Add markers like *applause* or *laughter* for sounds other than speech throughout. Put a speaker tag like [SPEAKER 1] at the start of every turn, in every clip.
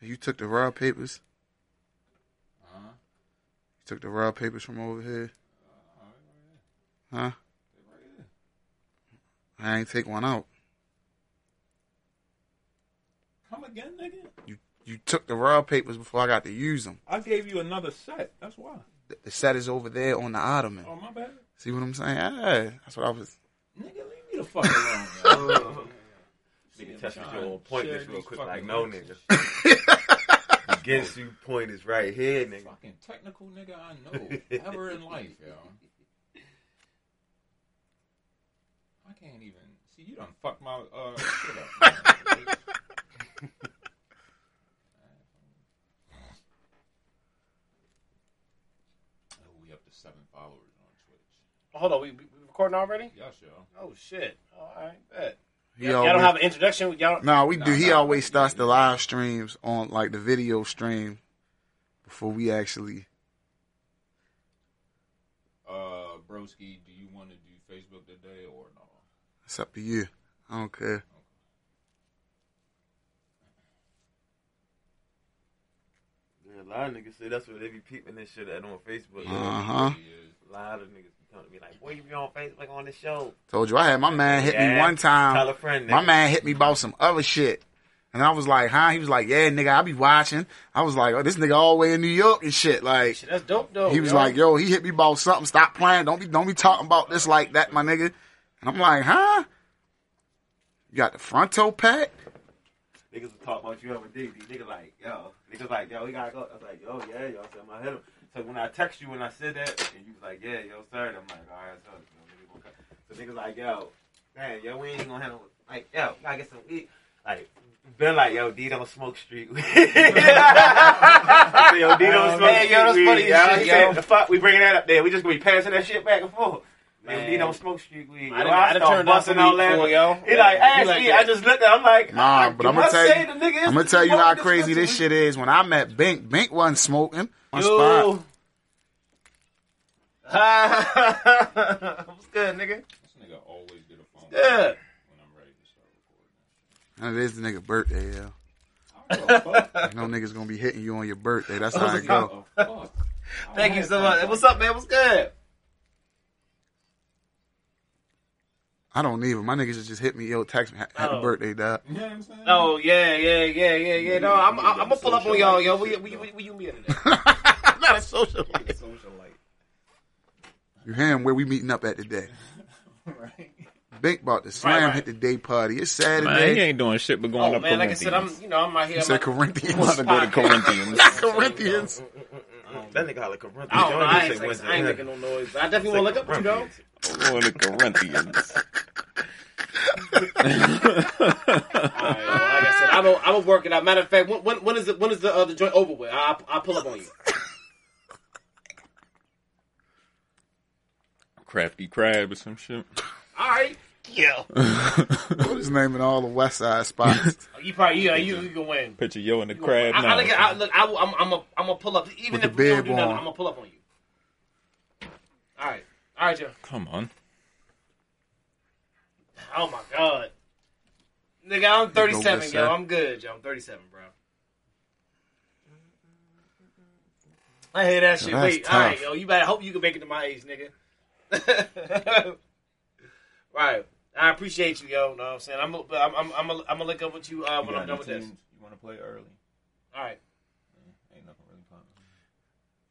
[SPEAKER 1] You took the raw papers.
[SPEAKER 2] Uh-huh.
[SPEAKER 1] You took the raw papers from over here,
[SPEAKER 2] Uh, right
[SPEAKER 1] huh?
[SPEAKER 2] there. Right there.
[SPEAKER 1] I ain't take one out.
[SPEAKER 2] Come again, nigga?
[SPEAKER 1] You you took the raw papers before I got to use them.
[SPEAKER 2] I gave you another set. That's why.
[SPEAKER 1] The, the set is over there on the ottoman.
[SPEAKER 2] Oh, my bad.
[SPEAKER 1] See what I'm saying? Yeah, that's what I was.
[SPEAKER 2] Nigga, leave me the fuck alone. man.
[SPEAKER 3] *laughs* Nigga
[SPEAKER 2] I'm
[SPEAKER 3] test
[SPEAKER 2] trying
[SPEAKER 3] your
[SPEAKER 2] to
[SPEAKER 3] own point
[SPEAKER 2] share
[SPEAKER 3] this real
[SPEAKER 2] these
[SPEAKER 3] quick.
[SPEAKER 2] fucking
[SPEAKER 3] Like, no,
[SPEAKER 2] links
[SPEAKER 3] nigga. Against you point is right here, *laughs* nigga.
[SPEAKER 2] fucking technical nigga I know ever in life, yo. I can't even see you done fucked my uh shit up. man.
[SPEAKER 3] *laughs*
[SPEAKER 2] Oh, we up to seven followers on Twitch.
[SPEAKER 4] Hold on, we, we recording already?
[SPEAKER 2] Yes, yo.
[SPEAKER 4] Oh shit! All right, bet.
[SPEAKER 1] He
[SPEAKER 4] y'all, y'all
[SPEAKER 1] always-
[SPEAKER 4] don't have an introduction. Y'all don't,
[SPEAKER 1] Nah, we do.
[SPEAKER 2] Nah,
[SPEAKER 1] he
[SPEAKER 2] nah.
[SPEAKER 1] always starts the live streams on like the video stream before we actually.
[SPEAKER 2] Uh Broski, do you want to do Facebook today or no?
[SPEAKER 1] It's up to you. I don't care.
[SPEAKER 3] Yeah, a lot of niggas say that's what they be peeping this shit at on Facebook.
[SPEAKER 1] Uh huh.
[SPEAKER 3] A lot of niggas be coming to me like, "Boy, you be on Facebook on the show?"
[SPEAKER 1] Told you I had my man hit me
[SPEAKER 3] Yeah.
[SPEAKER 1] one time.
[SPEAKER 3] Tell a friend, nigga.
[SPEAKER 1] My man hit me about some other shit. And I was like, huh? He was like, yeah, nigga, I be watching. I was like, oh, this nigga all the way in New York and shit. Like,
[SPEAKER 4] shit, that's dope
[SPEAKER 3] oh,
[SPEAKER 4] though.
[SPEAKER 1] he was
[SPEAKER 4] yo.
[SPEAKER 1] like, yo, he hit me about something. Stop playing. Don't be, don't be talking about this like that, my nigga. And I'm like, huh? You got the fronto pack?
[SPEAKER 3] Niggas will talk about you every day. These niggas like, yo, niggas like, yo, we gotta go. I was like, yo, yeah, yo, I said, I'm gonna hit him. So when I text you and I said that, and you was like, yeah, yo, sorry, I'm like, all right, so, yo, nigga gonna come. so niggas like, yo, man, yo, we ain't gonna handle it. Like, yo, we gotta get some weed. Like, been like, yo, D don't smoke street weed. *laughs* I said, yo, D don't
[SPEAKER 4] Oh,
[SPEAKER 3] smoke
[SPEAKER 4] man,
[SPEAKER 3] street
[SPEAKER 4] yo, that's
[SPEAKER 3] weed.
[SPEAKER 4] funny as
[SPEAKER 3] yo.
[SPEAKER 4] shit,
[SPEAKER 3] He
[SPEAKER 4] yo.
[SPEAKER 3] said, the fuck, we bringing that up there. We just gonna be passing that shit back and forth. Man,
[SPEAKER 4] Man.
[SPEAKER 3] D don't smoke street weed.
[SPEAKER 4] I
[SPEAKER 3] Yo,
[SPEAKER 4] done- I done
[SPEAKER 3] start
[SPEAKER 4] turned off
[SPEAKER 3] busting
[SPEAKER 4] the
[SPEAKER 3] out
[SPEAKER 4] weed
[SPEAKER 3] laughing.
[SPEAKER 4] for, yo.
[SPEAKER 3] He like,
[SPEAKER 4] He
[SPEAKER 3] ask
[SPEAKER 4] like
[SPEAKER 3] me.
[SPEAKER 4] that.
[SPEAKER 3] I just looked at him. I'm like,
[SPEAKER 1] Nah, but I'm gonna tell you,
[SPEAKER 3] I'm
[SPEAKER 1] I'm gonna tell you how crazy this shit is. When I met Bink, Bink wasn't smoking. On spot.
[SPEAKER 4] Yo.
[SPEAKER 3] *laughs* What's good, nigga?
[SPEAKER 2] This nigga always get a phone
[SPEAKER 3] Good.
[SPEAKER 2] when I'm ready to start recording.
[SPEAKER 1] And it is the nigga birthday, yeah.
[SPEAKER 2] I don't give a fuck.
[SPEAKER 1] No niggas gonna be hitting you on your birthday.
[SPEAKER 3] *laughs*
[SPEAKER 1] That's how it go.
[SPEAKER 2] Oh, fuck.
[SPEAKER 3] Thank you so
[SPEAKER 2] I
[SPEAKER 3] much.
[SPEAKER 2] had
[SPEAKER 3] What's up, man? What's good?
[SPEAKER 1] I don't even. My niggas just hit me, yo, text me, "Ha- happy
[SPEAKER 4] Oh.
[SPEAKER 1] birthday, dog.
[SPEAKER 2] You know what I'm saying?
[SPEAKER 4] Oh yeah, yeah, yeah, yeah, yeah. No, I'm I'm, I'm gonna pull up on y'all, yo. We we we, we you meeting today?
[SPEAKER 1] Not a social. You hear him? Where we meeting up at
[SPEAKER 4] *laughs*
[SPEAKER 1] today?
[SPEAKER 2] right.
[SPEAKER 1] Bink bought the slam
[SPEAKER 4] right.
[SPEAKER 1] hit the day party. It's
[SPEAKER 2] Man, he
[SPEAKER 1] Saturday.
[SPEAKER 2] ain't doing shit but going
[SPEAKER 4] Oh
[SPEAKER 2] up
[SPEAKER 4] man, like I said, I'm
[SPEAKER 2] Corinthians.
[SPEAKER 4] you know I'm out here.
[SPEAKER 1] You
[SPEAKER 4] I'm
[SPEAKER 1] said
[SPEAKER 4] out-
[SPEAKER 1] Corinthians.
[SPEAKER 2] I'm about to go to
[SPEAKER 1] *laughs*
[SPEAKER 2] Corinthians.
[SPEAKER 1] Not Corinthians.
[SPEAKER 3] That nigga holla Corinthians.
[SPEAKER 4] I don't know. I
[SPEAKER 3] Y'all
[SPEAKER 4] ain't,
[SPEAKER 3] niggas say
[SPEAKER 4] like, I ain't
[SPEAKER 3] Wednesday.
[SPEAKER 4] making no noise. But I definitely want to look up at you though.
[SPEAKER 2] I'm going to Corinthians.
[SPEAKER 4] All right, well, like I said, I'm gonna I'm gonna work it out. Matter of fact, when when, when is it? When is the uh, the joint over with? I I will pull up on you.
[SPEAKER 2] Crafty crab or some shit.
[SPEAKER 4] All right. Yeah.
[SPEAKER 1] Put his name in all the West Side spots. *laughs*
[SPEAKER 4] You probably yeah. You you can win.
[SPEAKER 2] Picture yo in the crab
[SPEAKER 4] I, I,
[SPEAKER 2] now.
[SPEAKER 4] look, I, look, I, will- I'm, I'm, a, I'm gonna pull up. Even
[SPEAKER 1] With
[SPEAKER 4] if
[SPEAKER 1] the
[SPEAKER 4] we don't
[SPEAKER 1] bib
[SPEAKER 4] do nothing,
[SPEAKER 1] on.
[SPEAKER 4] I'm gonna pull up on you. All right, all right, Joe.
[SPEAKER 2] Come on.
[SPEAKER 4] Oh my god, nigga, I'm
[SPEAKER 1] Don't
[SPEAKER 4] 37,
[SPEAKER 1] miss
[SPEAKER 4] yo.
[SPEAKER 1] that.
[SPEAKER 4] I'm good, yo. I'm 37, bro. I hear that shit.
[SPEAKER 1] That's
[SPEAKER 4] Wait, all right,
[SPEAKER 1] tough.
[SPEAKER 4] yo. You better hope you can make it to my age, nigga. *laughs* right. I appreciate you, yo. Know what I'm saying? I'm, but I'm, I'm, I'm, gonna- I'm gonna link up with you uh, when I'm done with this.
[SPEAKER 2] You want to play early?
[SPEAKER 4] All right.
[SPEAKER 2] Ain't nothing really popping.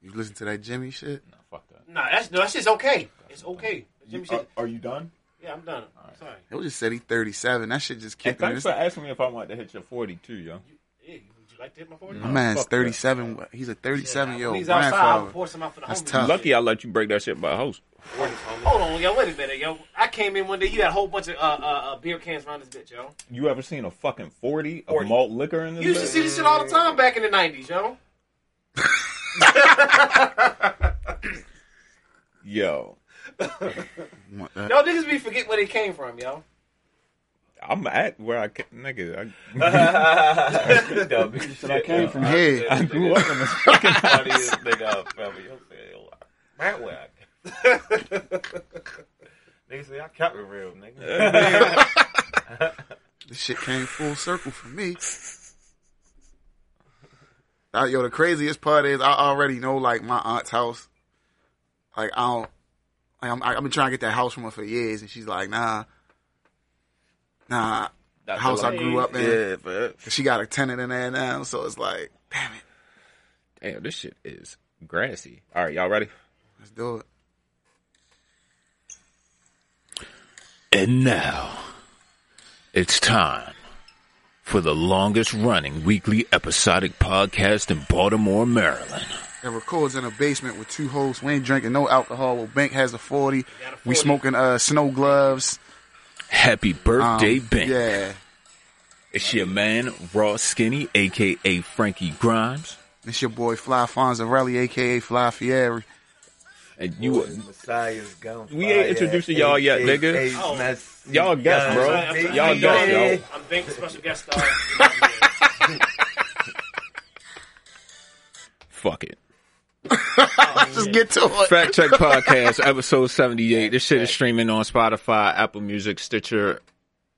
[SPEAKER 1] you listen to that Jimmy shit?
[SPEAKER 2] Nah, fuck that.
[SPEAKER 4] Nah, that's no, that shit's okay. It's okay. Let me see.
[SPEAKER 2] are you done?
[SPEAKER 4] Yeah, I'm done. Sorry.
[SPEAKER 1] It was just said he 37. That shit just
[SPEAKER 2] And
[SPEAKER 1] kicked him.
[SPEAKER 2] thanks
[SPEAKER 1] This-
[SPEAKER 2] for asking me if I wanted to hit your 42, yo.
[SPEAKER 4] Yeah, would you like to hit my 40?
[SPEAKER 1] My man's
[SPEAKER 2] Fuck that.
[SPEAKER 1] 37. He's a 37 year old
[SPEAKER 4] Please outside. I'll
[SPEAKER 1] grandfather.
[SPEAKER 4] pour some out for the
[SPEAKER 1] That's
[SPEAKER 4] homies.
[SPEAKER 1] tough.
[SPEAKER 2] Lucky I let you break that shit by the host.
[SPEAKER 4] Hold on, yo. Wait a minute, yo. I came in one day. You had a whole bunch of uh, uh, uh, beer cans around this bitch, yo.
[SPEAKER 2] You ever seen a fucking 40 of
[SPEAKER 4] 40.
[SPEAKER 2] malt liquor in this
[SPEAKER 4] You used to
[SPEAKER 2] bitch?
[SPEAKER 4] see this shit all the time back in the nineties, yo.
[SPEAKER 2] Yo.
[SPEAKER 1] Want that.
[SPEAKER 4] Yo, niggas be forget where they came from, yo.
[SPEAKER 2] I'm at where I ca- nigga.
[SPEAKER 4] *laughs*
[SPEAKER 3] I
[SPEAKER 1] came from here.
[SPEAKER 2] I, I grew up in this fucking house.
[SPEAKER 3] Funniest nigga I've ever. Yo, say, yo, Right where *laughs* I Niggas say I kept it real, nigga.
[SPEAKER 1] This shit came full circle for me. Uh, yo, the craziest part is I already know like my aunt's house. Like I don't. Like, I'm, I've been trying to get that house from her for years, and she's like, "Nah, nah."
[SPEAKER 2] Not
[SPEAKER 1] house
[SPEAKER 2] the
[SPEAKER 1] I grew
[SPEAKER 2] light.
[SPEAKER 1] up in.
[SPEAKER 2] Yeah, but
[SPEAKER 1] 'Cause She got a tenant in there now, so it's like, damn it,
[SPEAKER 2] damn, this shit is grassy. All right, y'all ready?
[SPEAKER 1] let's do it.
[SPEAKER 2] And now it's time for the longest running weekly episodic podcast in Baltimore, Maryland.
[SPEAKER 1] It records in a basement with two hosts. We ain't drinking no alcohol. Well, Bank has a forty.
[SPEAKER 4] got a
[SPEAKER 1] We
[SPEAKER 4] 40.
[SPEAKER 1] smoking uh snow gloves.
[SPEAKER 2] Happy
[SPEAKER 1] Um,
[SPEAKER 2] birthday, Bink.
[SPEAKER 1] Yeah,
[SPEAKER 2] It's your man, Raw Skinny, aka Frankie Grimes.
[SPEAKER 1] it's your boy Fly Fonzarelli, aka Fly Fieri.
[SPEAKER 2] And you
[SPEAKER 3] Messiah's gone.
[SPEAKER 2] We ain't introducing y'all yet, nigga.
[SPEAKER 4] Oh.
[SPEAKER 2] Y'all guess, bro.
[SPEAKER 4] I'm sorry, I'm
[SPEAKER 2] Y'all
[SPEAKER 4] sorry,
[SPEAKER 2] guess,
[SPEAKER 4] I'm-
[SPEAKER 2] yo.
[SPEAKER 4] I'm being the special guest star.
[SPEAKER 1] *laughs*
[SPEAKER 2] Fuck it.
[SPEAKER 1] Just get to it.
[SPEAKER 2] Fact
[SPEAKER 1] *laughs*
[SPEAKER 2] Check Podcast, episode 78. This shit is streaming on Spotify, Apple Music, Stitcher,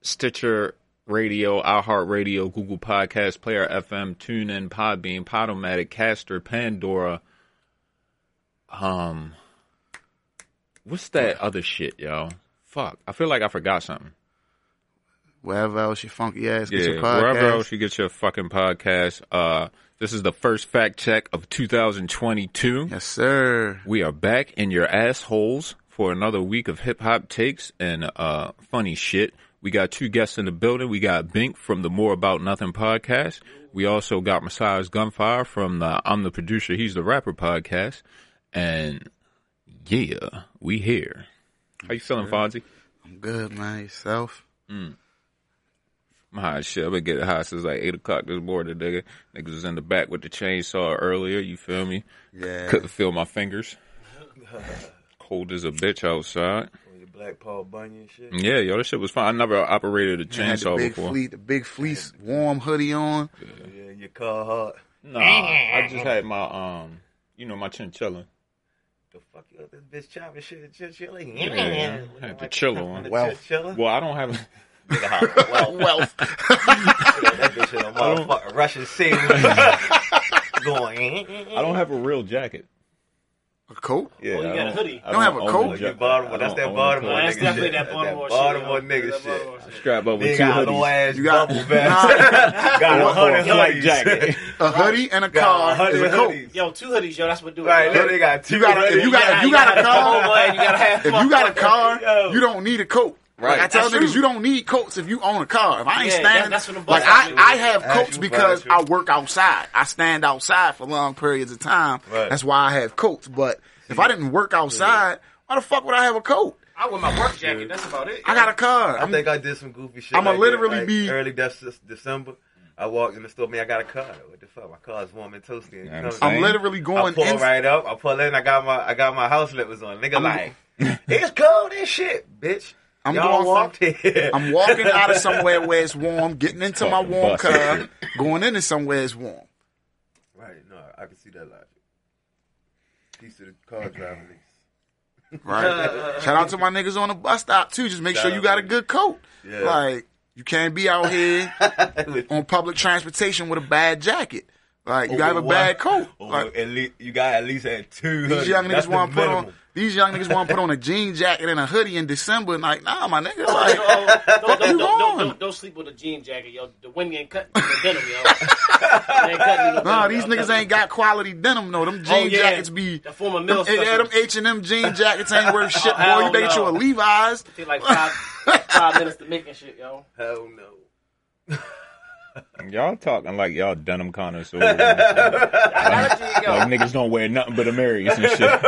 [SPEAKER 2] Stitcher Radio, iHeartRadio, Google Podcast, Player FM, TuneIn, Podbean, Podomatic, Caster, Pandora. Um, what's that other shit, yo? Fuck, I feel like I forgot something.
[SPEAKER 1] Wherever else you funky ass get
[SPEAKER 2] yeah,
[SPEAKER 1] your podcast.
[SPEAKER 2] wherever else you get your fucking podcast. Uh, this is the first fact check of 2022.
[SPEAKER 1] Yes, sir.
[SPEAKER 2] We are back in your assholes for another week of hip hop takes and uh, funny shit. We got two guests in the building. We got Bink from the More About Nothing podcast. We also got Messiah's Gunfire from the I'm the Producer, He's the Rapper podcast. And yeah, we here. How you feeling, Fonzie?
[SPEAKER 1] I'm good, man. Yourself.
[SPEAKER 2] I'm high as shit. I've been getting high since like eight o'clock this morning, nigga. Niggas was in the back with the chainsaw earlier. You feel me?
[SPEAKER 1] Yeah.
[SPEAKER 2] Couldn't feel my fingers. Cold as a bitch outside.
[SPEAKER 3] The Black Paul Bunyan shit.
[SPEAKER 2] Yeah, yo, this shit was fine. I never operated a
[SPEAKER 1] Had the
[SPEAKER 2] chainsaw
[SPEAKER 1] big
[SPEAKER 2] before.
[SPEAKER 1] fleece, the big fleece, warm hoodie on.
[SPEAKER 3] Yeah, your car hot.
[SPEAKER 2] Nah, I just had my um, you know, my chinchilla.
[SPEAKER 3] The fuck you up this bitch chopping shit and shit, shit like
[SPEAKER 2] Yeah, I had the chiller on.
[SPEAKER 1] Well.
[SPEAKER 3] Chilla?
[SPEAKER 2] Well, I don't have. a- *laughs*
[SPEAKER 3] *laughs*
[SPEAKER 1] Wealth.
[SPEAKER 3] that bitch in a motherfucking Russian sailor going. eh,
[SPEAKER 2] I don't have a real jacket.
[SPEAKER 1] A coat.
[SPEAKER 2] Yeah,
[SPEAKER 4] Oh, you
[SPEAKER 2] I
[SPEAKER 4] got a
[SPEAKER 2] don't-
[SPEAKER 4] hoodie.
[SPEAKER 2] I
[SPEAKER 1] Don't have a
[SPEAKER 2] own
[SPEAKER 1] coat?
[SPEAKER 2] a jacket.
[SPEAKER 3] Baltimore.
[SPEAKER 2] I
[SPEAKER 3] That's
[SPEAKER 2] don't
[SPEAKER 3] that
[SPEAKER 2] own a
[SPEAKER 3] Baltimore
[SPEAKER 2] coat.
[SPEAKER 4] That's
[SPEAKER 3] nigga
[SPEAKER 4] definitely
[SPEAKER 3] shit.
[SPEAKER 4] that
[SPEAKER 3] That
[SPEAKER 4] Baltimore shit.
[SPEAKER 3] Baltimore
[SPEAKER 4] yo.
[SPEAKER 3] nigga
[SPEAKER 4] That
[SPEAKER 3] shit.
[SPEAKER 4] Baltimore
[SPEAKER 2] *laughs*
[SPEAKER 4] shit.
[SPEAKER 2] Strap up with
[SPEAKER 3] Nigga
[SPEAKER 2] two
[SPEAKER 3] got a little
[SPEAKER 2] hoodies.
[SPEAKER 3] ass
[SPEAKER 1] You got-
[SPEAKER 3] bubble
[SPEAKER 1] *laughs*
[SPEAKER 3] vest.
[SPEAKER 1] Nah,
[SPEAKER 3] Got a hundred
[SPEAKER 2] Black
[SPEAKER 1] *laughs*
[SPEAKER 3] hoodies.
[SPEAKER 2] jacket.
[SPEAKER 1] a hoodie and a
[SPEAKER 3] Got a
[SPEAKER 1] car is
[SPEAKER 3] hundred
[SPEAKER 1] a coat.
[SPEAKER 3] hoodies.
[SPEAKER 4] Yo, two hoodies, yo. That's what do it.
[SPEAKER 3] Right,
[SPEAKER 4] yo.
[SPEAKER 3] then they got two.
[SPEAKER 1] You got a, if you got if you got a
[SPEAKER 4] Come
[SPEAKER 1] car,
[SPEAKER 4] on, you gotta have
[SPEAKER 1] if you got a car,
[SPEAKER 4] *laughs* Yo.
[SPEAKER 1] you don't need a coat. Like I
[SPEAKER 2] Right.
[SPEAKER 1] tell
[SPEAKER 4] That's
[SPEAKER 1] niggas,
[SPEAKER 4] true.
[SPEAKER 1] you don't need coats if you own a car. If I ain't
[SPEAKER 4] Yeah, that-
[SPEAKER 1] standing,
[SPEAKER 4] that's what I'm
[SPEAKER 1] like I,
[SPEAKER 4] busting.
[SPEAKER 1] I have coats
[SPEAKER 3] Actual
[SPEAKER 1] because I
[SPEAKER 3] furniture.
[SPEAKER 1] work outside. I stand outside for long periods of time.
[SPEAKER 3] Right.
[SPEAKER 1] That's why I have coats. But if I didn't work outside, why the fuck would I have a coat?
[SPEAKER 4] I wear my work jacket. That's about it.
[SPEAKER 1] I got a car.
[SPEAKER 3] I
[SPEAKER 1] I'm,
[SPEAKER 3] think I did some goofy shit.
[SPEAKER 1] I'ma
[SPEAKER 3] like
[SPEAKER 1] literally
[SPEAKER 3] that, like
[SPEAKER 1] be-
[SPEAKER 3] early de- December. I walked in the store. Man, I got a car. What the fuck? My car's warm and toasty. And
[SPEAKER 2] Yeah, I'm
[SPEAKER 3] comfy.
[SPEAKER 2] saying.
[SPEAKER 1] I'm literally
[SPEAKER 3] I
[SPEAKER 1] going.
[SPEAKER 3] pull
[SPEAKER 1] in-
[SPEAKER 3] right up. I pull in. I got my I got my house slippers on.
[SPEAKER 1] *laughs*
[SPEAKER 3] Nigga, like it's cold as shit, bitch.
[SPEAKER 1] I'm
[SPEAKER 3] Y'all
[SPEAKER 1] going from-
[SPEAKER 3] walked *laughs* here.
[SPEAKER 1] I'm walking out of somewhere where it's warm, getting into my
[SPEAKER 2] Fucking
[SPEAKER 1] warm
[SPEAKER 2] busted.
[SPEAKER 1] car, going into somewhere it's warm.
[SPEAKER 3] right. No, I can see that logic. Piece of the car driving lease.
[SPEAKER 1] Right. Shout out to my niggas on the bus stop too. Just make
[SPEAKER 3] Uh. Shout
[SPEAKER 1] sure you got
[SPEAKER 3] out to
[SPEAKER 1] a good coat.
[SPEAKER 3] Yeah.
[SPEAKER 1] Like you can't be out
[SPEAKER 3] *laughs*
[SPEAKER 1] here
[SPEAKER 3] With-
[SPEAKER 1] on public transportation with a bad jacket. Like *laughs* you
[SPEAKER 3] *laughs* over
[SPEAKER 1] gotta have a
[SPEAKER 3] one-
[SPEAKER 1] bad coat.
[SPEAKER 3] over
[SPEAKER 1] Like
[SPEAKER 3] at least you got at least had two.
[SPEAKER 1] these young niggas
[SPEAKER 3] That's
[SPEAKER 1] want
[SPEAKER 3] the
[SPEAKER 1] to put on
[SPEAKER 3] minimum.
[SPEAKER 1] these young niggas want to put on a jean jacket and a hoodie in December. Like nah, my
[SPEAKER 3] *laughs*
[SPEAKER 1] nigga. Like
[SPEAKER 4] Yo, oh, don't, don't,
[SPEAKER 1] you
[SPEAKER 4] don't, don't,
[SPEAKER 1] on?
[SPEAKER 4] don't, don't sleep with a jean jacket, yo. The wind ain't cutting the denim, yo. They ain't cutting the
[SPEAKER 1] *laughs* nah,
[SPEAKER 4] denim,
[SPEAKER 1] these
[SPEAKER 4] yo.
[SPEAKER 1] niggas ain't got quality denim. No, them jean
[SPEAKER 4] Oh, yeah.
[SPEAKER 1] jackets be.
[SPEAKER 4] The former mill
[SPEAKER 1] Them, yeah, them
[SPEAKER 4] special.
[SPEAKER 1] H and M jean jackets ain't worth shit,
[SPEAKER 3] *laughs*
[SPEAKER 1] boy.
[SPEAKER 4] hell
[SPEAKER 1] you think you
[SPEAKER 4] no.
[SPEAKER 1] a Levi's?
[SPEAKER 4] Take like five,
[SPEAKER 1] *laughs*
[SPEAKER 4] five minutes to make and shit, yo.
[SPEAKER 3] Hell no.
[SPEAKER 2] Y'all talking like y'all denim connoisseurs. like
[SPEAKER 4] I got a jean, yo.
[SPEAKER 2] niggas don't wear nothing but Americans and *laughs* shit.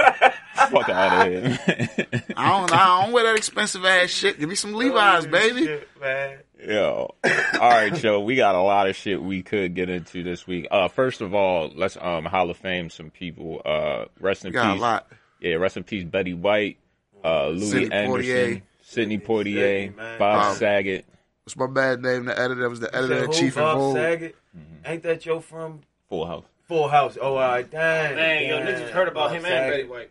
[SPEAKER 2] Fuck out of here. *laughs*
[SPEAKER 1] I don't, I don't wear that expensive ass shit. Give me
[SPEAKER 3] Oh,
[SPEAKER 1] some Levi's, baby.
[SPEAKER 3] Shit, man.
[SPEAKER 2] Yo. All right, yo. We got a lot of shit we could get into this week. Uh first of all, let's um Hall of Fame some people. Uh rest in
[SPEAKER 1] We got a
[SPEAKER 2] peace.
[SPEAKER 1] lot.
[SPEAKER 2] Yeah, rest in peace, Betty White, uh Louis
[SPEAKER 1] Sidney
[SPEAKER 2] Anderson,
[SPEAKER 1] Poitier.
[SPEAKER 2] Sidney Poitier,
[SPEAKER 3] Sidney, man.
[SPEAKER 2] Bob
[SPEAKER 1] Wow.
[SPEAKER 2] Saget.
[SPEAKER 1] What's my bad name? The editor that was the editor in
[SPEAKER 3] Who,
[SPEAKER 1] chief
[SPEAKER 3] Bob
[SPEAKER 1] of Vogue.
[SPEAKER 3] Saget? Ain't that yo from
[SPEAKER 2] Full house.
[SPEAKER 3] Full House? Oh, all right, dang.
[SPEAKER 4] Man, yo,
[SPEAKER 3] dang.
[SPEAKER 4] niggas heard about
[SPEAKER 3] Bob
[SPEAKER 4] him and
[SPEAKER 3] Saget.
[SPEAKER 4] Betty White.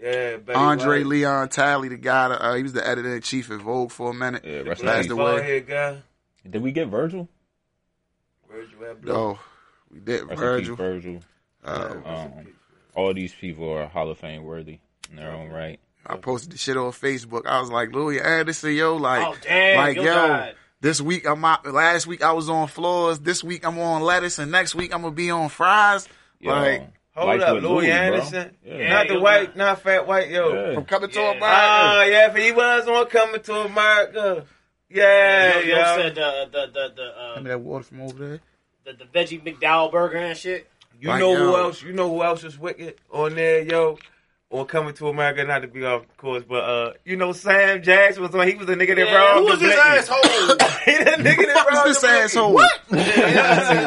[SPEAKER 3] Yeah, Betty
[SPEAKER 1] Andre
[SPEAKER 3] White.
[SPEAKER 1] Leon Talley, the guy, that, uh, he was the editor in chief of Vogue for a minute.
[SPEAKER 2] Yeah, rest in
[SPEAKER 1] Passed
[SPEAKER 2] peace.
[SPEAKER 1] away.
[SPEAKER 3] Bald head guy.
[SPEAKER 2] Did we get Virgil?
[SPEAKER 3] Virgil Abloh.
[SPEAKER 1] Oh, We did
[SPEAKER 2] Rest in peace,
[SPEAKER 1] Virgil.
[SPEAKER 2] Virgil.
[SPEAKER 1] Uh,
[SPEAKER 2] Um, all these people are Hall of Fame worthy in their own right.
[SPEAKER 1] I posted the shit on Facebook. I was like, Louis Anderson, yo, like,
[SPEAKER 4] oh damn!
[SPEAKER 1] like
[SPEAKER 4] yo,
[SPEAKER 1] yo,
[SPEAKER 4] God.
[SPEAKER 1] this week I'm out. Last week I was on floors. This week I'm on lettuce, and next week I'm gonna be on fries. *laughs*
[SPEAKER 2] Yo,
[SPEAKER 1] Like,
[SPEAKER 3] Hold
[SPEAKER 2] life
[SPEAKER 3] up,
[SPEAKER 2] with
[SPEAKER 3] Louis
[SPEAKER 2] Louis, bro.
[SPEAKER 3] Anderson.
[SPEAKER 2] Yeah.
[SPEAKER 3] Not the
[SPEAKER 4] yo,
[SPEAKER 3] white,
[SPEAKER 4] God.
[SPEAKER 3] not fat white, yo.
[SPEAKER 2] Yeah.
[SPEAKER 1] from coming
[SPEAKER 4] Yeah.
[SPEAKER 1] to
[SPEAKER 3] Ah,
[SPEAKER 1] America.
[SPEAKER 3] yeah, if he was on coming to America. Yeah,
[SPEAKER 4] Yo, yo
[SPEAKER 3] yo.
[SPEAKER 4] said the the the the, uh,
[SPEAKER 1] Give me that water from over there.
[SPEAKER 4] the the veggie McDowell burger and shit.
[SPEAKER 3] You
[SPEAKER 1] Like,
[SPEAKER 3] know who
[SPEAKER 1] yo.
[SPEAKER 3] else? You know who else is wicked on there, yo? On coming to America, not to be off course, but uh, you know Sam Jackson was on. He was a nigga that
[SPEAKER 4] Yeah,
[SPEAKER 3] robbed
[SPEAKER 4] who
[SPEAKER 3] the
[SPEAKER 4] was this
[SPEAKER 3] Blinky.
[SPEAKER 4] asshole?
[SPEAKER 3] *laughs* he the nigga that
[SPEAKER 1] What
[SPEAKER 3] robbed
[SPEAKER 1] is this
[SPEAKER 3] the Blinky.
[SPEAKER 1] asshole?
[SPEAKER 2] It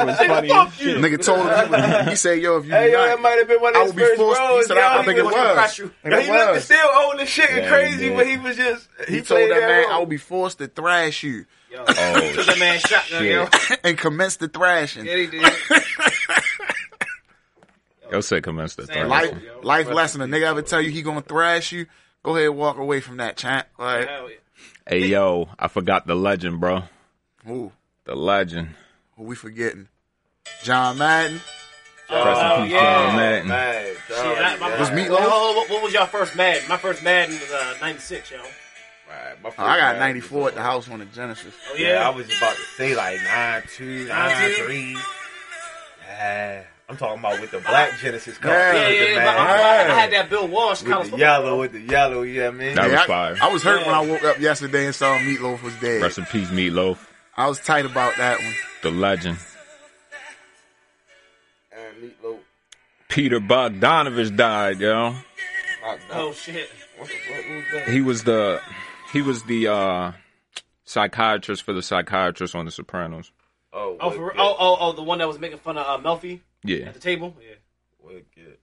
[SPEAKER 2] was funny as shit.
[SPEAKER 1] Nigga told him. He, he said, "Yo, if you
[SPEAKER 3] Hey, yo,
[SPEAKER 1] not,
[SPEAKER 3] that might have been one
[SPEAKER 1] I
[SPEAKER 3] of
[SPEAKER 1] would
[SPEAKER 3] his
[SPEAKER 1] be
[SPEAKER 3] first
[SPEAKER 1] forced." He
[SPEAKER 3] roles.
[SPEAKER 1] said,
[SPEAKER 3] yo.
[SPEAKER 1] "I, I think
[SPEAKER 3] he
[SPEAKER 1] it
[SPEAKER 3] was,
[SPEAKER 1] was." And
[SPEAKER 3] Yo,
[SPEAKER 1] it
[SPEAKER 3] he looked
[SPEAKER 1] was.
[SPEAKER 3] still old as shit and
[SPEAKER 2] Yeah, he
[SPEAKER 3] crazy,
[SPEAKER 2] did.
[SPEAKER 3] but he was just he,
[SPEAKER 1] He, told
[SPEAKER 3] played
[SPEAKER 1] that man, "I
[SPEAKER 3] role.
[SPEAKER 1] will be forced to thrash you,"
[SPEAKER 4] Yo,
[SPEAKER 2] Oh,
[SPEAKER 4] took that man shotgun.
[SPEAKER 2] shit.
[SPEAKER 4] Yo,
[SPEAKER 1] and commenced the thrashing.
[SPEAKER 4] yeah,
[SPEAKER 1] *laughs*
[SPEAKER 4] he did.
[SPEAKER 2] Yo said commence the
[SPEAKER 4] Sam
[SPEAKER 2] third.
[SPEAKER 1] life,
[SPEAKER 4] Yo, yo.
[SPEAKER 1] life lesson. A nigga ever tell you he gonna thrash you? Go ahead, walk away from that, champ. Like,
[SPEAKER 4] Hell yeah.
[SPEAKER 2] Hey yo, I forgot the legend, bro.
[SPEAKER 1] ooh,
[SPEAKER 2] The legend.
[SPEAKER 1] who we forgetting? John Madden.
[SPEAKER 2] Rest in
[SPEAKER 4] Oh,
[SPEAKER 2] peace,
[SPEAKER 4] yeah.
[SPEAKER 2] John Madden.
[SPEAKER 3] Man,
[SPEAKER 4] Shit,
[SPEAKER 3] dog,
[SPEAKER 4] I, my,
[SPEAKER 3] Oh, yeah.
[SPEAKER 1] Was
[SPEAKER 4] my-
[SPEAKER 1] Meatloaf?
[SPEAKER 4] Well, hold on, what, what was y'all first Madden? My first Madden was uh, '96, yo.
[SPEAKER 3] Right, my
[SPEAKER 1] Oh, I got
[SPEAKER 3] first time.
[SPEAKER 1] 94 at the house on the Genesis.
[SPEAKER 4] Oh
[SPEAKER 3] Yeah,
[SPEAKER 4] yeah,
[SPEAKER 3] I was about to say like nine two, nine
[SPEAKER 4] 92?
[SPEAKER 3] three. Yeah, I'm talking about with the black Genesis car.
[SPEAKER 1] Yeah,
[SPEAKER 4] yeah,
[SPEAKER 3] with
[SPEAKER 4] yeah.
[SPEAKER 3] the
[SPEAKER 4] yeah, but I,
[SPEAKER 3] man-
[SPEAKER 4] I had that Bill Walsh college
[SPEAKER 3] with the
[SPEAKER 4] football.
[SPEAKER 3] yellow, with the yellow. Yeah, man.
[SPEAKER 2] That
[SPEAKER 1] Yeah,
[SPEAKER 2] was
[SPEAKER 1] I-
[SPEAKER 2] fire.
[SPEAKER 1] I, was hurt when I woke up yesterday and saw Meatloaf was dead.
[SPEAKER 2] Rest in peace, Meatloaf.
[SPEAKER 1] I was tight about that one.
[SPEAKER 2] The legend.
[SPEAKER 3] And Meatloaf.
[SPEAKER 2] Peter Bogdanovich died, yo.
[SPEAKER 3] Rock Dog.
[SPEAKER 4] Oh shit.
[SPEAKER 3] What the fuck was that?
[SPEAKER 2] He was the he was the uh psychiatrist for the psychiatrist on The Sopranos.
[SPEAKER 3] Oh,
[SPEAKER 4] Oh, for, oh, oh, oh, the one that was making fun of uh, Melfi
[SPEAKER 2] Yeah.
[SPEAKER 4] at the table. Yeah.
[SPEAKER 3] wicked,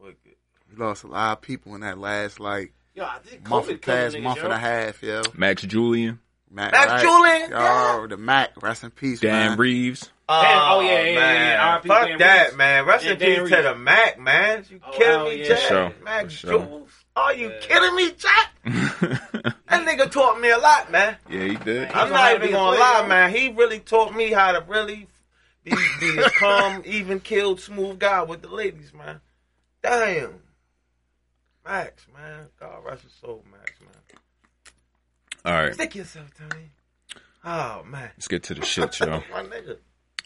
[SPEAKER 3] wicked.
[SPEAKER 1] We lost a lot of people in that last, like,
[SPEAKER 4] Yo, I think COVID
[SPEAKER 1] month,
[SPEAKER 4] month
[SPEAKER 1] past
[SPEAKER 4] niggas,
[SPEAKER 1] month
[SPEAKER 4] yo.
[SPEAKER 1] and a half, yo.
[SPEAKER 2] Max Julian,
[SPEAKER 1] Mac,
[SPEAKER 3] Mac Julian,
[SPEAKER 1] Yo, the Mac. Rest in peace,
[SPEAKER 2] Dan
[SPEAKER 1] man. *laughs*
[SPEAKER 2] Reeves.
[SPEAKER 4] oh, yeah, yeah, yeah,
[SPEAKER 3] man.
[SPEAKER 4] yeah. R.I.P.
[SPEAKER 3] Fuck
[SPEAKER 4] Dan
[SPEAKER 3] that,
[SPEAKER 4] Reeves.
[SPEAKER 3] man. Rest
[SPEAKER 4] Yeah,
[SPEAKER 3] in
[SPEAKER 4] Dan
[SPEAKER 3] peace to
[SPEAKER 4] Reeves.
[SPEAKER 3] the Mac, man. You
[SPEAKER 4] Oh,
[SPEAKER 3] kidding
[SPEAKER 4] hell
[SPEAKER 3] me,
[SPEAKER 4] yeah.
[SPEAKER 3] Jack?
[SPEAKER 2] For sure,
[SPEAKER 3] Mac
[SPEAKER 2] for sure.
[SPEAKER 3] Jules. Are you
[SPEAKER 4] Yeah.
[SPEAKER 3] kidding me, Jack?
[SPEAKER 2] yeah,
[SPEAKER 3] That nigga taught me a lot, man.
[SPEAKER 2] he did.
[SPEAKER 3] I'm
[SPEAKER 4] *laughs* He's
[SPEAKER 3] not
[SPEAKER 4] gonna
[SPEAKER 3] even
[SPEAKER 4] be
[SPEAKER 3] gonna
[SPEAKER 4] a
[SPEAKER 3] lie,
[SPEAKER 4] player.
[SPEAKER 3] man. He really taught me how to really be, be
[SPEAKER 4] *laughs*
[SPEAKER 3] a calm, even killed, smooth guy with the ladies, man. Damn. Max, man. God rest his soul, Max, man.
[SPEAKER 2] All right.
[SPEAKER 3] Stick yourself, Tony. Oh, man.
[SPEAKER 2] Let's get to the shit, yo.
[SPEAKER 3] My nigga.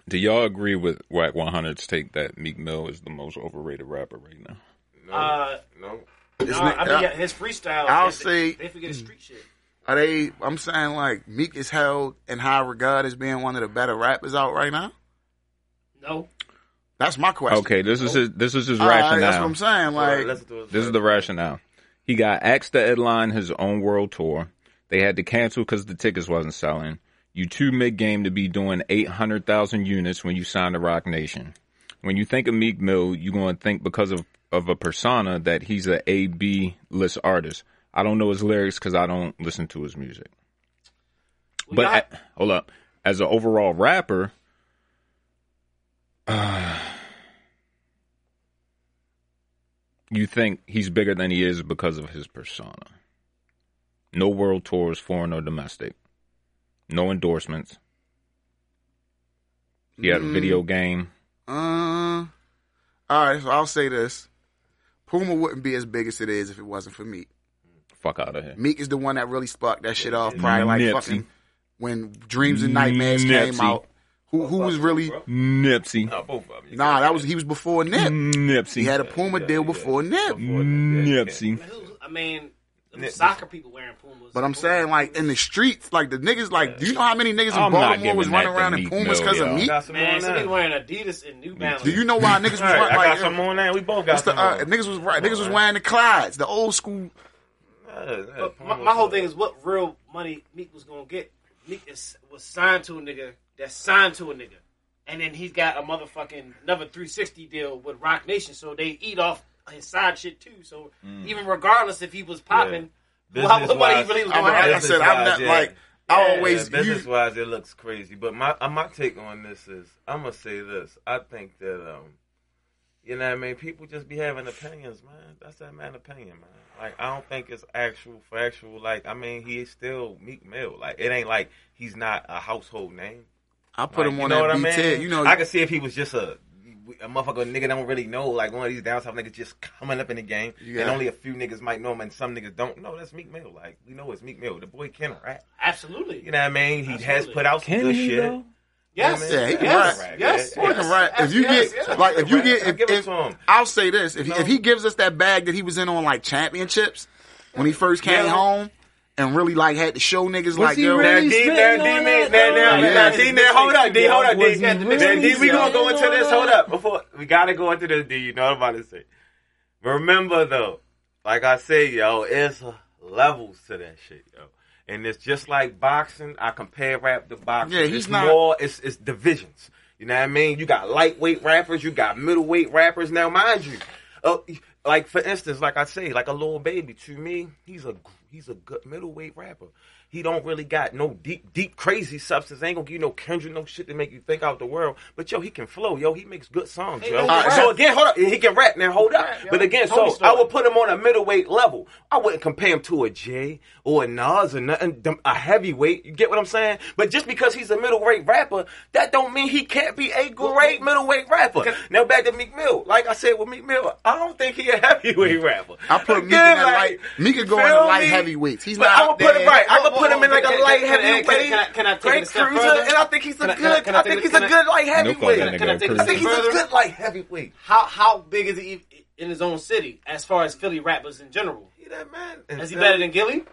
[SPEAKER 2] Do y'all agree with Wack 100's take that Meek Mill is the most overrated rapper right now?
[SPEAKER 3] No.
[SPEAKER 4] Uh,
[SPEAKER 3] no.
[SPEAKER 1] This
[SPEAKER 4] nah, I
[SPEAKER 1] nigga- uh,
[SPEAKER 4] mean, yeah, his freestyle.
[SPEAKER 1] I'll
[SPEAKER 4] they,
[SPEAKER 1] say-
[SPEAKER 4] they forget his street shit.
[SPEAKER 1] Are they? I'm saying like Meek is held in high regard as being one of the better rappers out right now.
[SPEAKER 4] No,
[SPEAKER 1] That's my question.
[SPEAKER 2] Okay, this is his, this is his
[SPEAKER 1] All right,
[SPEAKER 2] rationale.
[SPEAKER 1] that's what I'm saying.
[SPEAKER 3] All right,
[SPEAKER 1] Like,
[SPEAKER 3] let's do it.
[SPEAKER 2] This is the rationale. He got asked to headline his own world tour. They had to cancel because the tickets wasn't selling. You too mid game to be doing eight hundred thousand units when you signed to Rock Nation. When you think of Meek Mill, you're going to think because of of a persona that he's a A B list artist. I don't know his lyrics because I don't listen to his music.
[SPEAKER 4] Well,
[SPEAKER 2] But
[SPEAKER 4] y'all-
[SPEAKER 2] a- hold up, as an overall rapper, uh, you think he's bigger than he is because of his persona. No world tours, foreign or domestic. No endorsements. He had a video game.
[SPEAKER 1] Uh, all right, so I'll say this: Puma wouldn't be as big as it is if it wasn't for Meek.
[SPEAKER 2] Fuck out of here.
[SPEAKER 1] Meek is the one that really sparked that shit off. Probably like
[SPEAKER 2] Nipsey.
[SPEAKER 1] fucking when Dreams and Nightmares came
[SPEAKER 2] Nipsey.
[SPEAKER 1] out. Who who was really?
[SPEAKER 2] Nipsey.
[SPEAKER 3] No, both of them. You
[SPEAKER 1] Nah,
[SPEAKER 3] can't-
[SPEAKER 1] that was he was before
[SPEAKER 2] Mm.
[SPEAKER 1] Nip. He
[SPEAKER 2] Nipsey.
[SPEAKER 1] had a Puma deal before Nip.
[SPEAKER 2] Nipsey.
[SPEAKER 4] who- I mean, them
[SPEAKER 3] Nip-
[SPEAKER 4] soccer people wearing Pumas.
[SPEAKER 1] But I'm saying, like in the streets, like the niggas, like, do you know how many niggas in
[SPEAKER 2] I'm not
[SPEAKER 1] Baltimore
[SPEAKER 2] giving
[SPEAKER 1] was running
[SPEAKER 2] that to
[SPEAKER 1] around in
[SPEAKER 2] Meek
[SPEAKER 1] Pumas
[SPEAKER 2] Mill,
[SPEAKER 1] because of
[SPEAKER 2] yo.
[SPEAKER 1] Meek?
[SPEAKER 3] Got some
[SPEAKER 4] man,
[SPEAKER 3] on
[SPEAKER 4] some
[SPEAKER 3] that.
[SPEAKER 4] nigga wearing Adidas and New Balance.
[SPEAKER 1] Do you know
[SPEAKER 3] *laughs*
[SPEAKER 1] why niggas was
[SPEAKER 3] All right,
[SPEAKER 1] running
[SPEAKER 3] I got
[SPEAKER 1] like?
[SPEAKER 3] some on that. We both got
[SPEAKER 1] What's the,
[SPEAKER 3] some
[SPEAKER 1] uh,
[SPEAKER 3] on
[SPEAKER 1] niggas was right. Niggas was wearing the Clydes, the old school. uh,
[SPEAKER 3] Yeah, yeah,
[SPEAKER 4] But my, my whole thing is what real money Meek was gonna get. Meek is, was signed to a nigga that's signed to a nigga, and then he's got a motherfucking another 360 deal with Rock Nation, so they eat off his side shit too. So
[SPEAKER 1] Mm.
[SPEAKER 4] even regardless if he was popping,
[SPEAKER 3] Yeah.
[SPEAKER 4] well, what money he
[SPEAKER 3] Business-wise,
[SPEAKER 4] really was
[SPEAKER 1] I'm,
[SPEAKER 4] gonna
[SPEAKER 1] like I
[SPEAKER 4] have?
[SPEAKER 1] said, I'm not
[SPEAKER 3] Business-wise,
[SPEAKER 1] like I
[SPEAKER 4] Yeah,
[SPEAKER 1] always. you-
[SPEAKER 3] business wise, it looks crazy. But my uh, my take on this is, I'm gonna say this. I think that um, you know, what I mean, people just be having opinions, man. That's that man opinion, man. Like I don't think it's actual for actual. Like I mean, he is still Meek Mill. Like it ain't like he's not a household name.
[SPEAKER 1] I put
[SPEAKER 3] Like,
[SPEAKER 1] him
[SPEAKER 3] you
[SPEAKER 1] on
[SPEAKER 3] know
[SPEAKER 1] that
[SPEAKER 3] what
[SPEAKER 1] B10.
[SPEAKER 3] I mean?
[SPEAKER 1] You know,
[SPEAKER 3] I could see if he was just a a motherfucker nigga that don't really know, like one of these down south niggas just coming up in the game,
[SPEAKER 1] Yeah.
[SPEAKER 3] and only a few niggas might know him, and some niggas don't. No, that's Meek Mill. Like we know it's Meek Mill. The boy can rap.
[SPEAKER 4] Absolutely.
[SPEAKER 3] You know what I mean? He has
[SPEAKER 4] Absolutely.
[SPEAKER 3] put out some
[SPEAKER 2] Can
[SPEAKER 3] good
[SPEAKER 2] he
[SPEAKER 3] shit.
[SPEAKER 2] though?
[SPEAKER 4] yes.
[SPEAKER 3] Yeah,
[SPEAKER 1] man. Yeah, he can
[SPEAKER 4] yes.
[SPEAKER 1] rap.
[SPEAKER 4] Yes.
[SPEAKER 3] Yeah, yeah.
[SPEAKER 4] yes,
[SPEAKER 1] right. If you
[SPEAKER 4] yes,
[SPEAKER 1] get
[SPEAKER 4] yes.
[SPEAKER 1] like if you
[SPEAKER 3] Right.
[SPEAKER 1] get
[SPEAKER 3] I'll
[SPEAKER 1] if,
[SPEAKER 3] give it
[SPEAKER 1] if-
[SPEAKER 3] to him.
[SPEAKER 1] I'll say this if, he
[SPEAKER 3] No.
[SPEAKER 1] if he gives us that bag that he was in on like championships when he first came
[SPEAKER 3] Yeah.
[SPEAKER 1] home and really like had to show niggas like
[SPEAKER 2] he
[SPEAKER 1] yo
[SPEAKER 3] Now,
[SPEAKER 2] really
[SPEAKER 3] D,
[SPEAKER 2] spitting
[SPEAKER 3] now,
[SPEAKER 2] on
[SPEAKER 3] D, man,
[SPEAKER 2] that,
[SPEAKER 3] now, now,
[SPEAKER 2] though?
[SPEAKER 3] now,
[SPEAKER 1] Yeah.
[SPEAKER 3] D, now, hold up, D, hold up, D.
[SPEAKER 2] Was he
[SPEAKER 3] Now,
[SPEAKER 2] really
[SPEAKER 3] D, we gonna go into
[SPEAKER 2] spitting
[SPEAKER 3] this.
[SPEAKER 2] on
[SPEAKER 3] Hold
[SPEAKER 2] that?
[SPEAKER 3] up, before we gotta go into this, D. You know what I'm about to say. Remember though, like I say, yo, it's levels to that shit, yo. And it's just like boxing. I compare rap to boxing.
[SPEAKER 1] Yeah, he's
[SPEAKER 3] it's
[SPEAKER 1] not-
[SPEAKER 3] More, it's it's divisions. You know what I mean? You got lightweight rappers. You got middleweight rappers. Now, mind you, uh, like for instance, like I say, like a little baby. To me, he's a he's a good middleweight rapper. He don't really got no deep, deep, crazy substance. Ain't gonna give you no Kendrick, no shit to make you think out the world. But yo, he can flow. Yo, he makes good songs. Yo.
[SPEAKER 4] he can
[SPEAKER 3] so
[SPEAKER 1] rap.
[SPEAKER 3] again, hold up. He can rap. Now hold up.
[SPEAKER 4] yo.
[SPEAKER 3] But again,
[SPEAKER 4] Tony
[SPEAKER 3] so I
[SPEAKER 4] Storm.
[SPEAKER 3] would put him on a middleweight level. I wouldn't compare him to a Jay or a Nas or nothing, them- a heavyweight. You get what I'm saying? But just because he's a middleweight rapper, that don't mean he can't be a great middleweight rapper. Now back to Meek Mill. Like I said with Meek Mill, I don't think he a *laughs*
[SPEAKER 4] Mm-hmm.
[SPEAKER 3] heavyweight rapper.
[SPEAKER 1] I put Meek in
[SPEAKER 3] Again,
[SPEAKER 1] that light. Meek could go in the
[SPEAKER 3] feel
[SPEAKER 1] light
[SPEAKER 3] me?
[SPEAKER 1] heavyweights. He's
[SPEAKER 3] But
[SPEAKER 1] not
[SPEAKER 3] I would
[SPEAKER 1] out
[SPEAKER 3] put him
[SPEAKER 1] there.
[SPEAKER 3] right. I
[SPEAKER 4] Whoa,
[SPEAKER 3] could
[SPEAKER 4] whoa,
[SPEAKER 3] put him in
[SPEAKER 4] whoa,
[SPEAKER 3] like
[SPEAKER 4] can-
[SPEAKER 3] a
[SPEAKER 4] can-
[SPEAKER 3] light
[SPEAKER 4] can I- can I-
[SPEAKER 3] heavyweight.
[SPEAKER 4] can I- can I take it a
[SPEAKER 3] great
[SPEAKER 4] step
[SPEAKER 3] cruiser,
[SPEAKER 4] further?
[SPEAKER 3] and I think he's a
[SPEAKER 4] Can I-
[SPEAKER 3] good.
[SPEAKER 4] can I- can I
[SPEAKER 3] I,
[SPEAKER 4] take
[SPEAKER 3] think
[SPEAKER 4] it-
[SPEAKER 3] he's
[SPEAKER 4] can
[SPEAKER 3] a
[SPEAKER 4] I-
[SPEAKER 3] good light
[SPEAKER 2] No call that
[SPEAKER 3] heavyweight.
[SPEAKER 4] Can I
[SPEAKER 2] nigga a
[SPEAKER 4] take a
[SPEAKER 3] I
[SPEAKER 2] cruiser.
[SPEAKER 3] think he's a
[SPEAKER 4] Further?
[SPEAKER 3] good light heavyweight.
[SPEAKER 4] How how big is he in his own city as far as Philly rappers in general?
[SPEAKER 3] He that man.
[SPEAKER 4] Is he better than Gilly?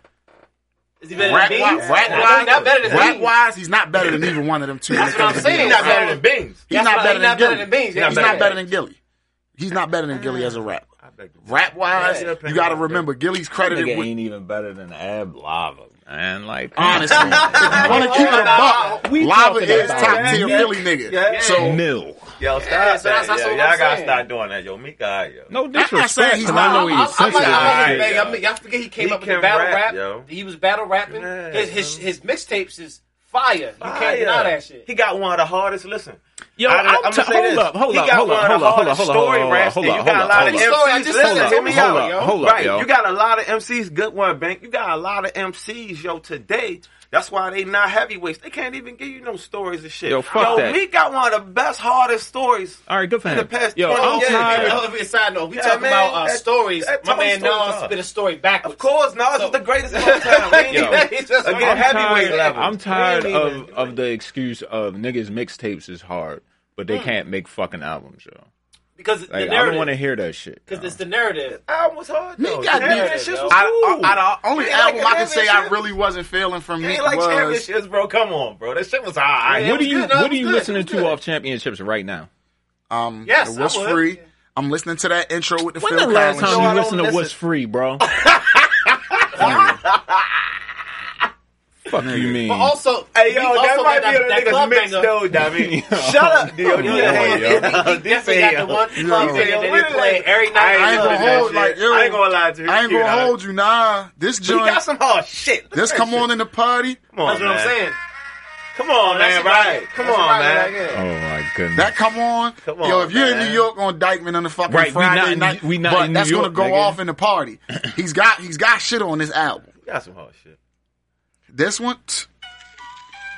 [SPEAKER 4] Is he better
[SPEAKER 1] Rap
[SPEAKER 4] than
[SPEAKER 1] wi-
[SPEAKER 4] Beans?
[SPEAKER 1] rap
[SPEAKER 4] No,
[SPEAKER 1] wise-
[SPEAKER 4] not better than
[SPEAKER 1] Rap
[SPEAKER 4] Beans.
[SPEAKER 1] wise, he's not better than either one of them two.
[SPEAKER 4] That's what I'm
[SPEAKER 1] He's
[SPEAKER 4] saying.
[SPEAKER 3] He's not better than Beans.
[SPEAKER 1] He's
[SPEAKER 4] That's
[SPEAKER 1] not
[SPEAKER 4] why
[SPEAKER 1] better
[SPEAKER 4] he's
[SPEAKER 1] than
[SPEAKER 4] not better
[SPEAKER 1] Gilly.
[SPEAKER 4] than Beans. Yeah,
[SPEAKER 1] He's not better than Gilly. He's not better than Gilly as a rapper. Rap wise,
[SPEAKER 3] Yeah, yeah,
[SPEAKER 1] you got to
[SPEAKER 3] yeah.
[SPEAKER 1] remember Gilly's credited
[SPEAKER 2] Nigga
[SPEAKER 1] with
[SPEAKER 2] ain't even better than Ab Lava, man. Like
[SPEAKER 4] *laughs*
[SPEAKER 1] honestly. if you want to keep it a buck,
[SPEAKER 2] We
[SPEAKER 1] Lava
[SPEAKER 2] talking
[SPEAKER 1] is
[SPEAKER 2] about
[SPEAKER 1] top tier
[SPEAKER 2] that.
[SPEAKER 1] Philly nigga.
[SPEAKER 3] Yeah.
[SPEAKER 1] So
[SPEAKER 2] nil.
[SPEAKER 3] Yo, stop that.
[SPEAKER 4] Yeah, so that's- that's
[SPEAKER 3] yo,
[SPEAKER 4] what
[SPEAKER 3] y'all
[SPEAKER 4] I'm
[SPEAKER 3] gotta
[SPEAKER 4] saying.
[SPEAKER 3] stop doing that, yo. Meek, all right, yo.
[SPEAKER 2] No
[SPEAKER 1] I'm not saying
[SPEAKER 2] disrespect.
[SPEAKER 1] he's
[SPEAKER 2] He's
[SPEAKER 1] not-
[SPEAKER 2] I know
[SPEAKER 4] I'm- I'm-
[SPEAKER 2] he's
[SPEAKER 4] I'm like,
[SPEAKER 2] sensitive.
[SPEAKER 4] I'm
[SPEAKER 3] Alright,
[SPEAKER 4] like,
[SPEAKER 3] yo.
[SPEAKER 4] I mean, y'all forget he came
[SPEAKER 3] He
[SPEAKER 4] up with the
[SPEAKER 3] can
[SPEAKER 4] battle
[SPEAKER 3] rap,
[SPEAKER 4] rap.
[SPEAKER 3] yo.
[SPEAKER 4] He was battle rapping.
[SPEAKER 3] Yeah,
[SPEAKER 4] his his,
[SPEAKER 3] yo.
[SPEAKER 4] his mixtapes is fire. You can't
[SPEAKER 3] Fire.
[SPEAKER 4] deny that shit.
[SPEAKER 3] He got one of the hardest. Listen,
[SPEAKER 2] Yo,
[SPEAKER 3] I-
[SPEAKER 2] I'm
[SPEAKER 3] I'ma
[SPEAKER 2] t-
[SPEAKER 3] say
[SPEAKER 2] hold
[SPEAKER 3] this.
[SPEAKER 2] up, hold
[SPEAKER 3] He
[SPEAKER 2] up,
[SPEAKER 3] got
[SPEAKER 2] hold
[SPEAKER 3] one
[SPEAKER 2] up,
[SPEAKER 3] of the
[SPEAKER 2] hold up, hold
[SPEAKER 3] hardest
[SPEAKER 2] up, hold up,
[SPEAKER 3] story
[SPEAKER 2] hold up,
[SPEAKER 3] raps
[SPEAKER 2] hold
[SPEAKER 3] that
[SPEAKER 2] up,
[SPEAKER 3] you got a
[SPEAKER 2] hold
[SPEAKER 3] lot
[SPEAKER 2] up,
[SPEAKER 3] of
[SPEAKER 4] hold up.
[SPEAKER 3] MCs.
[SPEAKER 4] Hold
[SPEAKER 3] Listen,
[SPEAKER 4] up,
[SPEAKER 3] hear me
[SPEAKER 4] hold
[SPEAKER 3] out,
[SPEAKER 4] up,
[SPEAKER 3] yo.
[SPEAKER 2] hold up,
[SPEAKER 3] right,
[SPEAKER 2] yo.
[SPEAKER 3] you got a lot of MCs. Good one, Bank. You got a lot of MCs, yo. Today, that's why they not heavyweights. They can't even give you no stories and shit.
[SPEAKER 2] Yo, fuck that.
[SPEAKER 3] Meek got one of the best, hardest stories.
[SPEAKER 2] All right, good for
[SPEAKER 3] In the
[SPEAKER 2] him.
[SPEAKER 3] past
[SPEAKER 2] Yo,
[SPEAKER 3] 20
[SPEAKER 2] I'm
[SPEAKER 3] years,
[SPEAKER 2] tired.
[SPEAKER 3] yo.
[SPEAKER 4] Oh, if it's side note, we
[SPEAKER 3] Yeah,
[SPEAKER 4] talk
[SPEAKER 3] man,
[SPEAKER 4] about uh,
[SPEAKER 3] that-
[SPEAKER 4] stories.
[SPEAKER 3] that
[SPEAKER 4] My
[SPEAKER 3] Tony
[SPEAKER 4] man
[SPEAKER 3] Stone's
[SPEAKER 4] Nas
[SPEAKER 3] hard.
[SPEAKER 4] spit a story backwards.
[SPEAKER 3] Of course, Nas
[SPEAKER 4] So-
[SPEAKER 3] is the greatest of all time. We ain't
[SPEAKER 2] Yo.
[SPEAKER 3] even-
[SPEAKER 4] He's just-
[SPEAKER 3] Again,
[SPEAKER 2] I'm
[SPEAKER 3] heavyweight
[SPEAKER 2] tired,
[SPEAKER 3] level.
[SPEAKER 2] I'm tired
[SPEAKER 3] We ain't
[SPEAKER 2] of,
[SPEAKER 3] even-
[SPEAKER 2] of the excuse of niggas mixtapes is hard, but they can't make fucking albums, yo.
[SPEAKER 4] because the
[SPEAKER 2] Like I don't
[SPEAKER 4] narrative.
[SPEAKER 2] want to hear that shit.
[SPEAKER 4] Because
[SPEAKER 2] yo.
[SPEAKER 4] it's the narrative.
[SPEAKER 3] album was hard.
[SPEAKER 1] Meek
[SPEAKER 3] though.
[SPEAKER 1] got
[SPEAKER 3] Champion
[SPEAKER 1] beat.
[SPEAKER 3] shit was
[SPEAKER 1] I,
[SPEAKER 3] cool.
[SPEAKER 1] I, I, only
[SPEAKER 3] He ain't
[SPEAKER 1] album
[SPEAKER 3] like
[SPEAKER 1] I can say I
[SPEAKER 3] champion
[SPEAKER 1] really wasn't feeling from
[SPEAKER 3] shit. He
[SPEAKER 1] Meek
[SPEAKER 3] ain't like
[SPEAKER 1] was
[SPEAKER 3] championships, bro. Come on, bro. That shit was hard.
[SPEAKER 2] what
[SPEAKER 4] Yeah, it
[SPEAKER 2] are
[SPEAKER 4] was
[SPEAKER 2] you
[SPEAKER 4] good,
[SPEAKER 2] what
[SPEAKER 4] no, it
[SPEAKER 2] are
[SPEAKER 4] was
[SPEAKER 2] you
[SPEAKER 4] good,
[SPEAKER 2] listening
[SPEAKER 4] it was
[SPEAKER 2] to
[SPEAKER 4] good.
[SPEAKER 2] off championships right now?
[SPEAKER 1] um
[SPEAKER 4] Yes,
[SPEAKER 1] the What's
[SPEAKER 4] I would.
[SPEAKER 1] Free. I'm listening to that intro with the
[SPEAKER 2] When
[SPEAKER 1] Phil
[SPEAKER 2] the last
[SPEAKER 1] Collins. shit.
[SPEAKER 2] time
[SPEAKER 3] No, I
[SPEAKER 2] you
[SPEAKER 3] don't
[SPEAKER 2] listened to
[SPEAKER 3] listen.
[SPEAKER 2] What's Free, bro? Fuck you mean?
[SPEAKER 4] But also,
[SPEAKER 3] Hey, yo,
[SPEAKER 4] we also
[SPEAKER 3] that
[SPEAKER 4] got
[SPEAKER 3] might be on the
[SPEAKER 4] that
[SPEAKER 3] niggas
[SPEAKER 4] club
[SPEAKER 3] mixed,
[SPEAKER 4] banger.
[SPEAKER 3] though, Dami.
[SPEAKER 2] Yo.
[SPEAKER 3] Shut up, D.O.
[SPEAKER 2] Come
[SPEAKER 3] You
[SPEAKER 2] on,
[SPEAKER 3] the hand-
[SPEAKER 2] yo.
[SPEAKER 4] He definitely got the one
[SPEAKER 1] Yo.
[SPEAKER 4] club banger that they play every night.
[SPEAKER 1] I ain't
[SPEAKER 4] in the
[SPEAKER 1] gonna
[SPEAKER 4] club.
[SPEAKER 1] hold like yo.
[SPEAKER 3] I ain't gonna lie to you.
[SPEAKER 1] I ain't
[SPEAKER 3] Cute,
[SPEAKER 1] gonna
[SPEAKER 3] huh?
[SPEAKER 1] hold you. Nah, this
[SPEAKER 3] But he got
[SPEAKER 1] joint.
[SPEAKER 3] some hard shit. Look at
[SPEAKER 1] This
[SPEAKER 3] that
[SPEAKER 1] come
[SPEAKER 3] shit.
[SPEAKER 1] on in the party.
[SPEAKER 3] Come on,
[SPEAKER 4] That's what I'm
[SPEAKER 3] man.
[SPEAKER 4] saying.
[SPEAKER 3] Come on, man.
[SPEAKER 4] That's right.
[SPEAKER 3] Right. Come
[SPEAKER 4] That's
[SPEAKER 3] on,
[SPEAKER 4] right,
[SPEAKER 3] man.
[SPEAKER 2] oh
[SPEAKER 4] right,
[SPEAKER 2] my goodness.
[SPEAKER 1] That come
[SPEAKER 2] *laughs*
[SPEAKER 1] on.
[SPEAKER 3] Come on,
[SPEAKER 1] Yo, if you're in
[SPEAKER 3] man.
[SPEAKER 1] New York on Dykeman on the fucking
[SPEAKER 2] Right, we
[SPEAKER 1] Friday
[SPEAKER 2] not in-
[SPEAKER 1] night,
[SPEAKER 2] we not
[SPEAKER 1] but
[SPEAKER 2] in New
[SPEAKER 1] that's
[SPEAKER 2] York,
[SPEAKER 1] gonna go
[SPEAKER 2] nigga.
[SPEAKER 1] off in the
[SPEAKER 2] *clears throat*
[SPEAKER 1] party. He's got he's got shit on this album.
[SPEAKER 3] He got some hard shit.
[SPEAKER 1] This one, tch,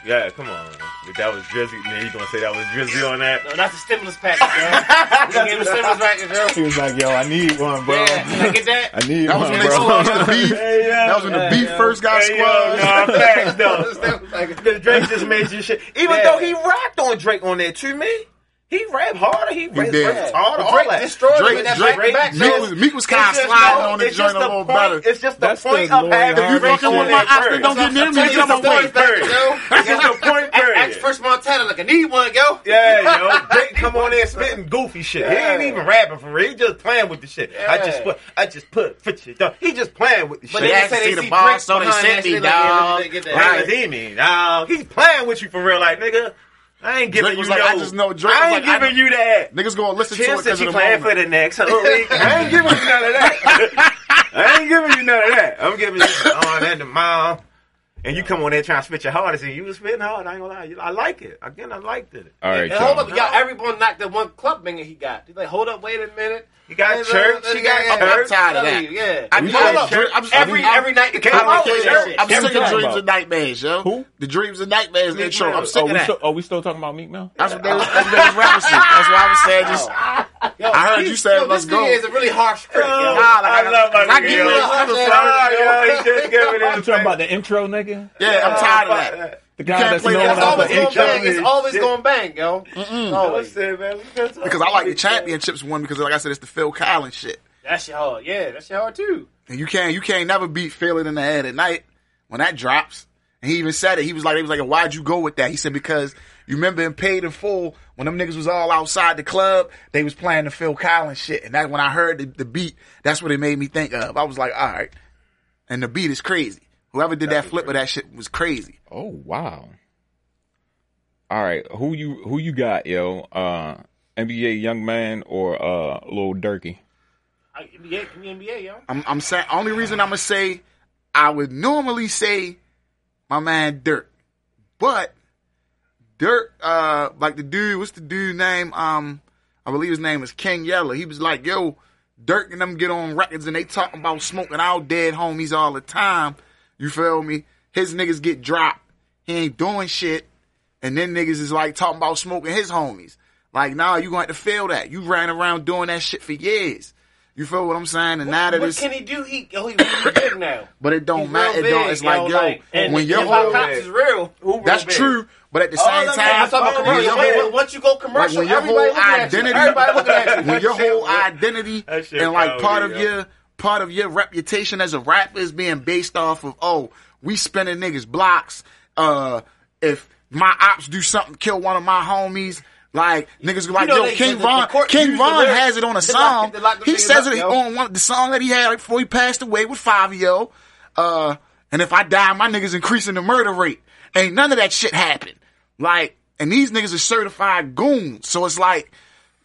[SPEAKER 3] Yeah, come on. man. If that was Drizzy, man, you gonna say that was Drizzy on that?
[SPEAKER 4] No, that's the stimulus package, girl. You get the stimulus package, girl.
[SPEAKER 2] he was like, "Yo, I need one, bro.
[SPEAKER 4] Yeah, can I get that?
[SPEAKER 2] I need
[SPEAKER 1] that was
[SPEAKER 2] one,
[SPEAKER 1] when they
[SPEAKER 2] bro."
[SPEAKER 1] squashed the
[SPEAKER 2] *laughs*
[SPEAKER 1] beef.
[SPEAKER 3] Hey, yo.
[SPEAKER 1] That was when the beef first got
[SPEAKER 3] Hey, yo,
[SPEAKER 1] squashed.
[SPEAKER 3] nah, *laughs* facts, though.
[SPEAKER 4] Stimulus package.
[SPEAKER 3] The Drake just made you shit. Even
[SPEAKER 4] Yeah.
[SPEAKER 3] though he rapped on Drake on there too, man. He rapped harder. He, rapped
[SPEAKER 1] did.
[SPEAKER 3] harder. All
[SPEAKER 4] Drake
[SPEAKER 3] that.
[SPEAKER 4] destroyed him
[SPEAKER 1] Drake,
[SPEAKER 4] in that
[SPEAKER 1] Drake,
[SPEAKER 4] back-to-back.
[SPEAKER 1] Meek
[SPEAKER 4] man.
[SPEAKER 1] was, Meek was kind of
[SPEAKER 3] It's just-
[SPEAKER 1] sliding
[SPEAKER 3] no,
[SPEAKER 1] on the
[SPEAKER 3] it's
[SPEAKER 1] joint
[SPEAKER 3] just
[SPEAKER 1] a
[SPEAKER 3] the
[SPEAKER 1] little
[SPEAKER 3] point-
[SPEAKER 1] better.
[SPEAKER 3] It's just the
[SPEAKER 2] That's
[SPEAKER 3] point
[SPEAKER 2] the
[SPEAKER 3] of
[SPEAKER 2] Lloyd
[SPEAKER 3] having
[SPEAKER 2] Harvey
[SPEAKER 1] You
[SPEAKER 3] Drake
[SPEAKER 1] fucking
[SPEAKER 3] on
[SPEAKER 1] with my
[SPEAKER 3] that
[SPEAKER 1] oxygen,
[SPEAKER 3] first.
[SPEAKER 1] don't get near me,
[SPEAKER 4] Tell you
[SPEAKER 1] bitch, I'm
[SPEAKER 4] the
[SPEAKER 1] gonna
[SPEAKER 4] story
[SPEAKER 1] wait.
[SPEAKER 4] back,
[SPEAKER 3] Period.
[SPEAKER 4] yo.
[SPEAKER 3] This is the point
[SPEAKER 4] Ask-
[SPEAKER 3] period.
[SPEAKER 4] Ask First Montana, like I need one, yo.
[SPEAKER 3] *laughs* Yeah, yo, Drake come on there spitting goofy shit.
[SPEAKER 4] Yeah.
[SPEAKER 3] He ain't even rapping for real. He just playing with the shit. I just
[SPEAKER 4] Yeah.
[SPEAKER 3] put, I just put, put shit down. He just playing with the
[SPEAKER 4] But
[SPEAKER 1] They
[SPEAKER 3] shit.
[SPEAKER 4] then
[SPEAKER 1] asked
[SPEAKER 4] they
[SPEAKER 1] to see
[SPEAKER 4] say they
[SPEAKER 1] the
[SPEAKER 4] see
[SPEAKER 1] bar,
[SPEAKER 4] bricks
[SPEAKER 1] so they
[SPEAKER 4] behind
[SPEAKER 1] sent
[SPEAKER 4] that
[SPEAKER 1] me,
[SPEAKER 4] shit, like, yeah,
[SPEAKER 1] dog.
[SPEAKER 4] they get that.
[SPEAKER 1] Right.
[SPEAKER 3] Right. He mean, dog. He's playing with you for real, like nigga. I ain't giving
[SPEAKER 1] Drake was
[SPEAKER 3] you
[SPEAKER 1] like,
[SPEAKER 3] no.
[SPEAKER 1] I just know Drake
[SPEAKER 3] I
[SPEAKER 1] was
[SPEAKER 3] ain't
[SPEAKER 1] like, I-
[SPEAKER 3] giving you that.
[SPEAKER 1] Niggas gonna listen to it
[SPEAKER 3] Tim
[SPEAKER 1] because
[SPEAKER 3] said
[SPEAKER 1] of
[SPEAKER 3] she
[SPEAKER 1] the
[SPEAKER 3] playing
[SPEAKER 1] moment.
[SPEAKER 3] for the next. whole week. I ain't giving you none of that. I ain't giving you none of that. I'm giving you on and the mile. And you come on there trying to spit your hardest, and you was spitting hard. I ain't gonna lie, You- I like it. Again, I liked it.
[SPEAKER 2] All right,
[SPEAKER 4] And hold up,
[SPEAKER 2] y'all.
[SPEAKER 4] y'all. Everyone knocked that one club banger he got. He's like, hold up, wait a minute.
[SPEAKER 3] You got church. You got
[SPEAKER 4] Yeah, yeah,
[SPEAKER 1] I'm
[SPEAKER 3] church.
[SPEAKER 1] tired of
[SPEAKER 4] Tell
[SPEAKER 1] that.
[SPEAKER 4] you, Yeah.
[SPEAKER 1] I'm
[SPEAKER 3] We
[SPEAKER 1] tired
[SPEAKER 3] got
[SPEAKER 1] of
[SPEAKER 3] church.
[SPEAKER 1] I'm sick-
[SPEAKER 4] every
[SPEAKER 1] I'm-
[SPEAKER 4] every night it came
[SPEAKER 1] I'm
[SPEAKER 4] out.
[SPEAKER 1] sick-
[SPEAKER 4] yeah.
[SPEAKER 1] I'm
[SPEAKER 4] Every
[SPEAKER 1] sick of
[SPEAKER 4] night.
[SPEAKER 1] dreams and nightmares, yo.
[SPEAKER 2] Who?
[SPEAKER 1] The dreams and nightmares intro. I'm sick
[SPEAKER 2] Are
[SPEAKER 1] of
[SPEAKER 2] we,
[SPEAKER 1] that.
[SPEAKER 2] still, are we still talking about Meek Mill?
[SPEAKER 1] That's
[SPEAKER 2] *laughs*
[SPEAKER 1] what they was, that's what they was referencing. That's why I was saying just.
[SPEAKER 2] Oh,
[SPEAKER 4] Yo,
[SPEAKER 1] I heard
[SPEAKER 4] he-
[SPEAKER 1] you say
[SPEAKER 4] yo,
[SPEAKER 1] let's
[SPEAKER 4] this nigga
[SPEAKER 1] go.
[SPEAKER 4] is a really harsh critic. yo.
[SPEAKER 1] Nah, like, I,
[SPEAKER 3] I love my
[SPEAKER 1] I
[SPEAKER 3] nigga.
[SPEAKER 1] give
[SPEAKER 3] yo.
[SPEAKER 1] you
[SPEAKER 4] up.
[SPEAKER 3] I'm
[SPEAKER 1] a-
[SPEAKER 4] Yeah.
[SPEAKER 3] sorry, yo. He
[SPEAKER 4] *laughs*
[SPEAKER 3] just giving it.
[SPEAKER 2] You talking about the intro, nigga?
[SPEAKER 1] Yeah, I'm tired of that.
[SPEAKER 2] The
[SPEAKER 1] can't
[SPEAKER 2] guy that's
[SPEAKER 1] play
[SPEAKER 2] known
[SPEAKER 1] that.
[SPEAKER 4] It's
[SPEAKER 1] That's
[SPEAKER 2] as
[SPEAKER 4] always
[SPEAKER 2] the
[SPEAKER 4] going
[SPEAKER 2] intro.
[SPEAKER 4] to bang. It's always going to bang, yo. Always.
[SPEAKER 3] Listen, man. we been talking
[SPEAKER 1] Because I like the
[SPEAKER 3] about this, man.
[SPEAKER 1] championships one because, like I said, it's the Phil Collins shit.
[SPEAKER 4] That's your hard. Yeah, that's your hard too.
[SPEAKER 1] And you can't, you can't never beat Phil in the head at night when that drops. And he even said it. He was like, "He was like, why'd you go with that?" He said because you remember in Paid in Full when them niggas was all outside the club, they was playing the Phil Collins shit, and that when I heard the, the beat, that's what it made me think of. I was like, all right, and the beat is crazy. Whoever did that flip of that shit was crazy.
[SPEAKER 2] Oh wow. All right, who you who you got, yo? Uh NBA young man or uh Lil Durky?
[SPEAKER 4] I, NBA, give me NBA, yo.
[SPEAKER 1] I'm, I'm saying only reason I'm gonna say I would normally say my man Dirk, but Dirk, uh, like the dude, what's the dude name? Um, I believe his name is King Yeller. He was like, yo, Dirk and them get on records and they talking about smoking out dead homies all the time. You feel me? His niggas get dropped. He ain't doing shit. And then niggas is like talking about smoking his homies. Like, nah, you gonna have to feel that. You ran around doing that shit for years. You feel what I'm saying? And now that
[SPEAKER 4] What
[SPEAKER 1] it's
[SPEAKER 4] can he do? He, yo, he really big now.
[SPEAKER 1] *laughs* but it
[SPEAKER 4] He's
[SPEAKER 1] don't matter.
[SPEAKER 4] real
[SPEAKER 1] It don't,
[SPEAKER 4] big,
[SPEAKER 1] it's like, yo,
[SPEAKER 4] and
[SPEAKER 1] when
[SPEAKER 4] the
[SPEAKER 1] your
[SPEAKER 4] hip hop
[SPEAKER 1] whole
[SPEAKER 4] cops is real.
[SPEAKER 3] Who
[SPEAKER 1] that's
[SPEAKER 3] real
[SPEAKER 1] true, but at the
[SPEAKER 3] All
[SPEAKER 1] same
[SPEAKER 3] them
[SPEAKER 1] time,
[SPEAKER 4] I'm talking about
[SPEAKER 1] when
[SPEAKER 4] commercial.
[SPEAKER 1] your
[SPEAKER 4] Wait,
[SPEAKER 1] whole-
[SPEAKER 4] wait, once you go
[SPEAKER 1] like
[SPEAKER 4] commercial,
[SPEAKER 1] when your
[SPEAKER 4] everybody
[SPEAKER 1] whole
[SPEAKER 4] looking at you.
[SPEAKER 1] identity,
[SPEAKER 4] Everybody looking at you.
[SPEAKER 1] when your
[SPEAKER 3] That shit
[SPEAKER 4] *laughs*
[SPEAKER 1] whole
[SPEAKER 3] was-
[SPEAKER 1] identity
[SPEAKER 3] that shit
[SPEAKER 1] and like
[SPEAKER 3] was
[SPEAKER 1] part of
[SPEAKER 3] weird, yo.
[SPEAKER 1] your part of your reputation as a rapper is being based off of oh we spinning niggas blocks. Uh, if my ops do something, kill one of my homies. Like niggas like
[SPEAKER 4] know
[SPEAKER 1] yo,
[SPEAKER 4] they-
[SPEAKER 1] King
[SPEAKER 4] the- the
[SPEAKER 1] Von,
[SPEAKER 4] court
[SPEAKER 1] King
[SPEAKER 4] used the
[SPEAKER 1] Von
[SPEAKER 4] lyrics
[SPEAKER 1] has it on a
[SPEAKER 4] to lock-
[SPEAKER 1] song.
[SPEAKER 4] to lock them
[SPEAKER 1] he
[SPEAKER 4] niggas
[SPEAKER 1] says
[SPEAKER 4] up,
[SPEAKER 1] it
[SPEAKER 4] yo.
[SPEAKER 1] on one the song that he had before he passed away with Fabio. Uh, and if I die, my niggas increasing the murder rate. Ain't none of that shit happened. Like, and these niggas are certified goons, so it's like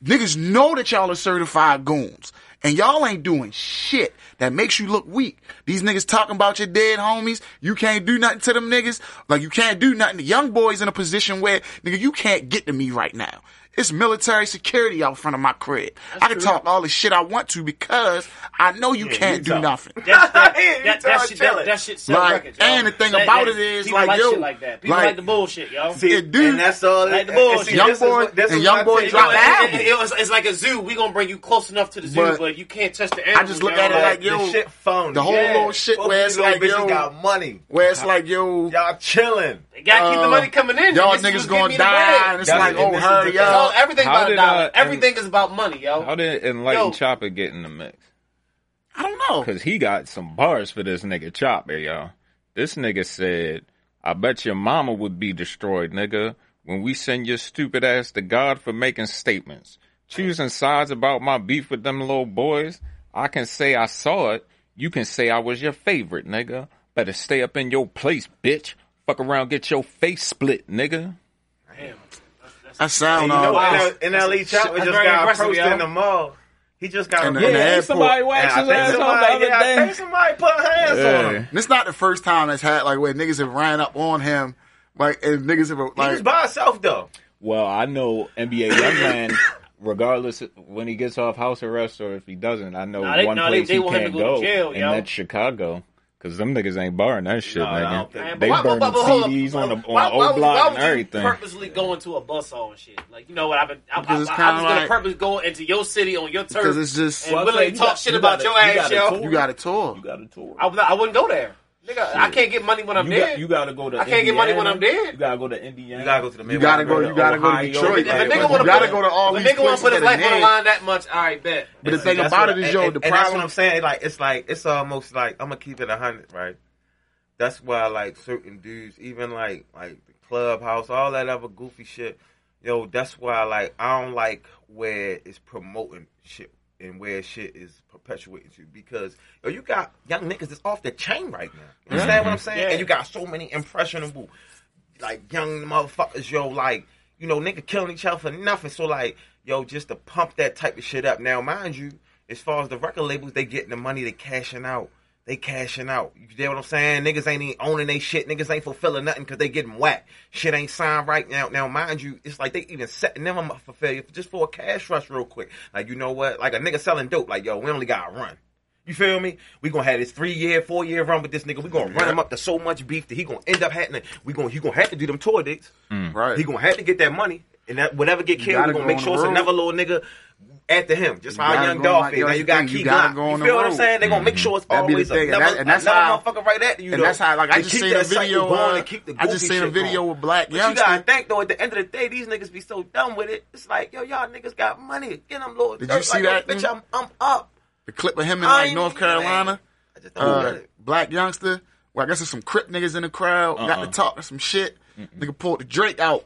[SPEAKER 1] niggas know that y'all are certified goons, and y'all ain't doing shit that makes you look weak. These niggas talking about your dead homies. You can't do nothing to them niggas. Like you can't do nothing. The young boys in a position where nigga, you can't get to me right now. It's military security out front of my crib. I can talk all the shit I want to because I know you can't do nothing.
[SPEAKER 4] That's that,
[SPEAKER 3] You
[SPEAKER 4] that,
[SPEAKER 3] tell
[SPEAKER 4] that, shit,
[SPEAKER 3] him, tell
[SPEAKER 4] that,
[SPEAKER 3] it.
[SPEAKER 4] that shit sells
[SPEAKER 1] Like,
[SPEAKER 4] records, yo.
[SPEAKER 1] and the thing
[SPEAKER 4] That-
[SPEAKER 1] about
[SPEAKER 4] that-
[SPEAKER 1] it is,
[SPEAKER 4] people
[SPEAKER 1] like,
[SPEAKER 4] like
[SPEAKER 1] yo,
[SPEAKER 4] shit like that. People
[SPEAKER 1] like-
[SPEAKER 4] like, the bullshit, yo.
[SPEAKER 1] It do.
[SPEAKER 3] And that's all.
[SPEAKER 4] Like the
[SPEAKER 3] and- and
[SPEAKER 4] bullshit.
[SPEAKER 1] Young
[SPEAKER 3] this is what-
[SPEAKER 1] boy-
[SPEAKER 3] this
[SPEAKER 1] and
[SPEAKER 3] is
[SPEAKER 1] young
[SPEAKER 3] what I
[SPEAKER 1] boy
[SPEAKER 3] tell you,
[SPEAKER 1] drop
[SPEAKER 3] like,
[SPEAKER 1] album.
[SPEAKER 4] It- it- it was- it's like a zoo. We gonna bring you close enough to the zoo,
[SPEAKER 1] But-
[SPEAKER 4] but, you can't touch the animals.
[SPEAKER 1] just look
[SPEAKER 4] yo.
[SPEAKER 1] at it
[SPEAKER 3] Like,
[SPEAKER 1] like, yo,
[SPEAKER 3] the shit phone.
[SPEAKER 1] the whole
[SPEAKER 3] yeah.
[SPEAKER 1] little shit
[SPEAKER 3] Both
[SPEAKER 1] where
[SPEAKER 3] of
[SPEAKER 1] it's
[SPEAKER 3] you little
[SPEAKER 1] like,
[SPEAKER 3] bitches
[SPEAKER 1] yo-
[SPEAKER 3] got money.
[SPEAKER 1] Where it's like yo,
[SPEAKER 3] Y'all chilling.
[SPEAKER 4] They gotta keep the
[SPEAKER 1] uh,
[SPEAKER 4] money coming in.
[SPEAKER 1] y'all
[SPEAKER 4] This is
[SPEAKER 1] niggas
[SPEAKER 4] what's
[SPEAKER 1] gonna
[SPEAKER 4] giving me the
[SPEAKER 1] die,
[SPEAKER 4] bread.
[SPEAKER 1] and it's
[SPEAKER 3] That's-
[SPEAKER 1] like
[SPEAKER 3] and
[SPEAKER 1] oh
[SPEAKER 3] this is the
[SPEAKER 1] hurry
[SPEAKER 3] thing.
[SPEAKER 4] So
[SPEAKER 1] up.
[SPEAKER 4] everything's
[SPEAKER 2] How
[SPEAKER 4] about a
[SPEAKER 2] did,
[SPEAKER 4] dollar.
[SPEAKER 2] uh,
[SPEAKER 4] Everything is about money, yo.
[SPEAKER 2] How did Enlightened
[SPEAKER 4] Yo.
[SPEAKER 2] Chopper get in the mix?
[SPEAKER 1] I don't know.
[SPEAKER 2] Cause he got some bars for this nigga Chopper, y'all. This nigga said, I bet your mama would be destroyed, nigga, when we send your stupid ass to God for making statements. Choosing sides about my beef with them little boys. I can say I saw it. You can say I was your favorite, nigga. Better stay up in your place, bitch. Fuck around, get your face split, nigga.
[SPEAKER 1] That sound
[SPEAKER 3] You know,
[SPEAKER 1] all right.
[SPEAKER 3] NL- NLE Chopper just
[SPEAKER 4] very
[SPEAKER 3] got
[SPEAKER 4] aggressive,
[SPEAKER 3] approached
[SPEAKER 4] yo.
[SPEAKER 3] in the mall. He just got
[SPEAKER 1] In the-
[SPEAKER 3] approached.
[SPEAKER 1] in the airport.
[SPEAKER 3] And I think somebody, yeah, I think somebody put hands on him.
[SPEAKER 1] And it's not the first time that's had like where niggas have ran up on him, like and niggas have
[SPEAKER 3] He
[SPEAKER 1] like
[SPEAKER 3] was by himself though.
[SPEAKER 2] Well, I know NBA
[SPEAKER 4] *coughs*
[SPEAKER 2] young man. Regardless of when he gets off house arrest or if he doesn't, I know
[SPEAKER 4] Nah, they-
[SPEAKER 2] one
[SPEAKER 4] nah, they-
[SPEAKER 2] place
[SPEAKER 4] they
[SPEAKER 2] he
[SPEAKER 4] want him
[SPEAKER 2] can't
[SPEAKER 4] to go
[SPEAKER 2] go,
[SPEAKER 4] to jail,
[SPEAKER 2] and
[SPEAKER 4] yo.
[SPEAKER 2] that's Chicago. Cause them niggas ain't barring that shit,
[SPEAKER 3] Nah, I
[SPEAKER 2] nigga.
[SPEAKER 3] don't think-
[SPEAKER 2] they
[SPEAKER 4] why-
[SPEAKER 2] burning
[SPEAKER 4] why- why- hold up.
[SPEAKER 2] CDs on the on
[SPEAKER 4] Why-
[SPEAKER 2] the
[SPEAKER 4] why
[SPEAKER 2] old
[SPEAKER 4] would-
[SPEAKER 2] block
[SPEAKER 4] why
[SPEAKER 2] and
[SPEAKER 4] would you
[SPEAKER 2] everything.
[SPEAKER 4] Purposely go into a bus hall and shit. Like you know what I've been. I, I, I, I
[SPEAKER 1] Because
[SPEAKER 4] was
[SPEAKER 1] it's kinda
[SPEAKER 4] gonna
[SPEAKER 1] like-
[SPEAKER 4] purpose go into your city on your turf.
[SPEAKER 1] because it's just
[SPEAKER 4] and willing to talk shit about your ass, yo.
[SPEAKER 1] you got a tour.
[SPEAKER 5] got a tour.
[SPEAKER 4] I, would not- I wouldn't go there, nigga. I can't get money when I'm
[SPEAKER 5] You,
[SPEAKER 4] dead.
[SPEAKER 5] got, you gotta go to.
[SPEAKER 4] I can't get money when I'm
[SPEAKER 5] Indiana.
[SPEAKER 4] dead.
[SPEAKER 5] You gotta go to Indiana.
[SPEAKER 3] You gotta go to the
[SPEAKER 1] You gotta go. You gotta go to
[SPEAKER 5] Ohio.
[SPEAKER 1] Detroit.
[SPEAKER 5] If a
[SPEAKER 1] like,
[SPEAKER 5] nigga
[SPEAKER 1] you
[SPEAKER 5] wanna
[SPEAKER 1] gotta
[SPEAKER 4] put-
[SPEAKER 1] go to all
[SPEAKER 4] if
[SPEAKER 1] these
[SPEAKER 4] a nigga wanna
[SPEAKER 1] places
[SPEAKER 4] put his
[SPEAKER 1] that are
[SPEAKER 4] life on the
[SPEAKER 1] named.
[SPEAKER 4] line that much, all right, bet.
[SPEAKER 1] But the thing
[SPEAKER 3] That's
[SPEAKER 1] about
[SPEAKER 3] what-
[SPEAKER 1] it is, yo,
[SPEAKER 3] and,
[SPEAKER 1] the
[SPEAKER 3] and that's what
[SPEAKER 1] problem.
[SPEAKER 3] I'm saying. Like it's like it's almost like I'm gonna keep it a hundred, right? That's why like certain dudes, even like like the clubhouse, all that other goofy shit. Yo, that's why like I don't like where it's promoting shit and where shit is perpetuating you because yo, you got young niggas that's off the chain right now. You understand
[SPEAKER 1] Mm-hmm.
[SPEAKER 3] what I'm saying?
[SPEAKER 4] Yeah.
[SPEAKER 3] And you got so many impressionable like young motherfuckers, yo, like, you know, nigga killing each other for nothing. So like, yo, just to pump that type of shit up. Now, mind you, as far as the record labels, they getting the money, they cashing out. They cashing out. You get what I'm saying? Niggas ain't even owning they shit. Niggas ain't fulfilling nothing because they getting whacked. Shit ain't signed right now. Now, mind you, it's like they even setting them up for failure just for a cash rush real quick. Like, you know what? Like a nigga selling dope. Like, yo, we only got to run. You feel me? We gonna have this three year, four year run with this nigga. We gonna run him up to so much beef that he gonna end up having. to- We gonna he gonna have to do them tour dates.
[SPEAKER 1] Right.
[SPEAKER 3] He gonna have to get that money, and that whatever get killed,
[SPEAKER 1] Mm. gotta
[SPEAKER 3] we gonna
[SPEAKER 1] go
[SPEAKER 3] make
[SPEAKER 1] on
[SPEAKER 3] sure
[SPEAKER 1] the
[SPEAKER 3] it's
[SPEAKER 1] road.
[SPEAKER 3] another little nigga after him. Just
[SPEAKER 1] You
[SPEAKER 3] how
[SPEAKER 1] gotta
[SPEAKER 3] young
[SPEAKER 1] go on,
[SPEAKER 3] Dolph
[SPEAKER 1] like,
[SPEAKER 3] is.
[SPEAKER 1] yo,
[SPEAKER 3] Now
[SPEAKER 1] that's
[SPEAKER 3] you
[SPEAKER 1] the
[SPEAKER 3] got
[SPEAKER 1] thing, you
[SPEAKER 3] Key
[SPEAKER 1] gotta
[SPEAKER 3] Glock.
[SPEAKER 1] go on
[SPEAKER 3] You
[SPEAKER 1] the
[SPEAKER 3] feel what I'm
[SPEAKER 1] road.
[SPEAKER 3] saying? They gonna make sure it's
[SPEAKER 1] That be the
[SPEAKER 3] always
[SPEAKER 1] thing, and
[SPEAKER 3] another,
[SPEAKER 1] that- and that's
[SPEAKER 3] another
[SPEAKER 1] how-
[SPEAKER 3] motherfucker right after you.
[SPEAKER 1] and
[SPEAKER 3] though.
[SPEAKER 1] that's how, like, I
[SPEAKER 3] They
[SPEAKER 1] just
[SPEAKER 3] keep
[SPEAKER 1] seen
[SPEAKER 3] that
[SPEAKER 1] a video,
[SPEAKER 3] cycle going
[SPEAKER 1] uh,
[SPEAKER 3] and keep the
[SPEAKER 1] I just
[SPEAKER 3] goofy
[SPEAKER 1] seen a
[SPEAKER 3] shit
[SPEAKER 1] video
[SPEAKER 3] going.
[SPEAKER 1] with black
[SPEAKER 3] But you
[SPEAKER 1] youngsters.
[SPEAKER 3] gotta think though, at the end of the day, these niggas be so dumb with it. It's like, yo, y'all niggas got money. Get them little.
[SPEAKER 1] Did you see
[SPEAKER 3] like,
[SPEAKER 1] that?
[SPEAKER 3] yo, Bitch, I'm, I'm up.
[SPEAKER 1] The clip of him in
[SPEAKER 3] I
[SPEAKER 1] like
[SPEAKER 3] ain't-
[SPEAKER 1] North Carolina,
[SPEAKER 3] I just don't get
[SPEAKER 1] uh,
[SPEAKER 3] it.
[SPEAKER 1] black youngster. Well, I guess there's some Crip niggas in the crowd. Got
[SPEAKER 4] Uh-uh.
[SPEAKER 1] to talk some shit. Nigga pulled the Drake out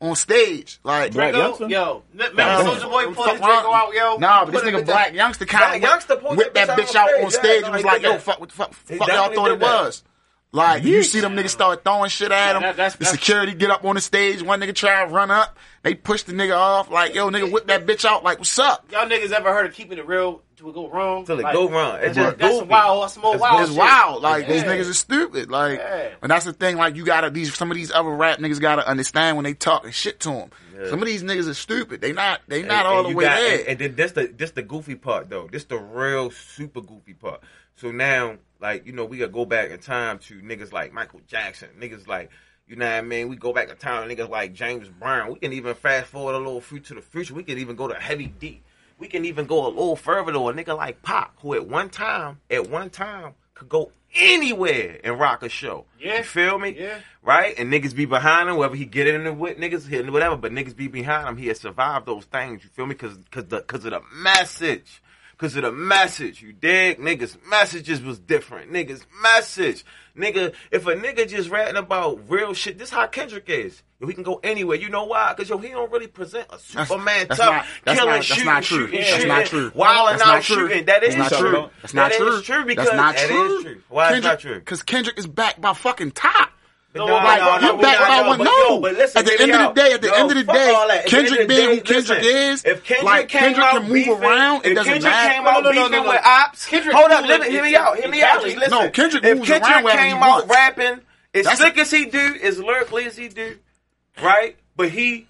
[SPEAKER 1] on stage. Like,
[SPEAKER 2] Black
[SPEAKER 4] Yo,
[SPEAKER 2] youngster?
[SPEAKER 4] yo,
[SPEAKER 1] Nah,
[SPEAKER 4] remember Soldier Boy
[SPEAKER 1] don't
[SPEAKER 4] pulled his
[SPEAKER 1] fuck around.
[SPEAKER 4] Draco out, yo.
[SPEAKER 1] Nah, but this
[SPEAKER 3] Put it
[SPEAKER 1] nigga
[SPEAKER 3] in
[SPEAKER 1] Black
[SPEAKER 3] the-
[SPEAKER 1] youngster
[SPEAKER 3] Black
[SPEAKER 1] kind
[SPEAKER 3] Youngster
[SPEAKER 1] of
[SPEAKER 3] pulled
[SPEAKER 1] whipped
[SPEAKER 3] that
[SPEAKER 1] that
[SPEAKER 3] bitch
[SPEAKER 1] bitch out
[SPEAKER 3] out
[SPEAKER 1] on
[SPEAKER 3] on
[SPEAKER 1] stage
[SPEAKER 3] stage.
[SPEAKER 1] and was
[SPEAKER 3] Yeah, no, he
[SPEAKER 1] like,
[SPEAKER 3] did
[SPEAKER 1] "Yo,
[SPEAKER 3] that.
[SPEAKER 1] fuck, what the fuck,
[SPEAKER 3] He
[SPEAKER 1] fuck y'all
[SPEAKER 3] definitely
[SPEAKER 1] thought it
[SPEAKER 3] did that.
[SPEAKER 1] was." Like you see them niggas start throwing shit at him.
[SPEAKER 4] that- that's-
[SPEAKER 1] the
[SPEAKER 4] that's-
[SPEAKER 1] security get up on the stage. One nigga try to run up. They push the nigga off. Like yo, nigga, whip that bitch out. Like what's up?
[SPEAKER 4] Y'all niggas ever heard of keeping it real till it go wrong?
[SPEAKER 3] Till it
[SPEAKER 4] Like,
[SPEAKER 3] go wrong. It's
[SPEAKER 4] That's,
[SPEAKER 3] just
[SPEAKER 4] that's
[SPEAKER 3] goofy.
[SPEAKER 4] wild. That's more wild.
[SPEAKER 3] Oh,
[SPEAKER 1] it's
[SPEAKER 4] shit.
[SPEAKER 1] wild. Like these
[SPEAKER 4] Yeah.
[SPEAKER 1] niggas is stupid. Like,
[SPEAKER 4] Yeah.
[SPEAKER 1] and that's the thing. Like you gotta these some of these other rap niggas gotta understand when they talking shit to them. Some of these niggas are stupid. They not they not
[SPEAKER 3] And-
[SPEAKER 1] all
[SPEAKER 3] and
[SPEAKER 1] the
[SPEAKER 3] you
[SPEAKER 1] way
[SPEAKER 3] got-
[SPEAKER 1] there.
[SPEAKER 3] And, and then that's the this the goofy part though. This the real super goofy part. So now, like you know, we gotta go back in time to niggas like Michael Jackson, niggas like you know what I mean. We go back in time to niggas like James Brown. We can even fast forward a little few to the future. We can even go to Heavy D. We can even go a little further to a nigga like Pop, who at one time, at one time, could go anywhere and rock a show.
[SPEAKER 4] Yeah.
[SPEAKER 3] You feel me?
[SPEAKER 4] Yeah.
[SPEAKER 3] right? And niggas be behind him, whether he get in it with niggas, he- whatever. But niggas be behind him. He has survived those things. You feel me? Because because the because of the message. Cause of the message, you dig? Niggas messages was different. Niggas message. Nigga, if a nigga just ratting about real shit, this how Kendrick is. If he can go anywhere, you know why? Cause yo, he don't really present a Superman
[SPEAKER 1] that's not-
[SPEAKER 3] tough
[SPEAKER 1] that's
[SPEAKER 3] killer
[SPEAKER 1] not- that's
[SPEAKER 3] shooting,
[SPEAKER 1] not true.
[SPEAKER 3] shooting,
[SPEAKER 1] That's
[SPEAKER 3] shooting,
[SPEAKER 1] not true.
[SPEAKER 3] wilding
[SPEAKER 1] That's not
[SPEAKER 3] out
[SPEAKER 1] true.
[SPEAKER 3] shooting. That
[SPEAKER 1] That's
[SPEAKER 3] is
[SPEAKER 1] not
[SPEAKER 3] true.
[SPEAKER 1] true. That's not
[SPEAKER 3] That is
[SPEAKER 1] true. That's
[SPEAKER 3] because
[SPEAKER 1] not
[SPEAKER 3] that
[SPEAKER 1] true.
[SPEAKER 3] is true. Why is not true?
[SPEAKER 1] Because Kendrick is backed by fucking top.
[SPEAKER 3] No,
[SPEAKER 1] like
[SPEAKER 3] no,
[SPEAKER 1] you
[SPEAKER 3] no,
[SPEAKER 1] back
[SPEAKER 3] no,
[SPEAKER 1] by
[SPEAKER 3] no,
[SPEAKER 1] one.
[SPEAKER 3] but
[SPEAKER 1] No,
[SPEAKER 3] yo, but listen,
[SPEAKER 1] at the
[SPEAKER 3] hear
[SPEAKER 1] end
[SPEAKER 3] me
[SPEAKER 1] of the
[SPEAKER 3] out.
[SPEAKER 1] day, at the
[SPEAKER 3] Yo,
[SPEAKER 1] end of the
[SPEAKER 3] fuck all that.
[SPEAKER 1] day,
[SPEAKER 3] At the end
[SPEAKER 1] Kendrick
[SPEAKER 3] of the
[SPEAKER 1] being
[SPEAKER 3] day,
[SPEAKER 1] who Kendrick
[SPEAKER 3] listen,
[SPEAKER 1] is,
[SPEAKER 3] if Kendrick
[SPEAKER 1] like
[SPEAKER 3] came
[SPEAKER 1] Kendrick
[SPEAKER 3] out
[SPEAKER 1] can move
[SPEAKER 3] beefing-
[SPEAKER 1] around. It
[SPEAKER 3] if
[SPEAKER 1] doesn't
[SPEAKER 3] Kendrick
[SPEAKER 1] matter.
[SPEAKER 3] came out
[SPEAKER 4] No, no, no,
[SPEAKER 3] beefing
[SPEAKER 4] no, no.
[SPEAKER 3] with ops,
[SPEAKER 4] Kendrick
[SPEAKER 3] hold up,
[SPEAKER 4] cool
[SPEAKER 3] let me
[SPEAKER 4] in-
[SPEAKER 3] hear me
[SPEAKER 4] in-
[SPEAKER 3] out. Hear
[SPEAKER 4] in
[SPEAKER 3] me out.
[SPEAKER 4] Cali.
[SPEAKER 3] Just listen.
[SPEAKER 1] No, Kendrick
[SPEAKER 3] if
[SPEAKER 1] moves
[SPEAKER 3] Kendrick
[SPEAKER 1] around wherever he
[SPEAKER 3] came out
[SPEAKER 1] wants.
[SPEAKER 3] rapping as
[SPEAKER 1] That's
[SPEAKER 3] slick
[SPEAKER 1] a-
[SPEAKER 3] as he do, as lyrically as he do, right? But he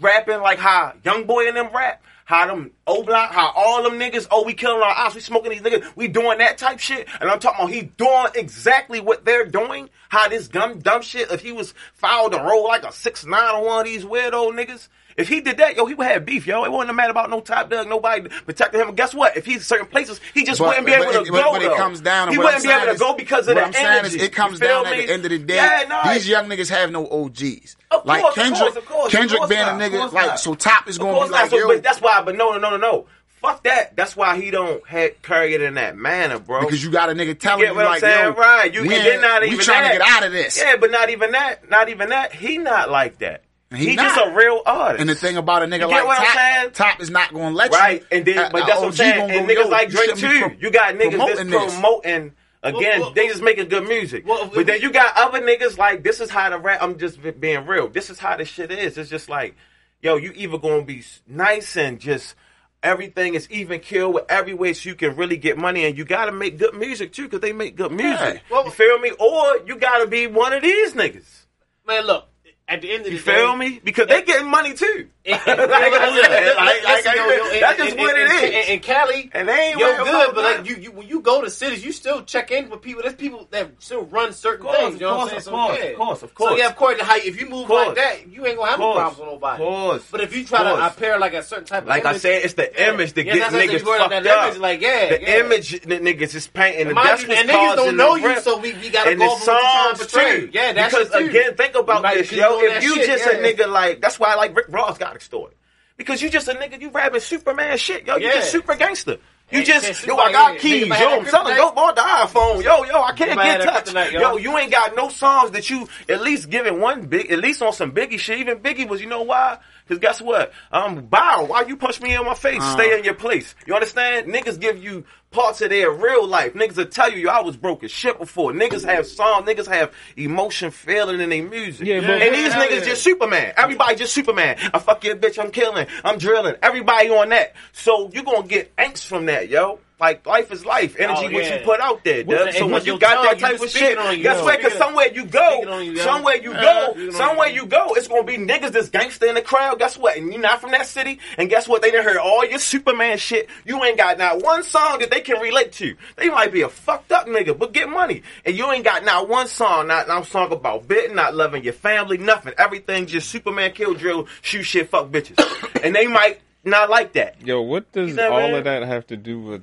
[SPEAKER 3] rapping like how young boy and them rap, how them O block, how all them niggas, oh we killing our ops, we smoking these niggas, we doing that type shit. And I'm talking about he doing exactly what they're doing. How this dumb dumb shit, if he was fouled to roll like a six nine on one of these weirdo niggas. If he did that, yo, he would have beef, yo. It wasn't a matter about no top dog, nobody protecting him. And guess what? If he's in certain places, he just
[SPEAKER 1] But-
[SPEAKER 3] wouldn't be
[SPEAKER 1] but
[SPEAKER 3] able to
[SPEAKER 1] it-
[SPEAKER 3] go.
[SPEAKER 1] but- but it
[SPEAKER 3] though.
[SPEAKER 1] comes down to
[SPEAKER 3] He
[SPEAKER 1] what
[SPEAKER 3] wouldn't
[SPEAKER 1] I'm
[SPEAKER 3] be able
[SPEAKER 1] saying
[SPEAKER 3] to go
[SPEAKER 1] is-
[SPEAKER 3] because of
[SPEAKER 1] what
[SPEAKER 3] the
[SPEAKER 1] I'm saying
[SPEAKER 3] energy.
[SPEAKER 1] is it comes
[SPEAKER 3] You feel
[SPEAKER 1] down at
[SPEAKER 3] me?
[SPEAKER 1] the end of the day.
[SPEAKER 3] Yeah, no,
[SPEAKER 1] these
[SPEAKER 3] it-
[SPEAKER 1] young niggas have no OGs.
[SPEAKER 3] Of
[SPEAKER 1] like
[SPEAKER 3] course, of
[SPEAKER 1] Kendrick,
[SPEAKER 3] course, of course, of
[SPEAKER 1] Kendrick
[SPEAKER 3] course
[SPEAKER 1] being a
[SPEAKER 3] not, of
[SPEAKER 1] nigga,
[SPEAKER 3] course
[SPEAKER 1] like
[SPEAKER 3] not.
[SPEAKER 1] so top is
[SPEAKER 3] Of
[SPEAKER 1] going to
[SPEAKER 3] course
[SPEAKER 1] be
[SPEAKER 3] not.
[SPEAKER 1] like
[SPEAKER 3] So,
[SPEAKER 1] yo.
[SPEAKER 3] but that's why. But no, no, no, no, no. Fuck that. That's why he don't had carry it in that manner, bro.
[SPEAKER 1] because you got a nigga telling
[SPEAKER 3] get
[SPEAKER 1] you
[SPEAKER 3] what I'm
[SPEAKER 1] like yo,
[SPEAKER 3] saying, right? You
[SPEAKER 1] we,
[SPEAKER 3] can
[SPEAKER 1] ain't-
[SPEAKER 3] then not
[SPEAKER 1] we
[SPEAKER 3] even
[SPEAKER 1] trying
[SPEAKER 3] that.
[SPEAKER 1] to get out of this.
[SPEAKER 3] Yeah, but not even that. Not even that. He not like that.
[SPEAKER 1] He
[SPEAKER 3] He, just
[SPEAKER 1] not.
[SPEAKER 3] a real artist.
[SPEAKER 1] And the thing about a nigga
[SPEAKER 3] You get
[SPEAKER 1] like
[SPEAKER 3] what I'm saying?
[SPEAKER 1] Top, Top is not going to let
[SPEAKER 3] right?
[SPEAKER 1] you.
[SPEAKER 3] And then,
[SPEAKER 1] a-
[SPEAKER 3] but
[SPEAKER 1] a
[SPEAKER 3] that's what I'm
[SPEAKER 1] OG
[SPEAKER 3] saying.
[SPEAKER 1] gonna
[SPEAKER 3] And
[SPEAKER 1] go, yo,
[SPEAKER 3] niggas like
[SPEAKER 1] you
[SPEAKER 3] Drake
[SPEAKER 1] shouldn't be
[SPEAKER 3] too.
[SPEAKER 1] pro-
[SPEAKER 3] you got niggas
[SPEAKER 1] promoting
[SPEAKER 3] that's
[SPEAKER 1] this.
[SPEAKER 3] promoting. Again,
[SPEAKER 4] Well, well-
[SPEAKER 3] they just making good music.
[SPEAKER 4] Well,
[SPEAKER 3] but then you got other niggas like this is how the rap. I'm just be- being real. This is how this shit is. It's just like, yo, you either gonna be s- nice and just everything is even killed with every way so you can really get money, and you gotta make good music too because they make good music.
[SPEAKER 4] Well-
[SPEAKER 3] you feel me? Or you gotta be one of these niggas.
[SPEAKER 4] Man, look. At the end of the
[SPEAKER 3] You
[SPEAKER 4] day,
[SPEAKER 3] feel
[SPEAKER 4] *laughs*
[SPEAKER 3] me? Because they getting money too. Like, *laughs* like, like,
[SPEAKER 4] Listen, yo, yo,
[SPEAKER 3] That's
[SPEAKER 4] in-
[SPEAKER 3] just
[SPEAKER 4] in-
[SPEAKER 3] what
[SPEAKER 4] in-
[SPEAKER 3] it
[SPEAKER 4] in-
[SPEAKER 3] is.
[SPEAKER 4] In Cali,
[SPEAKER 3] And they ain't
[SPEAKER 4] yo
[SPEAKER 3] worried
[SPEAKER 4] good,
[SPEAKER 3] about
[SPEAKER 4] but
[SPEAKER 3] that.
[SPEAKER 4] like you, you, when you go to cities, you still check in with people. There's people that still run certain
[SPEAKER 3] course,
[SPEAKER 4] things. You know
[SPEAKER 3] of
[SPEAKER 4] what I'm
[SPEAKER 3] course,
[SPEAKER 4] saying?
[SPEAKER 3] of course,
[SPEAKER 4] so, yeah.
[SPEAKER 3] of course, of
[SPEAKER 4] So
[SPEAKER 3] course.
[SPEAKER 4] yeah, of course. How if you move
[SPEAKER 3] Course.
[SPEAKER 4] like that, you ain't gonna have no
[SPEAKER 3] Course.
[SPEAKER 4] problems with nobody.
[SPEAKER 3] Course.
[SPEAKER 4] But if you try to
[SPEAKER 3] Course.
[SPEAKER 4] appear like a certain type of
[SPEAKER 3] Like I
[SPEAKER 4] image-
[SPEAKER 3] said, it's the
[SPEAKER 4] Yeah.
[SPEAKER 3] image that
[SPEAKER 4] Yeah,
[SPEAKER 3] gets
[SPEAKER 4] that's what I said,
[SPEAKER 3] niggas
[SPEAKER 4] you brought up
[SPEAKER 3] fucked
[SPEAKER 4] that
[SPEAKER 3] up.
[SPEAKER 4] image, like, yeah,
[SPEAKER 3] the
[SPEAKER 4] yeah.
[SPEAKER 3] image that niggas is painting, and
[SPEAKER 4] Mind
[SPEAKER 3] that's
[SPEAKER 4] you,
[SPEAKER 3] what's
[SPEAKER 4] and niggas
[SPEAKER 3] causing
[SPEAKER 4] don't know
[SPEAKER 3] the
[SPEAKER 4] you,
[SPEAKER 3] rift.
[SPEAKER 4] so we- we gotta
[SPEAKER 3] and
[SPEAKER 4] go
[SPEAKER 3] the
[SPEAKER 4] off of what you trying to
[SPEAKER 3] songs
[SPEAKER 4] portray.
[SPEAKER 3] too.
[SPEAKER 4] Yeah, that's
[SPEAKER 3] because
[SPEAKER 4] it, too.
[SPEAKER 3] again, think
[SPEAKER 4] You
[SPEAKER 3] about
[SPEAKER 4] might
[SPEAKER 3] this,
[SPEAKER 4] get
[SPEAKER 3] yo.
[SPEAKER 4] on that
[SPEAKER 3] If you
[SPEAKER 4] shit,
[SPEAKER 3] just
[SPEAKER 4] yeah.
[SPEAKER 3] a nigga like, that's why like Rick Ross got extorted because you just a nigga, you rapping Superman shit, yo. You
[SPEAKER 4] Yeah.
[SPEAKER 3] just super gangster. You
[SPEAKER 4] Hey,
[SPEAKER 3] just
[SPEAKER 4] shit,
[SPEAKER 3] yo, I
[SPEAKER 4] Superman,
[SPEAKER 3] got
[SPEAKER 4] yeah.
[SPEAKER 3] keys,
[SPEAKER 4] Nigga
[SPEAKER 3] yo.
[SPEAKER 4] might have
[SPEAKER 3] I'm
[SPEAKER 4] that
[SPEAKER 3] selling
[SPEAKER 4] kryptonite.
[SPEAKER 3] dope on the iPhone, yo, yo. I
[SPEAKER 4] Nigga
[SPEAKER 3] can't
[SPEAKER 4] might
[SPEAKER 3] get
[SPEAKER 4] have that
[SPEAKER 3] touched,
[SPEAKER 4] kryptonite, yo.
[SPEAKER 3] yo. You ain't got no songs that you at least giving one big, at least on some Biggie shit. Even Biggie was, you know why? Because guess what? Um, bow. Why you punch me in my face? Stay in your place. You understand? Niggas give you parts of their real life. Niggas will tell you, yo, I was broke as shit before. Niggas have songs. Niggas have emotion feeling in their music.
[SPEAKER 2] Yeah, but-
[SPEAKER 3] and these
[SPEAKER 4] Yeah,
[SPEAKER 3] niggas
[SPEAKER 4] yeah.
[SPEAKER 3] just Superman. Everybody just Superman. I fuck your bitch. I'm killing. I'm drilling. Everybody on that. So you gonna get angst from that, yo. Like life is life, energy
[SPEAKER 4] Oh,
[SPEAKER 3] what
[SPEAKER 4] yeah.
[SPEAKER 3] you put out there.
[SPEAKER 4] What's
[SPEAKER 3] Dub.
[SPEAKER 4] the-
[SPEAKER 3] So
[SPEAKER 4] and
[SPEAKER 3] when
[SPEAKER 4] with
[SPEAKER 3] you
[SPEAKER 4] your
[SPEAKER 3] got
[SPEAKER 4] tongue,
[SPEAKER 3] that
[SPEAKER 4] you
[SPEAKER 3] type
[SPEAKER 4] just
[SPEAKER 3] of shit,
[SPEAKER 4] speaking on your
[SPEAKER 3] guess
[SPEAKER 4] own.
[SPEAKER 3] what? Because
[SPEAKER 4] Speaking-
[SPEAKER 3] somewhere you
[SPEAKER 4] speaking
[SPEAKER 3] go,
[SPEAKER 4] on your own.
[SPEAKER 3] somewhere you
[SPEAKER 4] Yeah,
[SPEAKER 3] go,
[SPEAKER 4] speaking on
[SPEAKER 3] somewhere
[SPEAKER 4] your
[SPEAKER 3] you go, it's gonna be niggas that's gangster in the crowd. Guess what? And you not from that city, and guess what? They done heard all your Superman shit. You ain't got not one song that they can relate to. They might be a fucked up nigga, but get money, and you ain't got not one song, not not song about bit, not loving your family, nothing. Everything just Superman kill drill, shoot shit, fuck bitches, *coughs* and they might not like that.
[SPEAKER 2] Yo, what does
[SPEAKER 3] know what I
[SPEAKER 2] all
[SPEAKER 3] mean?
[SPEAKER 2] of that have to do with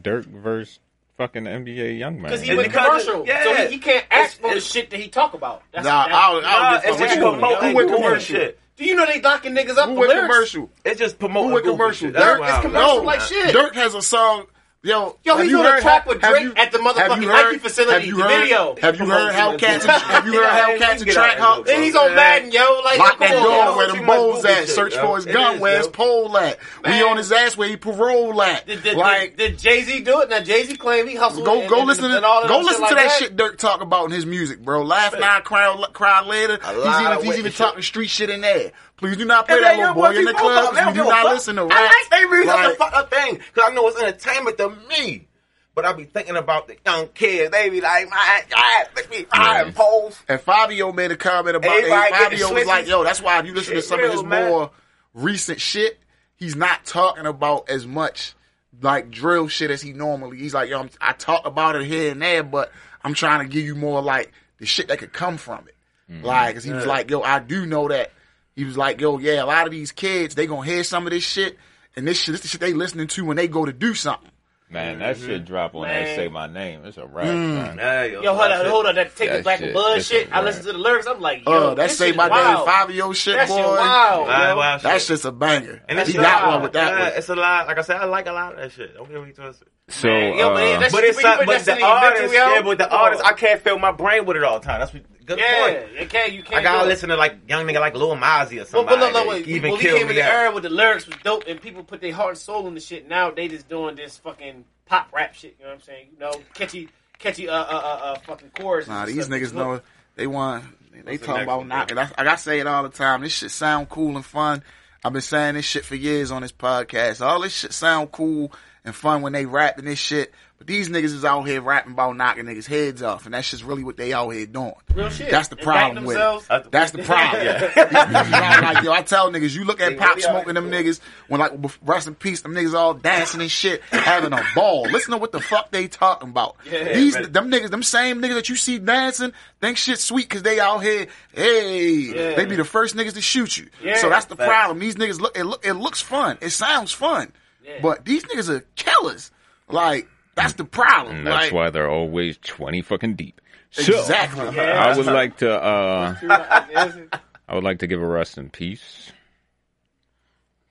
[SPEAKER 2] Dirk versus fucking NBA young man?
[SPEAKER 4] Because he
[SPEAKER 3] And
[SPEAKER 4] was
[SPEAKER 3] because-
[SPEAKER 4] commercial,
[SPEAKER 3] yeah.
[SPEAKER 4] so he, he can't ask
[SPEAKER 3] It's-
[SPEAKER 4] for the
[SPEAKER 3] it's-
[SPEAKER 4] shit that he talk about. That's,
[SPEAKER 1] Nah,
[SPEAKER 4] that-
[SPEAKER 1] I don't,
[SPEAKER 3] Nah,
[SPEAKER 1] I
[SPEAKER 3] it's
[SPEAKER 1] don't
[SPEAKER 3] just
[SPEAKER 1] give a fuck.
[SPEAKER 3] promoting
[SPEAKER 1] Who went
[SPEAKER 3] doing
[SPEAKER 1] commercial?
[SPEAKER 3] shit.
[SPEAKER 4] do you know they locking niggas up?
[SPEAKER 1] Who
[SPEAKER 4] the
[SPEAKER 1] went
[SPEAKER 4] lyrics?
[SPEAKER 1] commercial?
[SPEAKER 3] It's just promoting.
[SPEAKER 1] Who with
[SPEAKER 3] goofy
[SPEAKER 1] commercial?
[SPEAKER 3] shit. That's
[SPEAKER 1] Dirk
[SPEAKER 3] why
[SPEAKER 1] is
[SPEAKER 3] I'm-
[SPEAKER 4] commercial
[SPEAKER 3] that's
[SPEAKER 4] like
[SPEAKER 3] why-
[SPEAKER 4] shit.
[SPEAKER 1] Dirk has a song. Yo,
[SPEAKER 4] Yo,
[SPEAKER 1] have
[SPEAKER 4] he's
[SPEAKER 1] you
[SPEAKER 4] on a
[SPEAKER 1] heard
[SPEAKER 4] track
[SPEAKER 1] how-
[SPEAKER 4] with
[SPEAKER 1] have
[SPEAKER 4] Drake
[SPEAKER 1] you-
[SPEAKER 4] at the motherfucking
[SPEAKER 1] have you
[SPEAKER 4] Nike
[SPEAKER 1] heard-
[SPEAKER 4] facility,
[SPEAKER 1] Have you
[SPEAKER 4] the
[SPEAKER 1] heard,
[SPEAKER 4] video.
[SPEAKER 1] Have you heard how
[SPEAKER 4] *laughs*
[SPEAKER 1] cats? Have you heard how cats and track hop?
[SPEAKER 4] And he's on Madden, yo. Like,
[SPEAKER 1] Lock
[SPEAKER 4] come
[SPEAKER 1] that
[SPEAKER 4] on,
[SPEAKER 1] door
[SPEAKER 4] yo.
[SPEAKER 1] where
[SPEAKER 3] Too
[SPEAKER 1] them
[SPEAKER 3] much
[SPEAKER 1] bowls
[SPEAKER 3] movie
[SPEAKER 1] at.
[SPEAKER 3] shit,
[SPEAKER 1] Search
[SPEAKER 3] yo.
[SPEAKER 1] for his
[SPEAKER 3] It
[SPEAKER 1] gun
[SPEAKER 3] is,
[SPEAKER 1] where
[SPEAKER 3] yo.
[SPEAKER 1] his pole at. We
[SPEAKER 4] Man.
[SPEAKER 1] on his ass where he parole at.
[SPEAKER 4] Did, did,
[SPEAKER 1] Like,
[SPEAKER 4] did, Jay Z do it? Now Jay Z claim he hustled.
[SPEAKER 1] go
[SPEAKER 4] and,
[SPEAKER 1] go
[SPEAKER 4] and,
[SPEAKER 1] listen to
[SPEAKER 4] and all that
[SPEAKER 1] go
[SPEAKER 4] other
[SPEAKER 1] listen
[SPEAKER 4] shit
[SPEAKER 1] to
[SPEAKER 4] like
[SPEAKER 1] that, shit Dirk talk about in his music, bro. Laugh now, cry cry later.
[SPEAKER 3] A
[SPEAKER 1] He's
[SPEAKER 3] lot
[SPEAKER 1] even
[SPEAKER 3] of
[SPEAKER 1] he's
[SPEAKER 3] wicked
[SPEAKER 1] even
[SPEAKER 3] shit.
[SPEAKER 1] talking street shit in there. Please do not play
[SPEAKER 3] And
[SPEAKER 1] that
[SPEAKER 3] they
[SPEAKER 1] little
[SPEAKER 3] don't want
[SPEAKER 1] boy in the
[SPEAKER 3] you fucked
[SPEAKER 1] club.
[SPEAKER 3] up. They
[SPEAKER 1] because
[SPEAKER 3] don't
[SPEAKER 1] You do
[SPEAKER 3] give a
[SPEAKER 1] not
[SPEAKER 3] fuck.
[SPEAKER 1] listen to
[SPEAKER 3] I
[SPEAKER 1] rap.
[SPEAKER 3] like they music. That's
[SPEAKER 1] Like-
[SPEAKER 3] a fucked up thing. Because I know it's entertainment to me. But I be thinking about the young kids. They be like, my ass, look me, I am pose.
[SPEAKER 1] And Fabio made a comment about it.
[SPEAKER 3] Everybody getting
[SPEAKER 1] Fabio was like,
[SPEAKER 3] switches.
[SPEAKER 1] yo, that's why if you listen to
[SPEAKER 3] Shit
[SPEAKER 1] some of
[SPEAKER 3] real,
[SPEAKER 1] his
[SPEAKER 3] man.
[SPEAKER 1] more recent shit, he's not talking about as much like drill shit as he normally. He's like, yo, I'm, I talk about it here and there, but I'm trying to give you more like the shit that could come from it.
[SPEAKER 3] Mm-hmm.
[SPEAKER 1] Like, 'cause he was like, yo, I do know that. He was like, yo, yeah, a lot of these kids, they gonna hear some of this shit, and this shit, this the shit they listening to when they go to do something.
[SPEAKER 2] man, that shit drop when
[SPEAKER 4] Mm-hmm. Man. Mm.
[SPEAKER 2] they say my name. It's a rap. Man.
[SPEAKER 4] Yo, hold on, hold on. That take
[SPEAKER 2] That
[SPEAKER 4] it back and
[SPEAKER 2] shit.
[SPEAKER 4] bud
[SPEAKER 2] It's
[SPEAKER 4] shit. I
[SPEAKER 2] alright.
[SPEAKER 4] listened to the lyrics. I'm like, yo,
[SPEAKER 1] Uh, that
[SPEAKER 4] this
[SPEAKER 1] say
[SPEAKER 4] shit
[SPEAKER 1] my name,
[SPEAKER 4] wild.
[SPEAKER 1] Fabio shit,
[SPEAKER 4] That
[SPEAKER 1] boy.
[SPEAKER 4] shit wild. yo.
[SPEAKER 1] That's just a banger.
[SPEAKER 3] And that's
[SPEAKER 1] he
[SPEAKER 3] a
[SPEAKER 1] got
[SPEAKER 3] lot.
[SPEAKER 1] one with that
[SPEAKER 3] Yeah,
[SPEAKER 1] one.
[SPEAKER 3] It's a lot. Like I said, I like a lot of that shit. Don't get me twisted.
[SPEAKER 2] So,
[SPEAKER 4] Man, yo, man,
[SPEAKER 2] uh,
[SPEAKER 4] that's-
[SPEAKER 3] But it's
[SPEAKER 4] When you
[SPEAKER 3] not,
[SPEAKER 4] put
[SPEAKER 3] but
[SPEAKER 4] that shit in
[SPEAKER 3] the
[SPEAKER 4] your
[SPEAKER 3] artist,
[SPEAKER 4] mental, yo,
[SPEAKER 3] yeah, but the
[SPEAKER 4] come
[SPEAKER 3] artist,
[SPEAKER 4] on.
[SPEAKER 3] I can't fill my brain with it all the time. That's what, good
[SPEAKER 4] Yeah,
[SPEAKER 3] point.
[SPEAKER 4] it can't. You can't.
[SPEAKER 3] I gotta
[SPEAKER 4] do it.
[SPEAKER 3] listen to like young nigga like Lil Mozzie or
[SPEAKER 4] Well,
[SPEAKER 3] somebody.
[SPEAKER 4] but look, look,
[SPEAKER 3] that
[SPEAKER 4] wait,
[SPEAKER 3] even
[SPEAKER 4] well, we
[SPEAKER 3] killed
[SPEAKER 4] came in
[SPEAKER 3] me
[SPEAKER 4] the
[SPEAKER 3] out.
[SPEAKER 4] era where the lyrics was dope and people put their heart and soul in the shit. Now they just doing this fucking pop rap shit. You know what I'm saying? You know, catchy, catchy, uh, uh, uh, uh fucking chorus.
[SPEAKER 1] Nah, these niggas know they want. They
[SPEAKER 3] the
[SPEAKER 1] talking
[SPEAKER 3] next
[SPEAKER 1] about
[SPEAKER 3] one,
[SPEAKER 1] knocking. That's- Like I say it all the time. This shit sound cool and fun. I've been saying this shit for years on this podcast. All this shit sound cool and fun when they rapping this shit. But these niggas is out here rapping about knocking niggas heads off, and that's just really what they out here doing.
[SPEAKER 4] Real shit.
[SPEAKER 1] That's the
[SPEAKER 4] They
[SPEAKER 1] problem
[SPEAKER 4] back
[SPEAKER 1] with *laughs*
[SPEAKER 4] themselves.
[SPEAKER 1] it. That's
[SPEAKER 4] *laughs*
[SPEAKER 1] the problem. Y'all like, yo, I tell niggas, you look at
[SPEAKER 3] They
[SPEAKER 1] Pop
[SPEAKER 3] really are
[SPEAKER 1] smoking them
[SPEAKER 3] like-
[SPEAKER 1] niggas when like bef- rest in peace, them niggas all dancing and shit, having a ball. Listen to what the fuck they talking about.
[SPEAKER 4] *laughs* Yeah,
[SPEAKER 1] These
[SPEAKER 3] right.
[SPEAKER 1] them niggas, them same niggas that you see dancing, think shit sweet because they out here. Hey,
[SPEAKER 4] Yeah.
[SPEAKER 1] they be the first niggas to shoot you.
[SPEAKER 4] Yeah.
[SPEAKER 1] so that's the
[SPEAKER 3] Facts.
[SPEAKER 1] problem. These niggas look it look it looks fun. It sounds fun,
[SPEAKER 4] Yeah.
[SPEAKER 1] but these niggas are killers. Like that's the problem.
[SPEAKER 2] and Mm, that's
[SPEAKER 1] like,
[SPEAKER 2] why they're always 20 fucking deep. So,
[SPEAKER 1] exactly.
[SPEAKER 2] I
[SPEAKER 4] *laughs*
[SPEAKER 2] would like to, uh,
[SPEAKER 4] That's-
[SPEAKER 2] I would like to give a rest in peace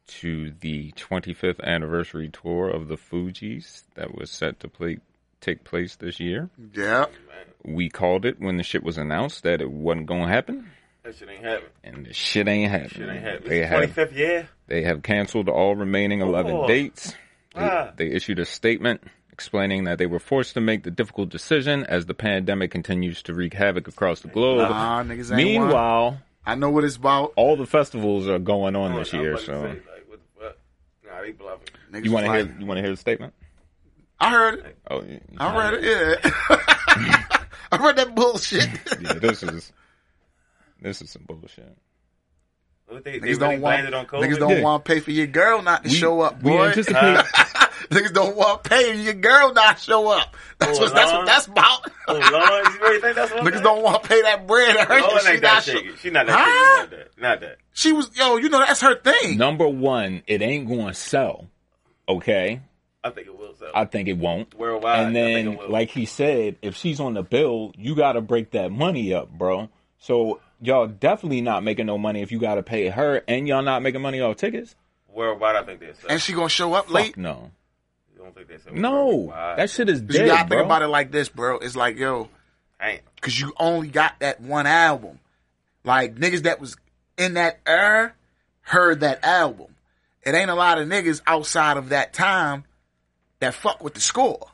[SPEAKER 2] to the 25th anniversary tour of the Fugees that was set to play, take place this year.
[SPEAKER 1] Yeah.
[SPEAKER 2] We called it when the shit was announced that it wasn't going to happen,
[SPEAKER 3] That shit ain't happening.
[SPEAKER 2] and the shit ain't happening.
[SPEAKER 3] Shit ain't happening.
[SPEAKER 2] They
[SPEAKER 3] It's
[SPEAKER 2] have
[SPEAKER 3] 25th year.
[SPEAKER 2] they have canceled all remaining 11
[SPEAKER 3] Oh.
[SPEAKER 2] dates. They,
[SPEAKER 3] Ah.
[SPEAKER 2] they issued a statement explaining that they were forced to make the difficult decision as the pandemic continues to wreak havoc across the globe.
[SPEAKER 1] Nah, niggas ain't one.
[SPEAKER 2] Meanwhile,
[SPEAKER 1] I know what it's about.
[SPEAKER 2] all the festivals are going on this
[SPEAKER 3] I'm
[SPEAKER 2] year,
[SPEAKER 3] about to
[SPEAKER 2] so
[SPEAKER 3] say, like, what the fuck? Nah, they bluffing.
[SPEAKER 1] Niggas
[SPEAKER 2] you want to
[SPEAKER 1] was like-
[SPEAKER 2] hear you want to hear the statement?
[SPEAKER 1] I heard it.
[SPEAKER 2] Oh, you-
[SPEAKER 1] I read it. Yeah. *laughs* I read that
[SPEAKER 2] *laughs*
[SPEAKER 1] bullshit.
[SPEAKER 2] yeah, this is this is some bullshit.
[SPEAKER 3] What they, they
[SPEAKER 1] Niggas
[SPEAKER 3] really
[SPEAKER 1] don't want.
[SPEAKER 3] blamed it on COVID?
[SPEAKER 1] Niggas
[SPEAKER 3] *laughs*
[SPEAKER 1] don't
[SPEAKER 2] Yeah.
[SPEAKER 1] want to pay for your girl not to
[SPEAKER 2] We-
[SPEAKER 1] show up,
[SPEAKER 2] We
[SPEAKER 1] boy.
[SPEAKER 2] anticipate
[SPEAKER 1] *laughs* niggas don't want to pay your girl not show up. That's
[SPEAKER 3] Oh,
[SPEAKER 1] what. That's what
[SPEAKER 3] Lord.
[SPEAKER 1] that's about.
[SPEAKER 3] Oh, Lord, you really think that's what
[SPEAKER 1] *laughs* Niggas don't want to pay that bread. to her
[SPEAKER 3] Lord
[SPEAKER 1] that she
[SPEAKER 3] ain't that
[SPEAKER 1] not show.
[SPEAKER 3] shaky. She not that shaky. Not that. Not that.
[SPEAKER 1] She was yo. You know that's her thing.
[SPEAKER 2] number one. It ain't going to sell. Okay,
[SPEAKER 3] I think it will sell.
[SPEAKER 2] I think it won't.
[SPEAKER 3] Worldwide.
[SPEAKER 2] and
[SPEAKER 3] I
[SPEAKER 2] then,
[SPEAKER 3] think it will.
[SPEAKER 2] like he said, if she's on the bill, you got to break that money up, bro. So y'all definitely not making no money if you got to pay her, and y'all not making money off tickets.
[SPEAKER 3] Worldwide, I think they'll sell.
[SPEAKER 1] And she gonna show up late.
[SPEAKER 2] Fuck no,
[SPEAKER 3] You don't think they sell
[SPEAKER 2] no,
[SPEAKER 3] worldwide?
[SPEAKER 2] that shit is
[SPEAKER 1] 'Cause you gotta
[SPEAKER 2] dead,
[SPEAKER 1] think
[SPEAKER 2] bro.
[SPEAKER 1] about it like this, bro. It's like yo.
[SPEAKER 3] Damn.
[SPEAKER 1] because you only got that one album. Like niggas that was in that era heard that album. It ain't a lot of niggas outside of that time that fuck with the score.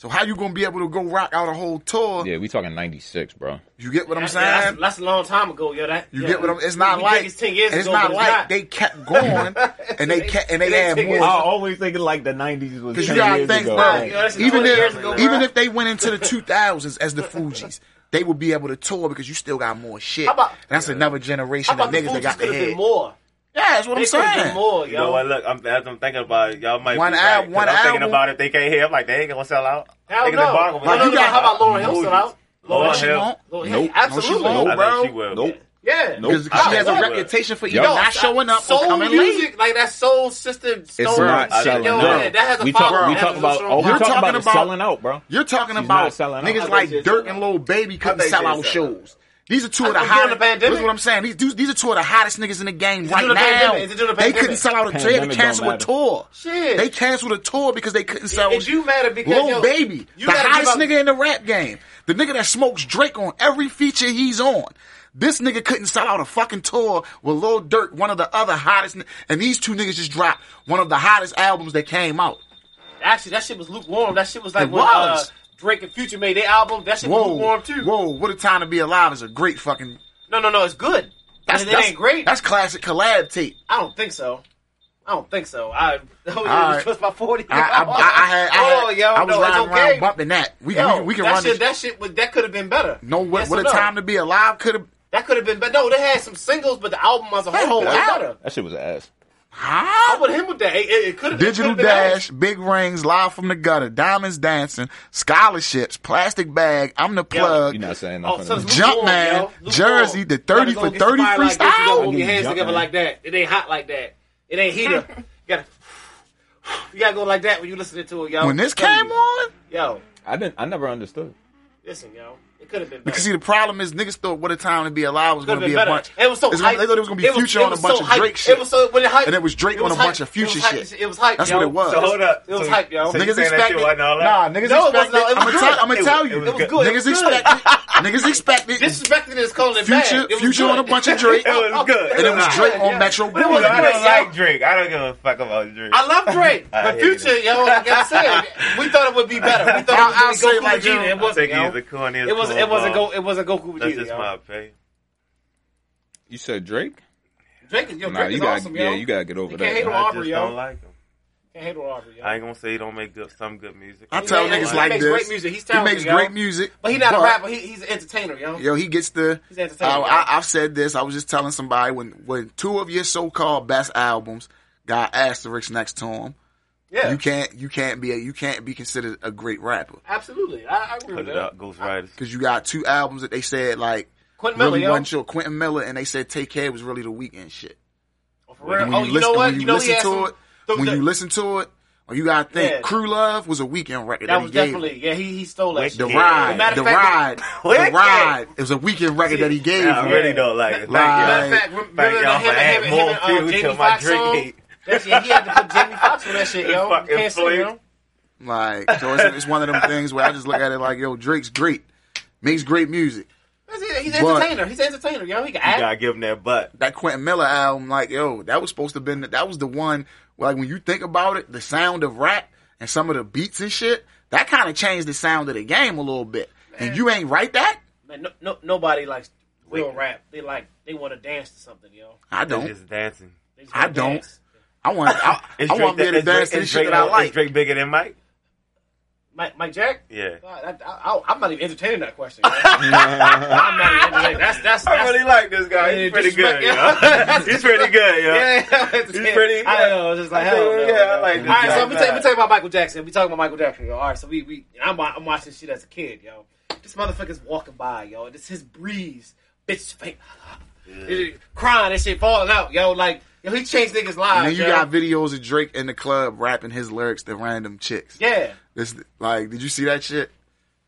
[SPEAKER 1] So how you gonna be able to go rock out a whole tour?
[SPEAKER 2] Yeah, we talking '96, bro.
[SPEAKER 1] You get what I'm
[SPEAKER 4] That-
[SPEAKER 1] saying?
[SPEAKER 4] yeah, that's, that's a long time ago, yo. That
[SPEAKER 1] You
[SPEAKER 4] yeah.
[SPEAKER 1] get what I'm? It's
[SPEAKER 4] We-
[SPEAKER 1] not
[SPEAKER 4] we
[SPEAKER 1] like
[SPEAKER 4] think it's ten years
[SPEAKER 1] it's
[SPEAKER 4] ago,
[SPEAKER 1] not
[SPEAKER 4] but
[SPEAKER 1] like
[SPEAKER 4] not.
[SPEAKER 1] they kept
[SPEAKER 4] *laughs*
[SPEAKER 1] going and they kept and they
[SPEAKER 4] It ain't
[SPEAKER 1] had
[SPEAKER 4] ten years
[SPEAKER 1] more.
[SPEAKER 4] ago.
[SPEAKER 3] always thinking like the '90s was
[SPEAKER 1] Because you gotta think, bro.
[SPEAKER 4] Nah, yo, that's
[SPEAKER 1] even
[SPEAKER 4] 20
[SPEAKER 1] if
[SPEAKER 4] years ago,
[SPEAKER 1] even
[SPEAKER 4] bro.
[SPEAKER 1] if they went into the 2000s as the Fugees, they would be able to tour because you still got more shit.
[SPEAKER 4] How about-
[SPEAKER 1] And that's another
[SPEAKER 4] How
[SPEAKER 1] generation of
[SPEAKER 4] about the
[SPEAKER 1] niggas that
[SPEAKER 4] Fugees
[SPEAKER 1] got
[SPEAKER 4] could
[SPEAKER 1] the
[SPEAKER 4] have been
[SPEAKER 1] head.
[SPEAKER 4] more?
[SPEAKER 1] Yeah, that's what
[SPEAKER 4] They
[SPEAKER 1] I'm
[SPEAKER 4] could have been
[SPEAKER 1] saying.
[SPEAKER 4] more,
[SPEAKER 3] You know
[SPEAKER 4] yo.
[SPEAKER 3] what? Look, I'm, as I'm thinking about it, y'all might
[SPEAKER 1] One
[SPEAKER 3] be
[SPEAKER 1] al-
[SPEAKER 3] right, 'cause
[SPEAKER 1] one
[SPEAKER 3] I'm thinking
[SPEAKER 1] album.
[SPEAKER 3] about it. They can't hear. I'm like, they ain't gonna sell out.
[SPEAKER 4] Hell
[SPEAKER 3] Niggas
[SPEAKER 4] no.
[SPEAKER 3] embargo
[SPEAKER 4] No,
[SPEAKER 3] was
[SPEAKER 4] no,
[SPEAKER 1] Like,
[SPEAKER 4] no,
[SPEAKER 1] you
[SPEAKER 4] no.
[SPEAKER 1] got-
[SPEAKER 4] How about Lauren Hill
[SPEAKER 3] Movies.
[SPEAKER 4] still out?
[SPEAKER 3] Lauren
[SPEAKER 1] She
[SPEAKER 3] Hill.
[SPEAKER 1] won't.
[SPEAKER 4] Lauren
[SPEAKER 2] Nope.
[SPEAKER 4] Hill,
[SPEAKER 2] No,
[SPEAKER 1] she
[SPEAKER 4] absolutely.
[SPEAKER 1] won't.
[SPEAKER 3] I
[SPEAKER 1] bro.
[SPEAKER 3] think she will.
[SPEAKER 2] Nope.
[SPEAKER 4] Yeah.
[SPEAKER 2] Nope.
[SPEAKER 1] Because
[SPEAKER 2] I
[SPEAKER 1] she has a
[SPEAKER 3] would.
[SPEAKER 1] reputation for either
[SPEAKER 2] Yo,
[SPEAKER 1] not showing up
[SPEAKER 4] soul
[SPEAKER 1] or coming late.
[SPEAKER 4] music, like that soul system.
[SPEAKER 2] It's
[SPEAKER 4] soul
[SPEAKER 2] not
[SPEAKER 4] music,
[SPEAKER 2] selling
[SPEAKER 4] yo,
[SPEAKER 2] out.
[SPEAKER 4] man, that has a
[SPEAKER 2] we
[SPEAKER 4] following,
[SPEAKER 2] talk, we
[SPEAKER 4] that
[SPEAKER 2] talk
[SPEAKER 4] has a
[SPEAKER 2] about,
[SPEAKER 4] strong
[SPEAKER 2] oh,
[SPEAKER 1] You're
[SPEAKER 2] we're talking
[SPEAKER 1] talking
[SPEAKER 2] about, is
[SPEAKER 1] about-
[SPEAKER 2] selling out, bro.
[SPEAKER 1] You're talking
[SPEAKER 2] She's
[SPEAKER 1] about
[SPEAKER 2] not selling out. I
[SPEAKER 1] niggas
[SPEAKER 2] think
[SPEAKER 1] like
[SPEAKER 6] she's
[SPEAKER 1] Dirk
[SPEAKER 6] selling
[SPEAKER 1] and
[SPEAKER 6] out.
[SPEAKER 1] Lil Baby couldn't
[SPEAKER 6] think
[SPEAKER 1] sell
[SPEAKER 6] she's
[SPEAKER 1] out
[SPEAKER 6] selling out.
[SPEAKER 1] shows. These are two of the
[SPEAKER 4] Oh, during
[SPEAKER 1] hottest.
[SPEAKER 4] the pandemic?
[SPEAKER 1] This is what I'm saying. These dudes, these are two of the hottest niggas in the game
[SPEAKER 4] it
[SPEAKER 1] right
[SPEAKER 4] during the
[SPEAKER 1] now.
[SPEAKER 4] pandemic? Is it during the
[SPEAKER 1] They
[SPEAKER 4] pandemic?
[SPEAKER 1] couldn't sell out a. They had to
[SPEAKER 2] Pandemic
[SPEAKER 1] cancel
[SPEAKER 2] don't
[SPEAKER 1] a
[SPEAKER 2] matter.
[SPEAKER 1] tour.
[SPEAKER 4] Shit.
[SPEAKER 1] They canceled a tour because they couldn't sell.
[SPEAKER 4] And you matter because
[SPEAKER 1] Lil
[SPEAKER 4] yo,
[SPEAKER 1] Baby,
[SPEAKER 4] you
[SPEAKER 1] the
[SPEAKER 4] gotta
[SPEAKER 1] hottest
[SPEAKER 4] give
[SPEAKER 1] nigga in the rap game, the nigga that smokes Drake on every feature he's on. This nigga couldn't sell out a fucking tour with Lil Durk, one of the other hottest, ni- and these two niggas just dropped one of the hottest albums that came out.
[SPEAKER 4] Actually, that shit was lukewarm. That shit was like
[SPEAKER 1] It
[SPEAKER 4] when
[SPEAKER 1] was.
[SPEAKER 4] Uh, Drake and Future made their album. That shit was
[SPEAKER 1] Whoa,
[SPEAKER 4] lukewarm too.
[SPEAKER 1] whoa, what a time to be alive is a great fucking.
[SPEAKER 4] No, no, no. It's good. That's, it ain't great.
[SPEAKER 1] That's classic collab tape.
[SPEAKER 4] I don't think so. I don't think so. I *laughs*
[SPEAKER 1] right.
[SPEAKER 4] oh, yeah, it was by forty.
[SPEAKER 1] I, I, I, I had, I, had,
[SPEAKER 4] *laughs* oh, yo,
[SPEAKER 1] I was
[SPEAKER 4] no, it's
[SPEAKER 1] riding
[SPEAKER 4] okay.
[SPEAKER 1] around bumping that. We,
[SPEAKER 4] Yo,
[SPEAKER 1] we, we can
[SPEAKER 4] that
[SPEAKER 1] run
[SPEAKER 4] shit,
[SPEAKER 1] this.
[SPEAKER 4] That shit was that could have been better.
[SPEAKER 1] No, what,
[SPEAKER 4] Yes
[SPEAKER 1] what
[SPEAKER 4] or
[SPEAKER 1] a
[SPEAKER 4] no?
[SPEAKER 1] time to be alive could have.
[SPEAKER 4] That could have been better. No, they had some singles, but the album as a
[SPEAKER 1] That
[SPEAKER 4] whole
[SPEAKER 1] whole
[SPEAKER 4] was
[SPEAKER 1] album.
[SPEAKER 4] better.
[SPEAKER 2] That shit was ass.
[SPEAKER 1] Huh?
[SPEAKER 4] I'm with him with that. It, it, it could have
[SPEAKER 1] Digital
[SPEAKER 4] been better.
[SPEAKER 1] dash, big rings, live from the gutter, diamonds dancing, scholarships, plastic bag. I'm the plug.
[SPEAKER 2] You're not saying
[SPEAKER 4] Oh,
[SPEAKER 2] nothing.
[SPEAKER 4] so it's
[SPEAKER 1] Jump
[SPEAKER 4] lukewarm,
[SPEAKER 1] man,
[SPEAKER 4] yo. Lukewarm.
[SPEAKER 1] Jersey, the 30 for
[SPEAKER 4] You gotta go
[SPEAKER 1] 30
[SPEAKER 4] get somebody like this,
[SPEAKER 1] freestyle.
[SPEAKER 4] You
[SPEAKER 1] I
[SPEAKER 4] gotta hold
[SPEAKER 2] need
[SPEAKER 4] your hands
[SPEAKER 2] jump
[SPEAKER 4] together
[SPEAKER 2] man.
[SPEAKER 4] like that. It ain't hot like that. It ain't heater. you gotta. *sighs* You gotta go like that when you listening to it, yo.
[SPEAKER 1] when this
[SPEAKER 4] I'm telling
[SPEAKER 1] came
[SPEAKER 4] you.
[SPEAKER 1] on,
[SPEAKER 4] yo,
[SPEAKER 2] I didn't. I never understood.
[SPEAKER 4] listen, yo, it could have been better.
[SPEAKER 1] because see, the problem is niggas thought what a time to be alive was going
[SPEAKER 4] Could've
[SPEAKER 1] to be
[SPEAKER 4] been
[SPEAKER 1] a
[SPEAKER 4] better.
[SPEAKER 1] bunch.
[SPEAKER 4] It was so
[SPEAKER 1] it's gonna-
[SPEAKER 4] hype.
[SPEAKER 1] they thought it was going to be
[SPEAKER 4] It was-
[SPEAKER 1] Future
[SPEAKER 4] it
[SPEAKER 1] on a
[SPEAKER 4] was
[SPEAKER 1] bunch
[SPEAKER 4] so
[SPEAKER 1] of
[SPEAKER 4] hype.
[SPEAKER 1] Drake shit.
[SPEAKER 4] It was so when it hype,
[SPEAKER 1] And it was Drake on a
[SPEAKER 4] hype.
[SPEAKER 1] bunch of
[SPEAKER 4] It was
[SPEAKER 1] Future
[SPEAKER 4] hype.
[SPEAKER 1] shit.
[SPEAKER 4] It was hype.
[SPEAKER 1] That's
[SPEAKER 4] yo.
[SPEAKER 1] what it was.
[SPEAKER 3] So hold up.
[SPEAKER 4] It was
[SPEAKER 3] So-
[SPEAKER 4] hype, yo.
[SPEAKER 3] so you
[SPEAKER 1] niggas
[SPEAKER 3] saying that
[SPEAKER 1] expected.
[SPEAKER 3] shit wasn't all that?
[SPEAKER 1] Nah, niggas
[SPEAKER 4] No, it wasn't
[SPEAKER 1] expected.
[SPEAKER 4] all- it was
[SPEAKER 1] I'm
[SPEAKER 4] good.
[SPEAKER 1] gonna
[SPEAKER 3] It
[SPEAKER 1] tell
[SPEAKER 3] was-
[SPEAKER 1] you.
[SPEAKER 3] it was good.
[SPEAKER 4] It was
[SPEAKER 1] Niggas
[SPEAKER 4] good.
[SPEAKER 1] expected. Niggas expected.
[SPEAKER 4] Disrespecting is calling it
[SPEAKER 1] Future,
[SPEAKER 4] bad. It was
[SPEAKER 1] Future
[SPEAKER 4] good.
[SPEAKER 1] on a bunch of Drake,
[SPEAKER 3] It
[SPEAKER 4] Oh,
[SPEAKER 3] was good.
[SPEAKER 1] and it was Drake on Metro
[SPEAKER 4] But it
[SPEAKER 1] Boomin.
[SPEAKER 4] wasn't
[SPEAKER 3] I don't
[SPEAKER 4] Drake,
[SPEAKER 3] like
[SPEAKER 4] yo.
[SPEAKER 3] Drake. I don't give a fuck about Drake.
[SPEAKER 4] I love Drake,
[SPEAKER 3] I
[SPEAKER 4] but
[SPEAKER 3] hate
[SPEAKER 4] Future,
[SPEAKER 3] it.
[SPEAKER 4] yo, like I said, we thought it would be better. We
[SPEAKER 1] I'll-
[SPEAKER 4] thought
[SPEAKER 1] I'll
[SPEAKER 4] it was
[SPEAKER 1] say
[SPEAKER 4] Goku
[SPEAKER 1] it like
[SPEAKER 4] Vegeta.
[SPEAKER 1] you.
[SPEAKER 4] It
[SPEAKER 3] I think
[SPEAKER 4] wasn't.
[SPEAKER 3] he's
[SPEAKER 4] yo.
[SPEAKER 3] the corniest.
[SPEAKER 4] It was. It wasn't.
[SPEAKER 3] cornball.
[SPEAKER 4] Go. It wasn't Goku Vegeta.
[SPEAKER 3] That's just
[SPEAKER 4] yo.
[SPEAKER 3] my opinion.
[SPEAKER 2] You said Drake?
[SPEAKER 4] Drake is. Yo,
[SPEAKER 2] Nah,
[SPEAKER 4] Drake
[SPEAKER 2] you
[SPEAKER 4] is
[SPEAKER 2] got.
[SPEAKER 4] awesome, yo.
[SPEAKER 2] yeah, you gotta get over
[SPEAKER 4] You
[SPEAKER 2] that.
[SPEAKER 4] can't hate
[SPEAKER 2] man.
[SPEAKER 4] on
[SPEAKER 3] I
[SPEAKER 4] Aubrey,
[SPEAKER 3] just
[SPEAKER 4] yo.
[SPEAKER 3] don't like him.
[SPEAKER 4] Can't hate on Aubrey, yo.
[SPEAKER 3] I ain't gonna say he don't make good, some good music.
[SPEAKER 1] I
[SPEAKER 4] He
[SPEAKER 1] tell
[SPEAKER 4] makes-
[SPEAKER 1] niggas
[SPEAKER 4] he
[SPEAKER 1] like
[SPEAKER 4] makes
[SPEAKER 1] this.
[SPEAKER 4] great music. He's
[SPEAKER 1] he
[SPEAKER 4] talented,
[SPEAKER 1] makes
[SPEAKER 4] yo.
[SPEAKER 1] great music,
[SPEAKER 4] But he's not a rapper. He, he's an entertainer, yo.
[SPEAKER 1] Yo, he gets the.
[SPEAKER 4] He's entertaining,
[SPEAKER 1] I,
[SPEAKER 4] yo.
[SPEAKER 1] I, have said this. I was just telling somebody when when two of your so called best albums got asterisks next to them,
[SPEAKER 4] Yeah,
[SPEAKER 1] you can't you can't be a, you can't be considered a great rapper
[SPEAKER 4] absolutely. I, I agree
[SPEAKER 3] Put
[SPEAKER 4] with
[SPEAKER 3] it
[SPEAKER 4] that.
[SPEAKER 3] up, Ghost Riders.
[SPEAKER 1] because you got two albums that they said like
[SPEAKER 4] Quentin Miller,
[SPEAKER 1] really
[SPEAKER 4] yo.
[SPEAKER 1] one show Quentin Miller and they said Take Care was really the weekend shit.
[SPEAKER 4] Oh, for real.
[SPEAKER 1] And
[SPEAKER 4] Oh, you know what?
[SPEAKER 1] When you
[SPEAKER 4] You know he
[SPEAKER 1] listen
[SPEAKER 4] had
[SPEAKER 1] to
[SPEAKER 4] some.
[SPEAKER 1] it,
[SPEAKER 4] the-
[SPEAKER 1] when
[SPEAKER 4] the-
[SPEAKER 1] you listen to it, or you gotta think
[SPEAKER 4] Yeah.
[SPEAKER 1] Crew Love was a weekend record. That,
[SPEAKER 4] That was
[SPEAKER 1] he gave him.
[SPEAKER 4] definitely. Yeah, he he stole that.
[SPEAKER 3] Wicked.
[SPEAKER 4] shit.
[SPEAKER 1] the
[SPEAKER 3] Yeah.
[SPEAKER 1] ride,
[SPEAKER 4] Matter
[SPEAKER 1] the
[SPEAKER 4] of fact, *laughs*
[SPEAKER 1] ride, the ride. It was a weekend record that he gave.
[SPEAKER 3] Yeah, I
[SPEAKER 1] you.
[SPEAKER 3] really don't like it. Thank
[SPEAKER 1] Matter
[SPEAKER 3] y'all.
[SPEAKER 1] of
[SPEAKER 4] fact, remember
[SPEAKER 3] Thank y'all
[SPEAKER 4] that
[SPEAKER 3] for
[SPEAKER 4] him-
[SPEAKER 3] adding
[SPEAKER 4] him-
[SPEAKER 3] more
[SPEAKER 4] him and, uh,
[SPEAKER 3] fuel to
[SPEAKER 4] Jamie
[SPEAKER 3] my
[SPEAKER 4] Foxx song?
[SPEAKER 3] drink.
[SPEAKER 4] That shit, he had to put Jamie Foxx on that shit, yo. You
[SPEAKER 3] Fucking
[SPEAKER 4] can't say,
[SPEAKER 3] flea.
[SPEAKER 4] yo.
[SPEAKER 1] Like, so it's, it's one of them things where I just look at it like, yo, Drake's great, makes great music.
[SPEAKER 4] That's it. He's
[SPEAKER 1] But-
[SPEAKER 4] an entertainer. He's an entertainer, yo. He can
[SPEAKER 3] You
[SPEAKER 4] act.
[SPEAKER 3] gotta give him that butt.
[SPEAKER 1] That Quentin Miller album, like, yo, that was supposed to been that was the one. Like when you think about it, the sound of rap and some of the beats and shit, that kind of changed the sound of the game a little bit. And you ain't right that.
[SPEAKER 4] Man, no, no, nobody likes real
[SPEAKER 3] Wait.
[SPEAKER 4] rap. They like they want to dance to something, yo.
[SPEAKER 1] I
[SPEAKER 3] It's
[SPEAKER 1] don't.
[SPEAKER 3] just dancing.
[SPEAKER 4] They just wanna
[SPEAKER 1] I don't.
[SPEAKER 4] dance.
[SPEAKER 1] I want.
[SPEAKER 3] *laughs*
[SPEAKER 1] I,
[SPEAKER 3] Is
[SPEAKER 1] I want to be
[SPEAKER 3] Drake
[SPEAKER 1] able to
[SPEAKER 3] that-
[SPEAKER 1] dance
[SPEAKER 3] is
[SPEAKER 1] to the
[SPEAKER 3] Drake-
[SPEAKER 1] shit
[SPEAKER 3] is
[SPEAKER 1] that I
[SPEAKER 3] Drake- Is
[SPEAKER 1] like.
[SPEAKER 3] Drake bigger than Mike?
[SPEAKER 4] Mike, Mike Jack.
[SPEAKER 3] Yeah.
[SPEAKER 4] I, I, I, am not even entertaining that question. yo. I'm not even entertaining. That's that's.
[SPEAKER 3] I
[SPEAKER 4] that's
[SPEAKER 3] really like this guy.
[SPEAKER 4] Yeah,
[SPEAKER 3] He's pretty
[SPEAKER 4] disrespect-
[SPEAKER 1] *laughs*
[SPEAKER 3] good. yo. He's pretty good, yo.
[SPEAKER 4] yeah, yeah, it's
[SPEAKER 3] He's pretty-
[SPEAKER 4] I don't know. It's just like,
[SPEAKER 3] I
[SPEAKER 4] hell
[SPEAKER 3] think-
[SPEAKER 4] no,
[SPEAKER 3] yeah, I
[SPEAKER 4] no.
[SPEAKER 3] like this
[SPEAKER 4] All
[SPEAKER 3] guy.
[SPEAKER 4] right, so we talk, we talk about Michael Jackson. We talking about Michael Jackson. Yo. All right, so we we I'm wa- I'm watching shit as a kid, yo. This motherfucker's walking by, yo. This his breeze, bitch faint, crying and shit falling out, yo. Like yo, he changed niggas lives.
[SPEAKER 1] And then you
[SPEAKER 4] yo.
[SPEAKER 1] got videos of Drake in the club rapping his lyrics to random chicks.
[SPEAKER 4] yeah.
[SPEAKER 1] This like, did you see that shit?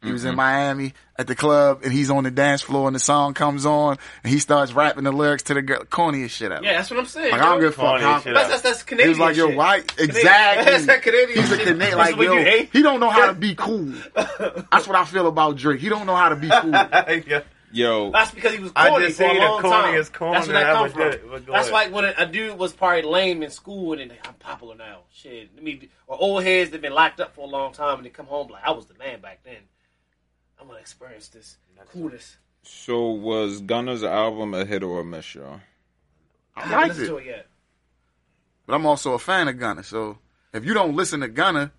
[SPEAKER 1] He was in Miami at the club and he's on the dance floor and the song comes on and he starts rapping the lyrics to the girl, corniest shit out.
[SPEAKER 4] Yeah, that's what I'm saying.
[SPEAKER 1] Like I don't give
[SPEAKER 4] yo.
[SPEAKER 1] a fuck.
[SPEAKER 3] Corny
[SPEAKER 1] How,
[SPEAKER 3] shit
[SPEAKER 4] that's, that's that's
[SPEAKER 1] he
[SPEAKER 4] Canadian.
[SPEAKER 1] was like, yo,
[SPEAKER 4] shit.
[SPEAKER 1] why
[SPEAKER 4] *laughs* That's that
[SPEAKER 1] exactly?
[SPEAKER 4] Canadian.
[SPEAKER 1] He's a
[SPEAKER 4] shit.
[SPEAKER 1] Canadian.
[SPEAKER 4] That's
[SPEAKER 1] Like,
[SPEAKER 4] what you
[SPEAKER 1] yo,
[SPEAKER 4] hate. *laughs*
[SPEAKER 1] he don't know how to be cool. That's what I feel about Drake. He don't know how to be cool.
[SPEAKER 3] yeah.
[SPEAKER 7] Yo,
[SPEAKER 4] That's because he was
[SPEAKER 3] I
[SPEAKER 4] corny
[SPEAKER 3] just
[SPEAKER 4] for a
[SPEAKER 3] seen the
[SPEAKER 4] long time.
[SPEAKER 3] corniest corny
[SPEAKER 4] That's where that
[SPEAKER 3] I
[SPEAKER 4] come
[SPEAKER 3] ever
[SPEAKER 4] from.
[SPEAKER 3] did, but go
[SPEAKER 4] That's
[SPEAKER 3] ahead.
[SPEAKER 4] like when a, a dude was probably lame in school and then I'm popular now. Shit, I mean, or old heads that been locked up for a long time and they come home like I was the man back then. I'm gonna experience this coolness.
[SPEAKER 7] so was Gunna's album a hit or a miss, y'all?
[SPEAKER 1] I
[SPEAKER 4] haven't
[SPEAKER 1] liked
[SPEAKER 4] listened
[SPEAKER 1] it.
[SPEAKER 4] to it yet.
[SPEAKER 1] But I'm also a fan of Gunna. So if you don't listen to Gunna,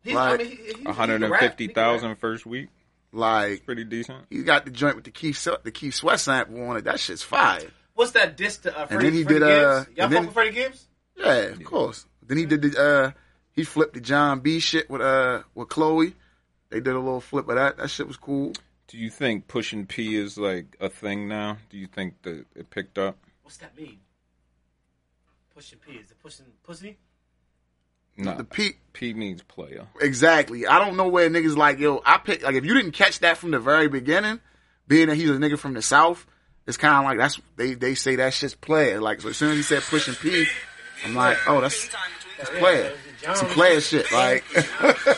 [SPEAKER 4] He's,
[SPEAKER 1] Like,
[SPEAKER 4] I mean, he, he, he,
[SPEAKER 2] One hundred and fifty thousand first week,
[SPEAKER 1] like
[SPEAKER 2] pretty decent.
[SPEAKER 1] he got the joint with the Keith Swe- the Keith Sweat sample on it. That shit's fire.
[SPEAKER 4] What's that diss to uh, Freddie,
[SPEAKER 1] then he
[SPEAKER 4] Freddie
[SPEAKER 1] did, uh, and
[SPEAKER 4] Gibbs? Y'all fuck
[SPEAKER 1] then-
[SPEAKER 4] with Freddie Gibbs?
[SPEAKER 1] Yeah, of course. Then he did the uh he flipped the John B shit with uh with Chloe. They did a little flip of that. That shit was cool.
[SPEAKER 2] Do you think pushing P is like a thing now? Do you think that it picked up?
[SPEAKER 4] What's that mean? Pushing P is it pushing pussy?
[SPEAKER 2] No,
[SPEAKER 1] The Pete
[SPEAKER 2] P means player.
[SPEAKER 1] Exactly. I don't know where niggas like, yo, I pick like if you didn't catch that from the very beginning, being that he's a nigga from the South, it's kinda like that's they they say that shit's player. Like so as soon as he said pushing P, I'm like, oh that's that's player. Some player shit. Like *laughs*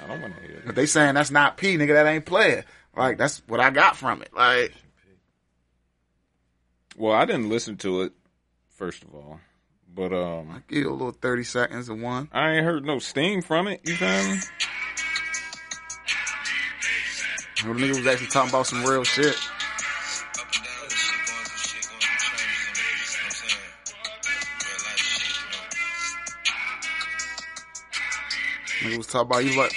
[SPEAKER 2] I don't want to hear
[SPEAKER 1] but they saying that's not P, nigga, that ain't player. Like that's what I got from it. Like
[SPEAKER 2] Well, I didn't listen to it, first of all. But um
[SPEAKER 1] give you a little thirty seconds of one.
[SPEAKER 2] I ain't heard no steam from it, you feel me?
[SPEAKER 1] The nigga was actually talking about some real shit. Nigga was talking about you like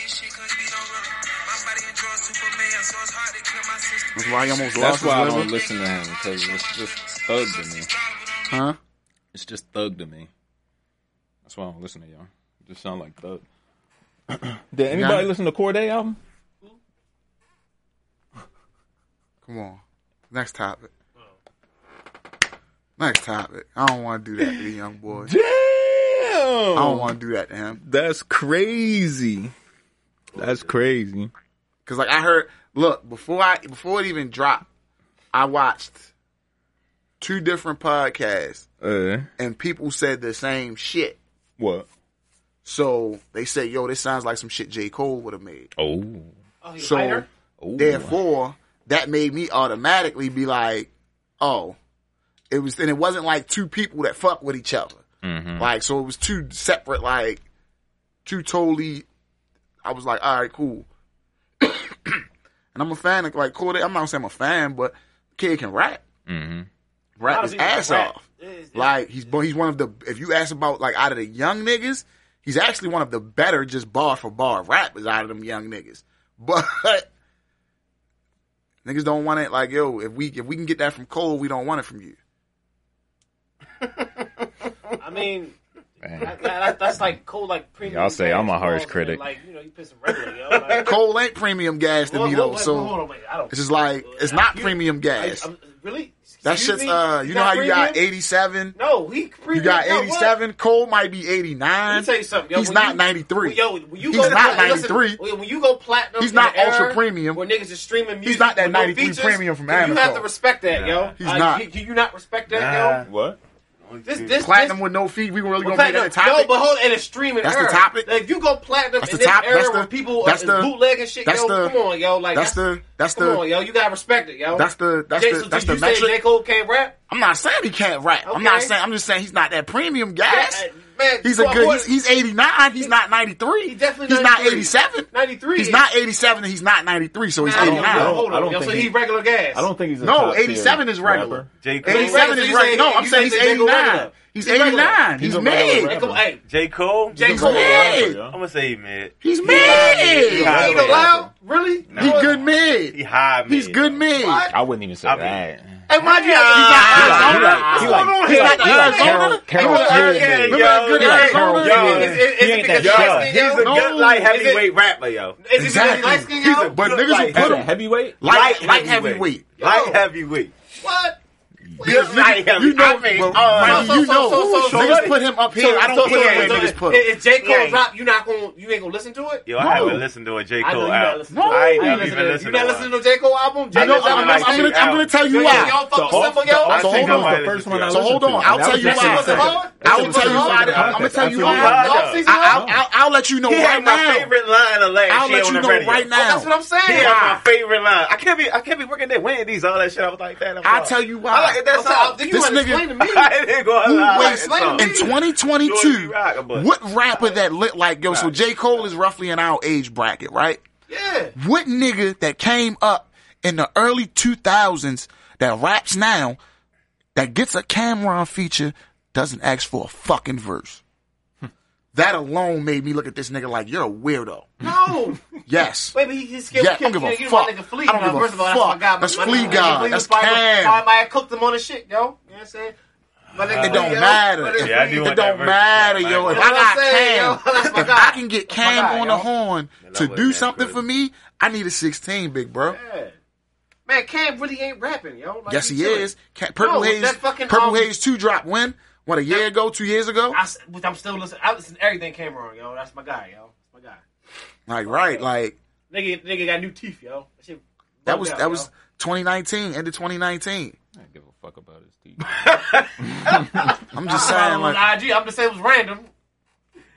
[SPEAKER 1] that's why he almost
[SPEAKER 2] That's
[SPEAKER 1] lost
[SPEAKER 2] why I
[SPEAKER 1] his
[SPEAKER 2] don't
[SPEAKER 1] liver.
[SPEAKER 2] listen to him, because it's just thug to me.
[SPEAKER 1] Huh?
[SPEAKER 2] It's just thug to me. That's why I don't listen to y'all. It just sound like thug. *clears throat* Did anybody
[SPEAKER 1] it?
[SPEAKER 2] listen to Corday album?
[SPEAKER 1] Come on. Next topic. Next topic. I don't want to do that to the young boy.
[SPEAKER 2] Damn!
[SPEAKER 1] I don't want to do that to him.
[SPEAKER 2] That's crazy. That's crazy.
[SPEAKER 1] Cause like I heard, look before I before it even dropped, I watched two different podcasts
[SPEAKER 2] Uh,
[SPEAKER 1] and people said the same shit.
[SPEAKER 2] what?
[SPEAKER 1] So they said, "Yo, this sounds like some shit J Cole would have made."
[SPEAKER 2] Oh.
[SPEAKER 4] Oh, he's
[SPEAKER 1] So
[SPEAKER 4] lighter?
[SPEAKER 2] oh.
[SPEAKER 1] therefore, that made me automatically be like, "Oh, it was." And it wasn't like two people that fuck with each other. Like so, it was two separate, like two totally. I was like, "All right, cool." *coughs* and I'm a fan of like Corday. I'm not saying I'm a fan, but kid can rap.
[SPEAKER 2] Mm-hmm.
[SPEAKER 1] Rap
[SPEAKER 4] How
[SPEAKER 1] his
[SPEAKER 4] does he
[SPEAKER 1] ass
[SPEAKER 4] rap?
[SPEAKER 1] off.
[SPEAKER 4] Yeah, it's-
[SPEAKER 1] Like he's bo- he's one of the if you ask about like out of the young niggas, he's actually one of the better just bar for bar rappers out of them young niggas. *laughs* But niggas don't want it like yo if we if we can get that from Cole, we don't want it from you.
[SPEAKER 4] I mean, that, that, that's like cool, like premium.
[SPEAKER 2] Y'all say I'm a
[SPEAKER 4] gas
[SPEAKER 2] harsh
[SPEAKER 4] balls, man.
[SPEAKER 2] critic.
[SPEAKER 4] Like you know, you piss some regular, yo.
[SPEAKER 1] *laughs*
[SPEAKER 4] Like,
[SPEAKER 1] Cole ain't premium gas to me
[SPEAKER 4] Hold-
[SPEAKER 1] though,
[SPEAKER 4] hold- hold
[SPEAKER 1] so
[SPEAKER 4] on, wait, I don't-
[SPEAKER 1] it's just like it's not
[SPEAKER 4] You-
[SPEAKER 1] premium gas.
[SPEAKER 4] I- I'm- really?
[SPEAKER 1] That
[SPEAKER 4] Excuse
[SPEAKER 1] shit's
[SPEAKER 4] me?
[SPEAKER 1] uh
[SPEAKER 4] He's
[SPEAKER 1] you know
[SPEAKER 4] not
[SPEAKER 1] how you got
[SPEAKER 4] premium?
[SPEAKER 1] 87,
[SPEAKER 4] No, he
[SPEAKER 1] you
[SPEAKER 4] premium.
[SPEAKER 1] got
[SPEAKER 4] No, what?
[SPEAKER 1] 87, Cole might be
[SPEAKER 4] Let me
[SPEAKER 1] 89.
[SPEAKER 4] tell you something. Yo,
[SPEAKER 1] He's
[SPEAKER 4] when
[SPEAKER 1] not
[SPEAKER 4] you-
[SPEAKER 1] 93.
[SPEAKER 4] when- Yo, when you
[SPEAKER 1] He's
[SPEAKER 4] go to-
[SPEAKER 1] not
[SPEAKER 4] listen,
[SPEAKER 1] 93.
[SPEAKER 4] when- when you go platinum,
[SPEAKER 1] He's
[SPEAKER 4] in the
[SPEAKER 1] not ultra
[SPEAKER 4] era
[SPEAKER 1] premium.
[SPEAKER 4] Where niggas is streaming music,
[SPEAKER 1] not that
[SPEAKER 4] with no
[SPEAKER 1] 93
[SPEAKER 4] features,
[SPEAKER 1] premium from
[SPEAKER 4] You have
[SPEAKER 1] Amazon.
[SPEAKER 4] to respect that, yo.
[SPEAKER 1] He's
[SPEAKER 4] Like,
[SPEAKER 1] not. Mm.
[SPEAKER 4] Do you not respect that,
[SPEAKER 3] Nah.
[SPEAKER 4] yo?
[SPEAKER 2] What?
[SPEAKER 4] This, this,
[SPEAKER 1] Platinum
[SPEAKER 4] this,
[SPEAKER 1] with no feet, we really gonna
[SPEAKER 4] Well,
[SPEAKER 1] make that a
[SPEAKER 4] platinum-
[SPEAKER 1] topic.
[SPEAKER 4] No, but hold on, in a streaming
[SPEAKER 1] That's the
[SPEAKER 4] era.
[SPEAKER 1] topic?
[SPEAKER 4] Like, if you go platinum
[SPEAKER 1] That's
[SPEAKER 4] in
[SPEAKER 1] the
[SPEAKER 4] this
[SPEAKER 1] top-
[SPEAKER 4] era
[SPEAKER 1] that's the-
[SPEAKER 4] where people
[SPEAKER 1] that's
[SPEAKER 4] are
[SPEAKER 1] the-
[SPEAKER 4] bootlegging shit,
[SPEAKER 1] that's
[SPEAKER 4] yo,
[SPEAKER 1] the-
[SPEAKER 4] come on, yo. Like,
[SPEAKER 1] that's the- that's
[SPEAKER 4] come
[SPEAKER 1] the-
[SPEAKER 4] on, yo. You gotta respect it, yo.
[SPEAKER 1] That's the- that's
[SPEAKER 4] okay,
[SPEAKER 1] the-
[SPEAKER 4] so
[SPEAKER 1] that's
[SPEAKER 4] did
[SPEAKER 1] the
[SPEAKER 4] you
[SPEAKER 1] metric.
[SPEAKER 4] say J. Cole can't rap?
[SPEAKER 1] I'm not saying he can't rap. I'm not
[SPEAKER 4] Okay.
[SPEAKER 1] saying. I'm just saying he's not that premium gas.
[SPEAKER 4] Yeah, man,
[SPEAKER 1] he's a
[SPEAKER 4] well,
[SPEAKER 1] good.
[SPEAKER 4] boy,
[SPEAKER 1] He's, he's 89. He's not 93.
[SPEAKER 4] He's definitely
[SPEAKER 1] He's not
[SPEAKER 4] 93.
[SPEAKER 1] 87.
[SPEAKER 4] 93
[SPEAKER 1] He's
[SPEAKER 4] is-
[SPEAKER 1] not 87. And he's not 93. So he's
[SPEAKER 4] Nah, yo,
[SPEAKER 1] 89.
[SPEAKER 4] yo,
[SPEAKER 1] No,
[SPEAKER 4] Hold
[SPEAKER 8] I
[SPEAKER 4] on,
[SPEAKER 8] don't
[SPEAKER 4] yo.
[SPEAKER 8] think
[SPEAKER 4] So
[SPEAKER 8] he-
[SPEAKER 4] he regular gas.
[SPEAKER 8] I don't think he's a top tier
[SPEAKER 1] 87 is regular.
[SPEAKER 8] rapper.
[SPEAKER 3] J. Cole.
[SPEAKER 1] 87
[SPEAKER 4] So
[SPEAKER 1] is
[SPEAKER 4] you say-
[SPEAKER 1] regular. No, I'm
[SPEAKER 4] you
[SPEAKER 1] saying
[SPEAKER 4] say
[SPEAKER 1] he's
[SPEAKER 4] he's regular.
[SPEAKER 1] 89. He's
[SPEAKER 4] He's regular.
[SPEAKER 8] He's
[SPEAKER 1] 89. He's
[SPEAKER 8] a regular
[SPEAKER 1] mid.
[SPEAKER 8] rapper.
[SPEAKER 4] Hey, come on, hey.
[SPEAKER 3] J. Cole.
[SPEAKER 4] J.
[SPEAKER 1] He's
[SPEAKER 4] Cole.
[SPEAKER 1] mid.
[SPEAKER 3] I'm gonna say he mid.
[SPEAKER 1] He's
[SPEAKER 3] He's
[SPEAKER 1] mid.
[SPEAKER 3] high
[SPEAKER 4] Ain't
[SPEAKER 3] mid.
[SPEAKER 4] allowed? Really?
[SPEAKER 1] He's good mid.
[SPEAKER 3] He high mid.
[SPEAKER 1] He's good mid.
[SPEAKER 8] I wouldn't even say
[SPEAKER 3] I mean-
[SPEAKER 8] that.
[SPEAKER 4] And mind you, Ah.
[SPEAKER 8] He
[SPEAKER 1] Arizona?
[SPEAKER 8] like, he like, he like,
[SPEAKER 1] What's going on?
[SPEAKER 8] he like
[SPEAKER 1] Arizona?
[SPEAKER 8] Carol, Carol
[SPEAKER 1] Remember
[SPEAKER 8] King, nigga.
[SPEAKER 1] that- remember that good
[SPEAKER 8] He like
[SPEAKER 1] Arizona?
[SPEAKER 8] Carol
[SPEAKER 3] Yo,
[SPEAKER 8] King.
[SPEAKER 3] is-
[SPEAKER 4] is-
[SPEAKER 8] He
[SPEAKER 4] is
[SPEAKER 8] ain't
[SPEAKER 4] it
[SPEAKER 8] that
[SPEAKER 4] because
[SPEAKER 8] shit.
[SPEAKER 3] Yo,
[SPEAKER 4] Light-skinned,
[SPEAKER 3] he's a
[SPEAKER 4] yo?
[SPEAKER 3] good light
[SPEAKER 1] No.
[SPEAKER 3] heavyweight rapper, yo.
[SPEAKER 4] Is it because
[SPEAKER 1] Exactly.
[SPEAKER 4] he light skinned,
[SPEAKER 3] He's a
[SPEAKER 4] yo?
[SPEAKER 1] But
[SPEAKER 3] good
[SPEAKER 1] niggas
[SPEAKER 3] light
[SPEAKER 1] will
[SPEAKER 8] That's
[SPEAKER 1] put
[SPEAKER 8] a
[SPEAKER 1] him-
[SPEAKER 8] heavyweight.
[SPEAKER 1] Light, light heavyweight.
[SPEAKER 3] Light heavyweight.
[SPEAKER 4] What?
[SPEAKER 3] Good light heavyweight.
[SPEAKER 1] You know,
[SPEAKER 3] I mean,
[SPEAKER 1] well,
[SPEAKER 3] uh,
[SPEAKER 1] Mikey,
[SPEAKER 4] so, so,
[SPEAKER 1] you know,
[SPEAKER 4] so, so, so,
[SPEAKER 1] niggas put him up here. I don't care where niggas put him.
[SPEAKER 4] If J Cole
[SPEAKER 3] Yeah.
[SPEAKER 4] drop, you not gonna you ain't gonna listen to it.
[SPEAKER 3] Yo, I
[SPEAKER 1] No.
[SPEAKER 3] haven't listened to a J.
[SPEAKER 4] I know
[SPEAKER 3] Cole
[SPEAKER 4] you not
[SPEAKER 3] album.
[SPEAKER 4] listening. to
[SPEAKER 1] No.
[SPEAKER 4] it.
[SPEAKER 3] I ain't
[SPEAKER 4] You not
[SPEAKER 3] even
[SPEAKER 4] listening to it. You
[SPEAKER 3] listened
[SPEAKER 4] not
[SPEAKER 3] to
[SPEAKER 4] listening to J Cole album?
[SPEAKER 1] I
[SPEAKER 4] J.
[SPEAKER 1] know,
[SPEAKER 4] Cole's
[SPEAKER 1] I'm, I'm,
[SPEAKER 4] album is
[SPEAKER 1] I'm
[SPEAKER 4] crazy.
[SPEAKER 1] gonna, I'm gonna tell you
[SPEAKER 4] Yo,
[SPEAKER 1] why.
[SPEAKER 4] Y'all fuck
[SPEAKER 8] whole-
[SPEAKER 4] with someone else?
[SPEAKER 1] So hold
[SPEAKER 8] That
[SPEAKER 1] on.
[SPEAKER 8] was the first one I
[SPEAKER 3] So
[SPEAKER 1] So
[SPEAKER 8] listened
[SPEAKER 1] hold
[SPEAKER 8] to,
[SPEAKER 1] on.
[SPEAKER 8] and
[SPEAKER 1] I'll
[SPEAKER 8] that
[SPEAKER 1] tell
[SPEAKER 8] was
[SPEAKER 1] you
[SPEAKER 8] the
[SPEAKER 1] why.
[SPEAKER 8] first one.
[SPEAKER 1] I will tell you why.
[SPEAKER 8] Podcast.
[SPEAKER 1] I'm gonna tell
[SPEAKER 8] That's
[SPEAKER 1] you
[SPEAKER 8] the
[SPEAKER 1] why.
[SPEAKER 8] only
[SPEAKER 3] one.
[SPEAKER 1] I- I'll, I'll, I'll let you know
[SPEAKER 3] He
[SPEAKER 1] right
[SPEAKER 3] had my
[SPEAKER 1] now.
[SPEAKER 3] favorite line of last
[SPEAKER 1] I'll
[SPEAKER 3] year
[SPEAKER 1] let you
[SPEAKER 3] on the
[SPEAKER 1] know
[SPEAKER 3] radio.
[SPEAKER 1] right
[SPEAKER 4] Oh,
[SPEAKER 1] now.
[SPEAKER 4] that's what I'm
[SPEAKER 3] He
[SPEAKER 4] saying.
[SPEAKER 3] had my favorite line. I can't be, I can't be working there. Wendy's, all that shit. I was like, that.
[SPEAKER 1] I'll tell you why.
[SPEAKER 3] I like that
[SPEAKER 4] That's how
[SPEAKER 3] song.
[SPEAKER 4] I think you
[SPEAKER 1] This
[SPEAKER 4] want to
[SPEAKER 1] nigga-
[SPEAKER 4] explain to me.
[SPEAKER 3] *laughs* I didn't go
[SPEAKER 1] Who
[SPEAKER 3] out.
[SPEAKER 1] waits
[SPEAKER 4] explain to
[SPEAKER 1] in
[SPEAKER 4] me.
[SPEAKER 1] 2022?
[SPEAKER 3] George Rockabye.
[SPEAKER 1] What rapper that lit like yo? So J Cole is roughly in our age bracket, right?
[SPEAKER 4] *laughs* Yeah.
[SPEAKER 1] What nigga that came up in the early 2000s that raps now that gets a Cameron feature doesn't ask for a fucking verse?
[SPEAKER 3] Hmm.
[SPEAKER 1] That alone made me look at this nigga like you're a weirdo.
[SPEAKER 4] No.
[SPEAKER 1] Yes.
[SPEAKER 4] Wait, but he, he's scared.
[SPEAKER 1] Yeah, I don't give a
[SPEAKER 4] you
[SPEAKER 1] fuck.
[SPEAKER 4] Know, nigga Flea,
[SPEAKER 1] I don't
[SPEAKER 4] now.
[SPEAKER 1] give a
[SPEAKER 4] First of all,
[SPEAKER 1] fuck.
[SPEAKER 4] That's, my guy,
[SPEAKER 1] That's
[SPEAKER 4] my
[SPEAKER 1] Flea
[SPEAKER 4] nigga
[SPEAKER 1] God.
[SPEAKER 4] Flea
[SPEAKER 1] That's
[SPEAKER 4] was probably-
[SPEAKER 1] Cam.
[SPEAKER 4] probably might have cooked him on his shit, yo. You know what I'm saying? My nigga
[SPEAKER 1] It don't
[SPEAKER 4] Flea, yo.
[SPEAKER 1] matter.
[SPEAKER 4] My
[SPEAKER 1] It-
[SPEAKER 4] nigga
[SPEAKER 3] Yeah, I do
[SPEAKER 4] Flea.
[SPEAKER 1] it
[SPEAKER 3] want
[SPEAKER 1] don't
[SPEAKER 3] that verse.
[SPEAKER 1] matter,
[SPEAKER 3] Yeah,
[SPEAKER 1] yo.
[SPEAKER 3] like-
[SPEAKER 1] If
[SPEAKER 4] That's
[SPEAKER 1] I
[SPEAKER 4] what I'm
[SPEAKER 1] got
[SPEAKER 4] saying,
[SPEAKER 1] Cam,
[SPEAKER 4] yo. That's *laughs* my
[SPEAKER 1] if
[SPEAKER 4] guy.
[SPEAKER 1] I can get Cam
[SPEAKER 4] guy,
[SPEAKER 1] on the
[SPEAKER 4] yo.
[SPEAKER 1] horn
[SPEAKER 3] And I
[SPEAKER 1] to
[SPEAKER 3] love
[SPEAKER 1] do
[SPEAKER 3] that
[SPEAKER 1] something
[SPEAKER 3] verse.
[SPEAKER 1] for me, I need a 16, big bro.
[SPEAKER 4] Yeah. Man, Cam really ain't rapping, yo. Like,
[SPEAKER 1] Yes, he
[SPEAKER 4] chilling.
[SPEAKER 1] is. Ca- Purple
[SPEAKER 4] No,
[SPEAKER 1] Haze,
[SPEAKER 4] that fucking,
[SPEAKER 1] Purple
[SPEAKER 4] um,
[SPEAKER 1] Haze two drop when? What a year ago, two years ago?
[SPEAKER 4] I, am still listening. I listen to everything Cameron, yo. That's my guy, yo. That's my guy.
[SPEAKER 1] Like right, like
[SPEAKER 4] Nigga, nigga got new teeth, yo. That, shit
[SPEAKER 1] that
[SPEAKER 4] bugged
[SPEAKER 1] was
[SPEAKER 4] out,
[SPEAKER 1] that was
[SPEAKER 4] yo.
[SPEAKER 1] 2019, end of 2019.
[SPEAKER 7] I don't give a fuck about his teeth.
[SPEAKER 1] I'm just
[SPEAKER 4] I follow
[SPEAKER 1] saying,
[SPEAKER 4] him
[SPEAKER 1] like,
[SPEAKER 4] on IG. I'm just saying it was random.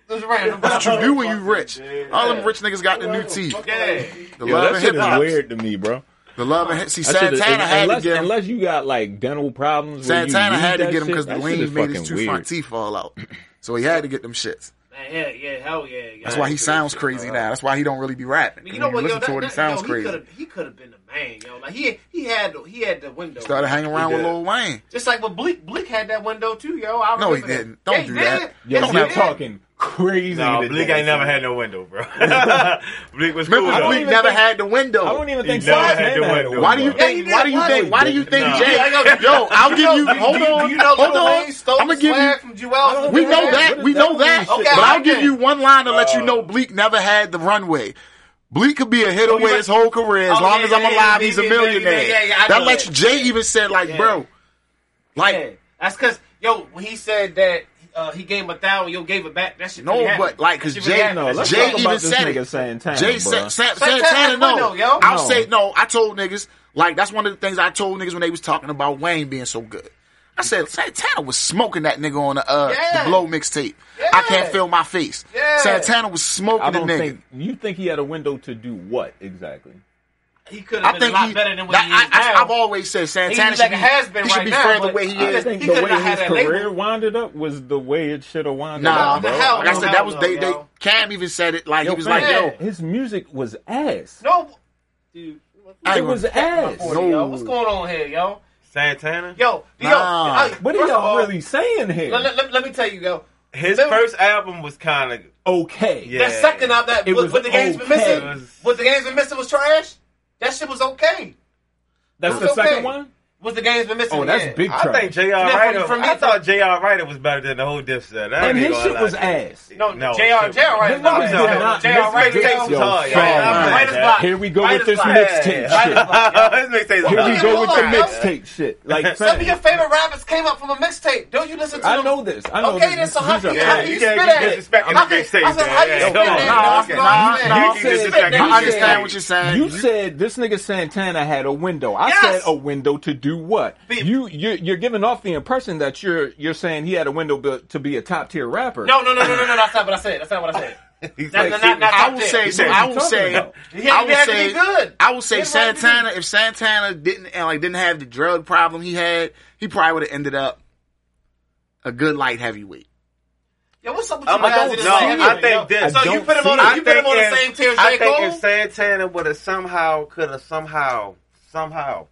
[SPEAKER 4] It was random.
[SPEAKER 1] what you do when you rich? All them rich niggas got the new teeth.
[SPEAKER 4] Yeah.
[SPEAKER 1] The
[SPEAKER 8] Yo,
[SPEAKER 1] love
[SPEAKER 8] that
[SPEAKER 1] and
[SPEAKER 8] shit
[SPEAKER 1] hip
[SPEAKER 8] is
[SPEAKER 1] hop.
[SPEAKER 8] weird to me, bro.
[SPEAKER 1] The love and hip. See,
[SPEAKER 8] That shit is-
[SPEAKER 1] Santana had to
[SPEAKER 8] unless,
[SPEAKER 1] get him.
[SPEAKER 8] unless you got like dental problems. where you
[SPEAKER 1] Santana
[SPEAKER 8] need
[SPEAKER 1] had to
[SPEAKER 8] that
[SPEAKER 1] get
[SPEAKER 8] shit,
[SPEAKER 1] him because the
[SPEAKER 8] that shit is
[SPEAKER 1] lean made his
[SPEAKER 8] fucking
[SPEAKER 1] two
[SPEAKER 8] weird.
[SPEAKER 1] front teeth fall out, so he had to get them shits.
[SPEAKER 4] Man, yeah, yeah, hell yeah. yeah.
[SPEAKER 1] That's why he sounds crazy now. That's why he don't really be rapping.
[SPEAKER 4] I
[SPEAKER 1] You
[SPEAKER 4] mean, you know what? Yo,
[SPEAKER 1] Listen
[SPEAKER 4] that,
[SPEAKER 1] to it, he
[SPEAKER 4] that-
[SPEAKER 1] sounds
[SPEAKER 4] yo,
[SPEAKER 1] crazy.
[SPEAKER 4] could've- He could have been the man, yo. Like he he had the- he had the window.
[SPEAKER 1] Started hanging around
[SPEAKER 3] He
[SPEAKER 1] with
[SPEAKER 3] did.
[SPEAKER 1] Lil Wayne.
[SPEAKER 4] Just like with Bleak, Bleak had that window too, yo. I
[SPEAKER 1] No, he
[SPEAKER 4] remember that.
[SPEAKER 1] didn't. Don't
[SPEAKER 4] Yeah, he
[SPEAKER 1] do
[SPEAKER 4] did.
[SPEAKER 1] that.
[SPEAKER 8] Yo,
[SPEAKER 4] Yes,
[SPEAKER 1] Don't
[SPEAKER 4] he
[SPEAKER 8] you're
[SPEAKER 1] have-
[SPEAKER 4] did.
[SPEAKER 8] talking crazy.
[SPEAKER 3] No,
[SPEAKER 8] today,
[SPEAKER 3] Bleak ain't
[SPEAKER 8] son.
[SPEAKER 3] never had no window, bro. *laughs* Bleak was cool.
[SPEAKER 1] Memphis
[SPEAKER 3] though.
[SPEAKER 1] Bleak
[SPEAKER 8] even
[SPEAKER 1] never
[SPEAKER 8] think-
[SPEAKER 1] had the window.
[SPEAKER 8] I don't even
[SPEAKER 3] He
[SPEAKER 8] think
[SPEAKER 3] never
[SPEAKER 8] Santana
[SPEAKER 3] had
[SPEAKER 8] had
[SPEAKER 3] the
[SPEAKER 8] a
[SPEAKER 3] window,
[SPEAKER 1] Why do you
[SPEAKER 8] window.
[SPEAKER 4] Yeah,
[SPEAKER 1] think?
[SPEAKER 4] he did.
[SPEAKER 1] Why do you
[SPEAKER 4] Why
[SPEAKER 1] think?
[SPEAKER 4] he
[SPEAKER 1] Why do you think,
[SPEAKER 3] Nah.
[SPEAKER 1] Jay?
[SPEAKER 4] Yeah, I know.
[SPEAKER 1] Yo, I'll give you.
[SPEAKER 4] Do you-
[SPEAKER 1] Hold
[SPEAKER 4] do you-
[SPEAKER 1] on,
[SPEAKER 4] do you know
[SPEAKER 1] hold
[SPEAKER 4] Lil
[SPEAKER 1] on.
[SPEAKER 4] Wayne stole
[SPEAKER 1] I'm gonna
[SPEAKER 4] the
[SPEAKER 1] give you.
[SPEAKER 4] swag from Jewel?
[SPEAKER 8] don't
[SPEAKER 1] We
[SPEAKER 8] Yeah,
[SPEAKER 1] know
[SPEAKER 8] what
[SPEAKER 1] that.
[SPEAKER 8] is
[SPEAKER 1] We
[SPEAKER 8] that
[SPEAKER 1] know
[SPEAKER 8] with
[SPEAKER 1] that.
[SPEAKER 8] this shit?
[SPEAKER 1] but I'll
[SPEAKER 4] Okay. Uh,
[SPEAKER 1] give you one line to let you know Bleak never had the runway. Bleak could be a hit away
[SPEAKER 4] Oh, went-
[SPEAKER 1] his whole career. As
[SPEAKER 4] Oh,
[SPEAKER 1] long
[SPEAKER 4] yeah,
[SPEAKER 1] as I'm
[SPEAKER 4] yeah,
[SPEAKER 1] alive,
[SPEAKER 4] yeah,
[SPEAKER 1] he's a
[SPEAKER 4] yeah, yeah, yeah,
[SPEAKER 1] millionaire.
[SPEAKER 4] yeah, yeah, I
[SPEAKER 1] that
[SPEAKER 4] know
[SPEAKER 1] lets
[SPEAKER 4] that.
[SPEAKER 1] Jay even said like,
[SPEAKER 4] Yeah.
[SPEAKER 1] bro, like.
[SPEAKER 4] Yeah, that's because yo, when he said that uh, he gave him a thousand, yo gave it back. That shit.
[SPEAKER 1] No,
[SPEAKER 4] really happened.
[SPEAKER 1] but, like, 'cause
[SPEAKER 4] That shit really
[SPEAKER 1] Jay-
[SPEAKER 4] happened.
[SPEAKER 8] No, let's
[SPEAKER 1] Jay
[SPEAKER 8] talk
[SPEAKER 1] even
[SPEAKER 8] about this
[SPEAKER 1] said it.
[SPEAKER 8] nigga Santana,
[SPEAKER 1] Jay
[SPEAKER 8] bro.
[SPEAKER 1] Sa- Sa-
[SPEAKER 4] Santana
[SPEAKER 1] Santana, no.
[SPEAKER 4] window, yo.
[SPEAKER 1] I'll
[SPEAKER 8] No.
[SPEAKER 1] say no. I told niggas like that's one of the things I told niggas when they was talking about Wayne being so good. I said Santana was smoking that nigga on the, uh,
[SPEAKER 4] Yeah.
[SPEAKER 1] the blow mixtape. I can't
[SPEAKER 4] Yeah.
[SPEAKER 1] feel my face.
[SPEAKER 4] Yeah.
[SPEAKER 1] Santana was
[SPEAKER 8] I
[SPEAKER 1] smoking the
[SPEAKER 8] don't
[SPEAKER 1] nigga.
[SPEAKER 8] think you think he had a window to do what exactly.
[SPEAKER 4] he could
[SPEAKER 1] I
[SPEAKER 4] have been
[SPEAKER 1] think
[SPEAKER 4] a lot
[SPEAKER 1] he,
[SPEAKER 4] better than what
[SPEAKER 1] that-
[SPEAKER 4] he is
[SPEAKER 1] I,
[SPEAKER 4] now.
[SPEAKER 1] I, I've always said Santana
[SPEAKER 4] He's
[SPEAKER 1] should
[SPEAKER 4] like
[SPEAKER 1] be,
[SPEAKER 4] a has-been
[SPEAKER 1] he should
[SPEAKER 4] right
[SPEAKER 1] be
[SPEAKER 4] now,
[SPEAKER 1] further
[SPEAKER 4] but
[SPEAKER 1] where he
[SPEAKER 4] I
[SPEAKER 8] I
[SPEAKER 1] is.
[SPEAKER 8] think
[SPEAKER 4] He
[SPEAKER 8] the
[SPEAKER 4] could've
[SPEAKER 8] way
[SPEAKER 4] not had
[SPEAKER 8] his
[SPEAKER 4] that label.
[SPEAKER 8] career winded up was the way it should have wound
[SPEAKER 1] Nah,
[SPEAKER 8] up. bro.
[SPEAKER 4] the hell,
[SPEAKER 1] like I said, that was
[SPEAKER 4] no,
[SPEAKER 1] they. They
[SPEAKER 4] yo.
[SPEAKER 1] Cam even said it. Like
[SPEAKER 8] Yo,
[SPEAKER 1] he was
[SPEAKER 8] man,
[SPEAKER 1] like, "Yo,
[SPEAKER 8] his music was ass.
[SPEAKER 4] no, dude.
[SPEAKER 1] I
[SPEAKER 8] it
[SPEAKER 1] ain't
[SPEAKER 8] was
[SPEAKER 1] gonna-
[SPEAKER 8] ass.
[SPEAKER 4] Boy, yo, what's going on here, yo?
[SPEAKER 3] Santana.
[SPEAKER 4] Yo, yo,
[SPEAKER 1] Nah.
[SPEAKER 4] I-
[SPEAKER 8] What are
[SPEAKER 4] first of
[SPEAKER 8] y'all
[SPEAKER 4] all,
[SPEAKER 8] really saying here?
[SPEAKER 4] Let, let- let- let me tell you, yo.
[SPEAKER 3] His
[SPEAKER 4] Remember-
[SPEAKER 3] first album was kind of.
[SPEAKER 8] okay.
[SPEAKER 3] Yeah.
[SPEAKER 4] That second out that
[SPEAKER 8] It
[SPEAKER 4] what,
[SPEAKER 8] was
[SPEAKER 4] what the game's been
[SPEAKER 8] okay.
[SPEAKER 4] missing, what the game's been missing was trash. That shit was okay.
[SPEAKER 8] That's the
[SPEAKER 4] It's okay.
[SPEAKER 8] second one?
[SPEAKER 4] What the game's been missing?
[SPEAKER 8] Oh, that's
[SPEAKER 4] yeah.
[SPEAKER 8] big
[SPEAKER 3] I
[SPEAKER 8] trash.
[SPEAKER 3] think J.R.
[SPEAKER 4] Yeah,
[SPEAKER 3] Ryder.
[SPEAKER 4] from- from me,
[SPEAKER 3] I thought
[SPEAKER 4] from-
[SPEAKER 3] J.R. Ryder was better than the whole Dipset. I
[SPEAKER 8] and
[SPEAKER 3] ain't
[SPEAKER 8] his
[SPEAKER 3] gonna
[SPEAKER 8] shit
[SPEAKER 3] lie
[SPEAKER 8] was
[SPEAKER 3] to you.
[SPEAKER 8] ass.
[SPEAKER 4] No,
[SPEAKER 3] No,
[SPEAKER 4] Jr.
[SPEAKER 3] shit.
[SPEAKER 4] Jr. Right
[SPEAKER 8] Niggas
[SPEAKER 4] now,
[SPEAKER 8] did not-
[SPEAKER 4] Jr. Right
[SPEAKER 8] niggas
[SPEAKER 4] now,
[SPEAKER 8] did- yo,
[SPEAKER 3] Right
[SPEAKER 8] fuck,
[SPEAKER 3] as
[SPEAKER 8] man.
[SPEAKER 4] block.
[SPEAKER 8] Here we go
[SPEAKER 4] Right
[SPEAKER 8] with this
[SPEAKER 3] *laughs*
[SPEAKER 4] as block.
[SPEAKER 8] mixtape
[SPEAKER 4] Right
[SPEAKER 8] shit.
[SPEAKER 4] as block, yo.
[SPEAKER 3] His mixtape was
[SPEAKER 8] Here we
[SPEAKER 3] hot.
[SPEAKER 8] go with the
[SPEAKER 4] Come on, yo.
[SPEAKER 8] mixtape shit. Like,
[SPEAKER 4] Some of your
[SPEAKER 8] fam,
[SPEAKER 4] favorite rappers came up from a mixtape. Don't you listen to
[SPEAKER 8] I
[SPEAKER 4] them?
[SPEAKER 8] know this. I know
[SPEAKER 4] okay,
[SPEAKER 8] this.
[SPEAKER 4] then so
[SPEAKER 8] These
[SPEAKER 4] how can
[SPEAKER 8] are-
[SPEAKER 4] you, how
[SPEAKER 3] Yeah,
[SPEAKER 4] can
[SPEAKER 3] you
[SPEAKER 4] you
[SPEAKER 3] can't
[SPEAKER 4] spit
[SPEAKER 3] get
[SPEAKER 4] at it?
[SPEAKER 3] disrespect in
[SPEAKER 4] How can-
[SPEAKER 3] mixtapes,
[SPEAKER 4] I said, how
[SPEAKER 3] yeah,
[SPEAKER 4] you spit
[SPEAKER 3] yeah.
[SPEAKER 4] at it?
[SPEAKER 3] Nah,
[SPEAKER 4] That's
[SPEAKER 1] okay.
[SPEAKER 4] what I'm
[SPEAKER 1] Nah,
[SPEAKER 4] saying.
[SPEAKER 1] nah.
[SPEAKER 3] You
[SPEAKER 8] You
[SPEAKER 3] can
[SPEAKER 8] said-
[SPEAKER 3] disrespect
[SPEAKER 4] you
[SPEAKER 3] in
[SPEAKER 1] I
[SPEAKER 3] mixtape.
[SPEAKER 1] understand what you're saying.
[SPEAKER 8] You
[SPEAKER 1] Uh, You-
[SPEAKER 8] said this nigga Santana had a window. I
[SPEAKER 4] Yes.
[SPEAKER 8] said a window to do what?
[SPEAKER 4] Be-
[SPEAKER 8] you you're, you're giving off the impression that you're you're saying he had a window bu- to be a top tier rapper.
[SPEAKER 4] No, no, no, no, no, no. That's not what I said. That's not what I said.
[SPEAKER 3] He's like,
[SPEAKER 4] Not- not- not- not
[SPEAKER 1] I
[SPEAKER 4] top
[SPEAKER 1] will
[SPEAKER 4] tier.
[SPEAKER 1] say, so
[SPEAKER 8] What
[SPEAKER 1] I
[SPEAKER 8] you
[SPEAKER 1] will
[SPEAKER 8] talking
[SPEAKER 1] say,
[SPEAKER 8] about?
[SPEAKER 4] He
[SPEAKER 1] I
[SPEAKER 4] had- he
[SPEAKER 1] will
[SPEAKER 4] had to be
[SPEAKER 1] say,
[SPEAKER 4] good.
[SPEAKER 1] I will say,
[SPEAKER 4] He had to be
[SPEAKER 1] Santana. If Santana didn't and like didn't have the drug problem he had, he probably would have ended up a good light heavyweight.
[SPEAKER 4] Yo, what's up with you
[SPEAKER 3] I'm like,
[SPEAKER 4] guys?
[SPEAKER 3] no,
[SPEAKER 4] in the same
[SPEAKER 3] I
[SPEAKER 4] year, yo?
[SPEAKER 3] think this.
[SPEAKER 4] So
[SPEAKER 8] I
[SPEAKER 4] you
[SPEAKER 8] don't
[SPEAKER 4] put him
[SPEAKER 8] see
[SPEAKER 4] on.
[SPEAKER 8] it.
[SPEAKER 4] the- You put him on
[SPEAKER 3] think
[SPEAKER 4] the
[SPEAKER 3] if-
[SPEAKER 4] same tier as
[SPEAKER 3] I
[SPEAKER 4] J.
[SPEAKER 3] think if
[SPEAKER 4] Cole.
[SPEAKER 3] Santana would have somehow, could have somehow, somehow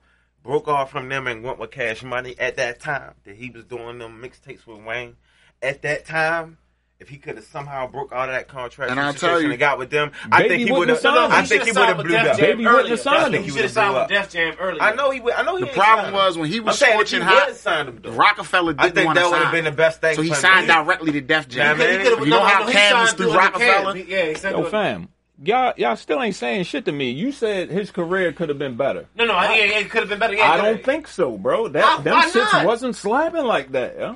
[SPEAKER 3] broke off from them and went with Cash Money at that time that he was doing them mixtapes with Wayne at that time. If he could have somehow broke out of that contract
[SPEAKER 1] And
[SPEAKER 3] and
[SPEAKER 1] I'll tell
[SPEAKER 3] situation
[SPEAKER 1] you-
[SPEAKER 3] and got with them, I
[SPEAKER 8] Baby
[SPEAKER 3] think he
[SPEAKER 8] wouldn't
[SPEAKER 3] would have.
[SPEAKER 8] have signed
[SPEAKER 3] I
[SPEAKER 8] him.
[SPEAKER 3] think he would have blew up.
[SPEAKER 8] Baby wouldn't have signed him.
[SPEAKER 3] He
[SPEAKER 4] He should have
[SPEAKER 3] would've
[SPEAKER 4] signed
[SPEAKER 3] blew
[SPEAKER 4] with
[SPEAKER 3] up.
[SPEAKER 4] Def Jam earlier.
[SPEAKER 3] I know he would. I know he.
[SPEAKER 1] The
[SPEAKER 3] ain't
[SPEAKER 1] problem
[SPEAKER 3] signed
[SPEAKER 1] was
[SPEAKER 3] him.
[SPEAKER 1] when he
[SPEAKER 3] I'm
[SPEAKER 1] was
[SPEAKER 3] saying if he
[SPEAKER 1] scorching hot.
[SPEAKER 3] would signed him though.
[SPEAKER 1] Rockefeller
[SPEAKER 3] I
[SPEAKER 1] didn't
[SPEAKER 3] think
[SPEAKER 1] want to
[SPEAKER 3] that
[SPEAKER 1] sign.
[SPEAKER 3] would have been the best thing.
[SPEAKER 1] So he
[SPEAKER 3] for him.
[SPEAKER 1] signed directly to Def
[SPEAKER 3] Nah,
[SPEAKER 1] Jam.
[SPEAKER 3] man.
[SPEAKER 4] He could've-
[SPEAKER 1] You know
[SPEAKER 4] no,
[SPEAKER 1] how
[SPEAKER 4] no, he
[SPEAKER 1] Cam was
[SPEAKER 4] signed
[SPEAKER 1] through
[SPEAKER 4] through Cam.
[SPEAKER 1] Rockefeller?
[SPEAKER 4] He- Yeah, he signed
[SPEAKER 8] Yo,
[SPEAKER 4] through-
[SPEAKER 8] fam. y'all y'all still ain't saying shit to me. You said his career could have been better.
[SPEAKER 4] No, no, I, yeah, yeah, it could have been better. Yeah,
[SPEAKER 8] I
[SPEAKER 4] yeah,
[SPEAKER 8] don't
[SPEAKER 4] yeah.
[SPEAKER 8] think so, bro.
[SPEAKER 4] Why-
[SPEAKER 8] That them
[SPEAKER 4] why
[SPEAKER 8] shits
[SPEAKER 4] not?
[SPEAKER 8] wasn't slapping like that. Yeah?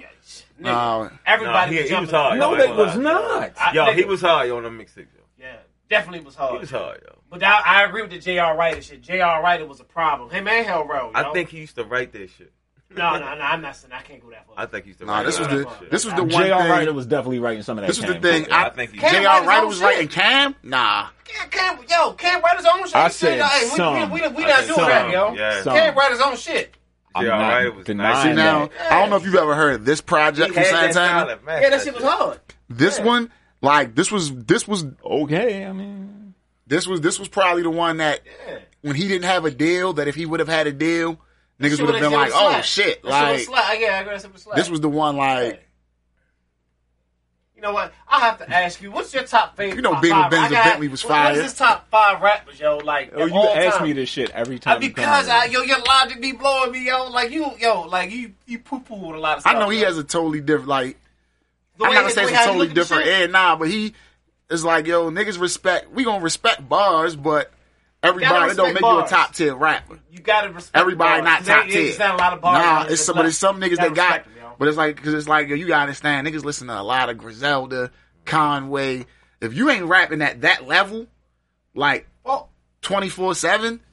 [SPEAKER 4] Nigga,
[SPEAKER 1] Nah.
[SPEAKER 4] everybody
[SPEAKER 3] Nah, he-
[SPEAKER 4] was
[SPEAKER 3] he was
[SPEAKER 4] jumping.
[SPEAKER 3] hard.
[SPEAKER 8] No,
[SPEAKER 3] I
[SPEAKER 8] they
[SPEAKER 3] ain't
[SPEAKER 8] was
[SPEAKER 3] gonna
[SPEAKER 8] not.
[SPEAKER 4] I- Oh,
[SPEAKER 3] Yo, he
[SPEAKER 4] nigga,
[SPEAKER 3] was hard yo, on them mixtapes. Yo,
[SPEAKER 4] Yeah, definitely was hard.
[SPEAKER 3] he was hard yo.
[SPEAKER 4] But I, I agree with the J.R. Ryder shit. J.R. Ryder was a problem. Him and Hell Row.
[SPEAKER 3] I think he used to write that shit.
[SPEAKER 4] No, no, no. I'm not saying I can't go that far.
[SPEAKER 3] I think he used to.
[SPEAKER 1] Nah,
[SPEAKER 3] write
[SPEAKER 1] this
[SPEAKER 3] a
[SPEAKER 1] was
[SPEAKER 3] lot of
[SPEAKER 1] the
[SPEAKER 3] shit.
[SPEAKER 1] this was the one
[SPEAKER 8] J.R. Ryder
[SPEAKER 1] thing.
[SPEAKER 8] was definitely writing some of that.
[SPEAKER 1] This was the
[SPEAKER 8] Cam
[SPEAKER 1] thing.
[SPEAKER 8] shit.
[SPEAKER 3] I
[SPEAKER 1] I
[SPEAKER 3] think he.
[SPEAKER 4] Cam-
[SPEAKER 1] J.R. Ryder was
[SPEAKER 4] Cam-
[SPEAKER 1] writing Cam. Nah,
[SPEAKER 4] Cam, Cam, yo, Cam write his own shit.
[SPEAKER 8] I
[SPEAKER 4] He said,
[SPEAKER 8] said
[SPEAKER 4] no, hey,
[SPEAKER 8] some.
[SPEAKER 4] we, we, we, we
[SPEAKER 3] I
[SPEAKER 4] not
[SPEAKER 3] said
[SPEAKER 4] doing that,
[SPEAKER 3] some,
[SPEAKER 4] yo.
[SPEAKER 3] yeah.
[SPEAKER 4] Cam write his own shit.
[SPEAKER 8] I'm
[SPEAKER 3] J.R.
[SPEAKER 8] not
[SPEAKER 3] Ryder was
[SPEAKER 8] denying
[SPEAKER 3] nice.
[SPEAKER 1] see
[SPEAKER 3] I
[SPEAKER 1] now I don't know if you've ever heard this project from
[SPEAKER 3] He had that
[SPEAKER 1] Santana.
[SPEAKER 3] style, man.
[SPEAKER 4] Yeah, that shit was hard.
[SPEAKER 1] This one, like this was this was
[SPEAKER 8] okay. I mean,
[SPEAKER 1] this was this was probably the one that when he didn't have a deal, that if he would have had a deal, niggas
[SPEAKER 4] Shit
[SPEAKER 1] would have been
[SPEAKER 4] shit
[SPEAKER 1] like,
[SPEAKER 4] was
[SPEAKER 1] oh
[SPEAKER 4] slack.
[SPEAKER 1] shit,
[SPEAKER 4] That shit
[SPEAKER 1] like
[SPEAKER 4] was slack. Yeah, I agree. That shit was slack.
[SPEAKER 1] this was the one like
[SPEAKER 4] You know what? I have to ask you, what's your top favorite?
[SPEAKER 1] You know
[SPEAKER 4] top
[SPEAKER 1] Beamer
[SPEAKER 4] five?
[SPEAKER 1] Benz
[SPEAKER 4] I got-
[SPEAKER 1] Bentley was
[SPEAKER 4] what- what
[SPEAKER 1] fire.
[SPEAKER 4] is his top five rappers, yo? Like,
[SPEAKER 8] oh,
[SPEAKER 4] of
[SPEAKER 8] you
[SPEAKER 4] all
[SPEAKER 8] ask
[SPEAKER 4] time?
[SPEAKER 8] me this shit every
[SPEAKER 4] Uh,
[SPEAKER 8] time. you come
[SPEAKER 4] because
[SPEAKER 8] here.
[SPEAKER 4] I, yo, your logic be blowing me, yo. Like you, yo, like you, you poo poo with a lot of
[SPEAKER 1] I
[SPEAKER 4] stuff.
[SPEAKER 1] know he
[SPEAKER 4] yo.
[SPEAKER 1] has a totally different like
[SPEAKER 4] The
[SPEAKER 1] I'm
[SPEAKER 4] way-
[SPEAKER 1] not gonna say
[SPEAKER 4] the
[SPEAKER 1] it's
[SPEAKER 4] way
[SPEAKER 1] a
[SPEAKER 4] how you
[SPEAKER 1] totally
[SPEAKER 4] look at the
[SPEAKER 1] different
[SPEAKER 4] shit.
[SPEAKER 1] air, nah, but he is like, yo, niggas respect we gonna respect bars, but everybody it don't
[SPEAKER 4] respect
[SPEAKER 1] make
[SPEAKER 4] bars.
[SPEAKER 1] you a top tier rapper.
[SPEAKER 4] You gotta respect
[SPEAKER 1] Everybody
[SPEAKER 4] the
[SPEAKER 1] not
[SPEAKER 4] bars. There-
[SPEAKER 1] top tier.
[SPEAKER 4] There's not a lot of bars.
[SPEAKER 1] Nah,
[SPEAKER 4] out there
[SPEAKER 1] it's
[SPEAKER 4] that's
[SPEAKER 1] some, but
[SPEAKER 4] left.
[SPEAKER 1] it's some niggas
[SPEAKER 4] Gotta
[SPEAKER 1] that got.
[SPEAKER 4] respect 'em, yo.
[SPEAKER 1] but it's like because it's like yo, you gotta understand, niggas listen to a lot of Griselda, Conway. If you ain't rapping at that level, like
[SPEAKER 4] Well,
[SPEAKER 1] twenty four seven,
[SPEAKER 4] Oh,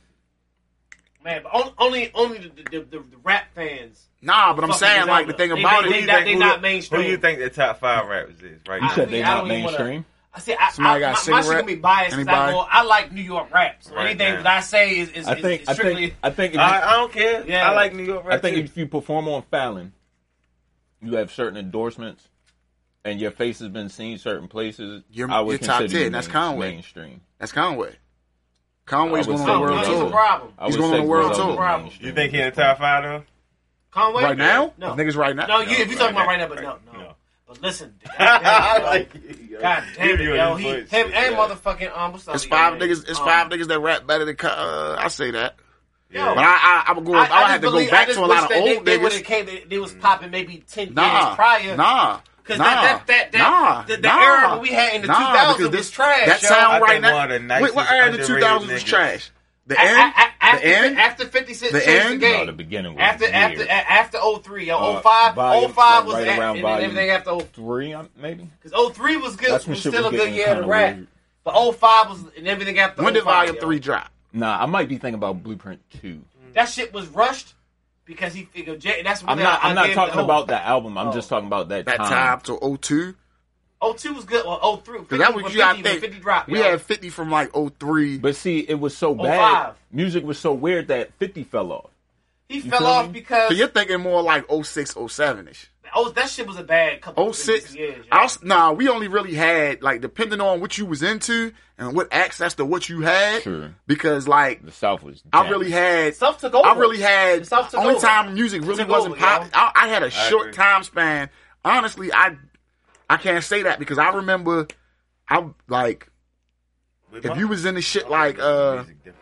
[SPEAKER 4] man, but on- only only the, the, the, the rap fans.
[SPEAKER 1] nah. But I'm
[SPEAKER 4] Fucking
[SPEAKER 1] saying like the thing
[SPEAKER 4] Griselda. They-
[SPEAKER 1] about
[SPEAKER 4] they-
[SPEAKER 1] it,
[SPEAKER 4] not- they
[SPEAKER 3] who
[SPEAKER 4] not
[SPEAKER 3] the-
[SPEAKER 4] mainstream.
[SPEAKER 3] Who do you think the top five rappers is? Right.
[SPEAKER 8] you
[SPEAKER 3] now?
[SPEAKER 8] said they
[SPEAKER 4] I
[SPEAKER 8] not
[SPEAKER 4] don't even wanna-
[SPEAKER 8] mainstream.
[SPEAKER 4] I see. I,
[SPEAKER 1] Somebody
[SPEAKER 4] I,
[SPEAKER 1] got
[SPEAKER 4] my, my shit
[SPEAKER 1] cigarette?
[SPEAKER 4] gonna be biased. 'cause I,
[SPEAKER 1] Anybody?
[SPEAKER 4] go, I like New York rap, so
[SPEAKER 3] Right
[SPEAKER 4] anything
[SPEAKER 3] now.
[SPEAKER 4] that I say is, is,
[SPEAKER 8] I
[SPEAKER 4] is-
[SPEAKER 8] think
[SPEAKER 4] is
[SPEAKER 8] I
[SPEAKER 4] strictly.
[SPEAKER 8] think I think if you
[SPEAKER 3] I, I don't care.
[SPEAKER 4] Yeah.
[SPEAKER 3] I like New York rap
[SPEAKER 8] I think
[SPEAKER 3] too.
[SPEAKER 8] if you perform on Fallon, you have certain endorsements, and your face has been seen certain places.
[SPEAKER 1] You're-
[SPEAKER 8] I would
[SPEAKER 1] you're top
[SPEAKER 8] consider
[SPEAKER 1] 10,
[SPEAKER 8] you
[SPEAKER 1] that's
[SPEAKER 8] main-
[SPEAKER 1] Conway.
[SPEAKER 8] mainstream.
[SPEAKER 1] that's Conway. Conway's
[SPEAKER 8] I would
[SPEAKER 1] going on
[SPEAKER 8] say
[SPEAKER 1] the
[SPEAKER 4] no,
[SPEAKER 1] world
[SPEAKER 4] no, he's a
[SPEAKER 8] Griselda.
[SPEAKER 1] tour.
[SPEAKER 4] problem.
[SPEAKER 8] I
[SPEAKER 1] He's
[SPEAKER 8] would
[SPEAKER 1] going on
[SPEAKER 8] say
[SPEAKER 1] the world
[SPEAKER 8] Griselda
[SPEAKER 1] tour.
[SPEAKER 8] is
[SPEAKER 4] Problem.
[SPEAKER 8] mainstream.
[SPEAKER 3] you think he in the top five
[SPEAKER 4] *laughs*
[SPEAKER 3] though?
[SPEAKER 4] Conway
[SPEAKER 1] Right now, If
[SPEAKER 4] No,
[SPEAKER 1] niggas right now.
[SPEAKER 4] No, you, if you talking about right now, but no, no. But *laughs* listen, God damn, yo. God damn it, yo. He, him and motherfucking um, what's up?
[SPEAKER 1] It's five niggas.
[SPEAKER 4] Um,
[SPEAKER 1] It's five niggas that rap better than. Con- Uh, I say that,
[SPEAKER 4] Yo,
[SPEAKER 1] but I I, I would go. I,
[SPEAKER 4] just
[SPEAKER 1] would have to
[SPEAKER 4] believe-
[SPEAKER 1] go
[SPEAKER 4] I
[SPEAKER 1] back
[SPEAKER 4] just
[SPEAKER 1] to a
[SPEAKER 4] wish
[SPEAKER 1] lot of
[SPEAKER 4] that
[SPEAKER 1] old
[SPEAKER 4] they, they would've
[SPEAKER 1] niggas.
[SPEAKER 4] Came, they, they was popping maybe ten
[SPEAKER 1] Nah,
[SPEAKER 4] years prior.
[SPEAKER 1] nah,
[SPEAKER 4] Because
[SPEAKER 1] nah,
[SPEAKER 4] that, that, that,
[SPEAKER 1] nah,
[SPEAKER 4] the, the
[SPEAKER 1] nah,
[SPEAKER 4] era that we had in the
[SPEAKER 1] nah,
[SPEAKER 4] 2000s
[SPEAKER 1] because
[SPEAKER 4] was
[SPEAKER 1] this-
[SPEAKER 4] trash,
[SPEAKER 1] That
[SPEAKER 4] yo.
[SPEAKER 3] I
[SPEAKER 1] sound
[SPEAKER 3] think
[SPEAKER 1] right now.
[SPEAKER 3] one of the
[SPEAKER 1] Wait,
[SPEAKER 3] nicest
[SPEAKER 1] what era in the two
[SPEAKER 3] underrated
[SPEAKER 1] thousands was
[SPEAKER 3] niggas.
[SPEAKER 1] trash? The
[SPEAKER 4] A- a-
[SPEAKER 1] end,
[SPEAKER 4] a-
[SPEAKER 1] the end.
[SPEAKER 4] after, after 50 Cent
[SPEAKER 1] The
[SPEAKER 4] changed the
[SPEAKER 1] end?
[SPEAKER 4] game.
[SPEAKER 8] No, the beginning was
[SPEAKER 4] after after
[SPEAKER 8] weird.
[SPEAKER 4] a- after 03, yo,
[SPEAKER 8] Uh,
[SPEAKER 4] 05,
[SPEAKER 8] volume,
[SPEAKER 4] 05
[SPEAKER 8] like,
[SPEAKER 4] was
[SPEAKER 8] right
[SPEAKER 4] at,
[SPEAKER 8] around
[SPEAKER 4] and then
[SPEAKER 8] volume.
[SPEAKER 4] everything after oh, 05.
[SPEAKER 8] Three,
[SPEAKER 2] uh,
[SPEAKER 8] um, maybe.
[SPEAKER 4] Because 03 was good,
[SPEAKER 8] That's when
[SPEAKER 4] was
[SPEAKER 8] shit
[SPEAKER 4] still
[SPEAKER 8] was
[SPEAKER 4] a good
[SPEAKER 8] getting
[SPEAKER 4] year to
[SPEAKER 8] kinda
[SPEAKER 4] rap.
[SPEAKER 8] weird.
[SPEAKER 4] But 05 was, and everything after
[SPEAKER 1] when did
[SPEAKER 4] 05,
[SPEAKER 1] Volume
[SPEAKER 4] yo.
[SPEAKER 1] Three drop?
[SPEAKER 8] Nah, I might be thinking about Blueprint Two.
[SPEAKER 4] That shit was rushed because he figured Jay, that's what
[SPEAKER 8] I'm not. I'm not talking about
[SPEAKER 4] that.
[SPEAKER 8] that album. I'm
[SPEAKER 4] Oh.
[SPEAKER 8] just talking about that,
[SPEAKER 1] That time to 02?
[SPEAKER 4] 02 was good, or 03. 50,
[SPEAKER 1] Because that was
[SPEAKER 4] when
[SPEAKER 1] you got
[SPEAKER 4] 50,
[SPEAKER 1] to
[SPEAKER 4] when
[SPEAKER 1] think.
[SPEAKER 4] 50 dropped.
[SPEAKER 1] we
[SPEAKER 4] yo.
[SPEAKER 1] had 50 from like 03.
[SPEAKER 8] But see, it was so bad.
[SPEAKER 4] Oh, five.
[SPEAKER 8] Music was so weird that Fifty fell off.
[SPEAKER 4] he
[SPEAKER 8] feel
[SPEAKER 4] fell off
[SPEAKER 8] me?
[SPEAKER 4] because
[SPEAKER 1] so you're thinking more like 06, 07 ish.
[SPEAKER 4] oh, that shit was a bad couple of
[SPEAKER 1] 06?
[SPEAKER 4] years. yo.
[SPEAKER 1] I'll s- Nah, we only really had, like, depending on what you was into and what access to what you had.
[SPEAKER 8] Sure.
[SPEAKER 1] Because, like,
[SPEAKER 8] The South was.
[SPEAKER 1] I
[SPEAKER 8] down.
[SPEAKER 1] really had.
[SPEAKER 4] Stuff took over.
[SPEAKER 1] I really had.
[SPEAKER 4] Stuff took
[SPEAKER 1] Only
[SPEAKER 4] over.
[SPEAKER 1] time music really
[SPEAKER 4] Took
[SPEAKER 1] wasn't
[SPEAKER 4] over,
[SPEAKER 1] pop.
[SPEAKER 4] yo.
[SPEAKER 1] I, I had a short
[SPEAKER 3] agree.
[SPEAKER 1] time span. Honestly, I I can't say that because I remember I like
[SPEAKER 3] With
[SPEAKER 1] if
[SPEAKER 3] my-
[SPEAKER 1] you was into shit like uh
[SPEAKER 3] Music different.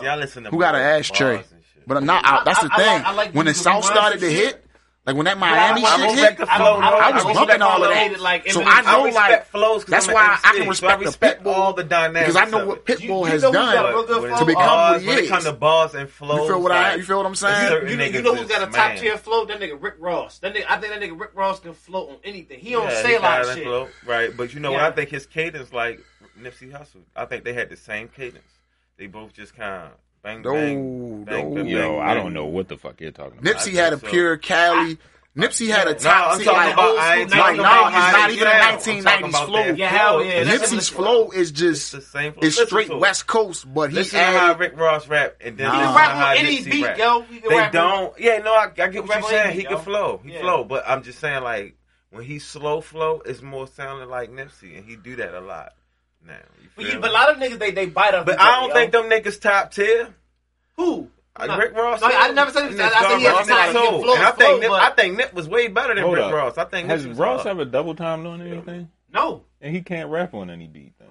[SPEAKER 3] See, I listen to
[SPEAKER 1] who got an
[SPEAKER 3] bars
[SPEAKER 1] ashtray,
[SPEAKER 3] and shit.
[SPEAKER 1] but I'm not out. That's the
[SPEAKER 4] I- I
[SPEAKER 1] thing.
[SPEAKER 4] like- I like
[SPEAKER 1] when the
[SPEAKER 4] music
[SPEAKER 1] South
[SPEAKER 4] with bars
[SPEAKER 1] started
[SPEAKER 4] and
[SPEAKER 1] to
[SPEAKER 4] shit.
[SPEAKER 1] hit, like when that
[SPEAKER 4] I-
[SPEAKER 1] Miami
[SPEAKER 4] I
[SPEAKER 1] shit
[SPEAKER 4] won't
[SPEAKER 1] hit,
[SPEAKER 3] let the
[SPEAKER 4] I,
[SPEAKER 3] flow
[SPEAKER 4] don't- I, don't-
[SPEAKER 3] go.
[SPEAKER 4] I
[SPEAKER 1] I was
[SPEAKER 4] don't
[SPEAKER 1] bumping
[SPEAKER 4] respect
[SPEAKER 1] all of
[SPEAKER 4] the
[SPEAKER 1] that.
[SPEAKER 4] hated, Like,
[SPEAKER 1] So
[SPEAKER 4] Eminem.
[SPEAKER 1] I know,
[SPEAKER 3] I respect
[SPEAKER 1] like,
[SPEAKER 3] flows 'cause
[SPEAKER 1] that's
[SPEAKER 3] I'm
[SPEAKER 1] why
[SPEAKER 3] an
[SPEAKER 1] I can
[SPEAKER 3] MC,
[SPEAKER 1] respect
[SPEAKER 3] so I
[SPEAKER 1] the
[SPEAKER 3] respect
[SPEAKER 1] Pitbull,
[SPEAKER 3] all the dynamics
[SPEAKER 1] because I know
[SPEAKER 3] of
[SPEAKER 1] what
[SPEAKER 3] it.
[SPEAKER 4] You-
[SPEAKER 1] Pitbull
[SPEAKER 4] you
[SPEAKER 1] has
[SPEAKER 4] know who's got a
[SPEAKER 1] done.
[SPEAKER 4] real good flow?
[SPEAKER 3] to
[SPEAKER 1] become
[SPEAKER 3] bars,
[SPEAKER 1] what he
[SPEAKER 3] when it
[SPEAKER 1] is.
[SPEAKER 3] comes to bars and flows.
[SPEAKER 1] You feel what I?
[SPEAKER 3] like,
[SPEAKER 1] You feel what I'm
[SPEAKER 3] it's
[SPEAKER 1] saying?
[SPEAKER 3] certain
[SPEAKER 4] You know, you
[SPEAKER 3] niggas
[SPEAKER 4] know who's
[SPEAKER 3] that's
[SPEAKER 4] got a top
[SPEAKER 3] mad.
[SPEAKER 4] tier float? That nigga Rick Ross. That nigga, I think that nigga Rick Ross can float on anything. He don't
[SPEAKER 3] Yeah,
[SPEAKER 4] say
[SPEAKER 3] he
[SPEAKER 4] a lot
[SPEAKER 3] got
[SPEAKER 4] of
[SPEAKER 3] that
[SPEAKER 4] shit.
[SPEAKER 3] flow, Right, but you know
[SPEAKER 4] Yeah.
[SPEAKER 3] what? I think his cadence, like Nipsey Hussle, I think they had the same cadence. They both just kind of bang,
[SPEAKER 1] No,
[SPEAKER 3] bang, bang,
[SPEAKER 1] no.
[SPEAKER 3] bang,
[SPEAKER 2] Yo,
[SPEAKER 3] bang,
[SPEAKER 2] I
[SPEAKER 3] bang.
[SPEAKER 2] don't know what the fuck you're talking about.
[SPEAKER 1] Nipsey
[SPEAKER 3] think
[SPEAKER 1] had a
[SPEAKER 3] so.
[SPEAKER 1] pure Cali. Nipsey had a
[SPEAKER 4] No,
[SPEAKER 3] No,
[SPEAKER 1] top.
[SPEAKER 3] I'm
[SPEAKER 1] tier,
[SPEAKER 3] talking
[SPEAKER 1] like,
[SPEAKER 3] about. I ain't
[SPEAKER 4] Like,
[SPEAKER 3] talking
[SPEAKER 4] no,
[SPEAKER 3] about
[SPEAKER 4] it's
[SPEAKER 3] how
[SPEAKER 4] not
[SPEAKER 3] they
[SPEAKER 1] even a
[SPEAKER 3] sound. I'm
[SPEAKER 1] 1990s
[SPEAKER 3] talking about
[SPEAKER 1] flow.
[SPEAKER 3] their
[SPEAKER 4] Yeah, hell yeah,
[SPEAKER 3] flow.
[SPEAKER 4] that's-
[SPEAKER 1] Nipsey's flow is
[SPEAKER 3] It's
[SPEAKER 1] just
[SPEAKER 3] the same flow.
[SPEAKER 1] it's
[SPEAKER 3] Listen
[SPEAKER 1] straight
[SPEAKER 3] to it.
[SPEAKER 1] West Coast, but he
[SPEAKER 3] Listen to how
[SPEAKER 1] added.
[SPEAKER 3] Rick Ross rap and then
[SPEAKER 1] He can
[SPEAKER 3] listen
[SPEAKER 1] rap
[SPEAKER 3] to
[SPEAKER 4] on
[SPEAKER 3] how
[SPEAKER 4] any
[SPEAKER 3] Nipsey
[SPEAKER 4] beat,
[SPEAKER 3] rap.
[SPEAKER 4] yo. He can
[SPEAKER 3] they
[SPEAKER 4] rap on-
[SPEAKER 3] don't. Yeah, no, I, I get what
[SPEAKER 4] rap
[SPEAKER 3] you're
[SPEAKER 4] on
[SPEAKER 3] saying.
[SPEAKER 4] any
[SPEAKER 3] he
[SPEAKER 4] beat,
[SPEAKER 3] can
[SPEAKER 4] yo.
[SPEAKER 3] flow. He
[SPEAKER 4] Yeah.
[SPEAKER 3] flow, but I'm just saying like when he slow flow, it's more sounding like Nipsey, and he do that a lot now. You
[SPEAKER 4] But,
[SPEAKER 3] feel
[SPEAKER 4] you,
[SPEAKER 3] me?
[SPEAKER 4] but a lot of niggas they they bite up.
[SPEAKER 3] But
[SPEAKER 4] each other,
[SPEAKER 3] I don't
[SPEAKER 4] yo.
[SPEAKER 3] think them niggas top tier.
[SPEAKER 4] who.
[SPEAKER 3] Like
[SPEAKER 4] No.
[SPEAKER 3] Rick Ross.
[SPEAKER 4] No, I never said he was-
[SPEAKER 3] Niggas
[SPEAKER 4] I- I said he
[SPEAKER 3] gone
[SPEAKER 4] had
[SPEAKER 3] wrong.
[SPEAKER 4] time to
[SPEAKER 3] Niggas
[SPEAKER 4] get
[SPEAKER 3] old.
[SPEAKER 4] flow,
[SPEAKER 3] And I
[SPEAKER 4] flow,
[SPEAKER 3] think Nip,
[SPEAKER 4] but-
[SPEAKER 3] I think Nip was way better than
[SPEAKER 8] Hold
[SPEAKER 3] Rick
[SPEAKER 8] up.
[SPEAKER 3] Ross. I think uh,
[SPEAKER 8] Has
[SPEAKER 3] Nipsey was
[SPEAKER 8] Ross
[SPEAKER 3] hard.
[SPEAKER 8] ever double timed on anything?
[SPEAKER 4] No,
[SPEAKER 8] And he can't rap on any beat. Thing.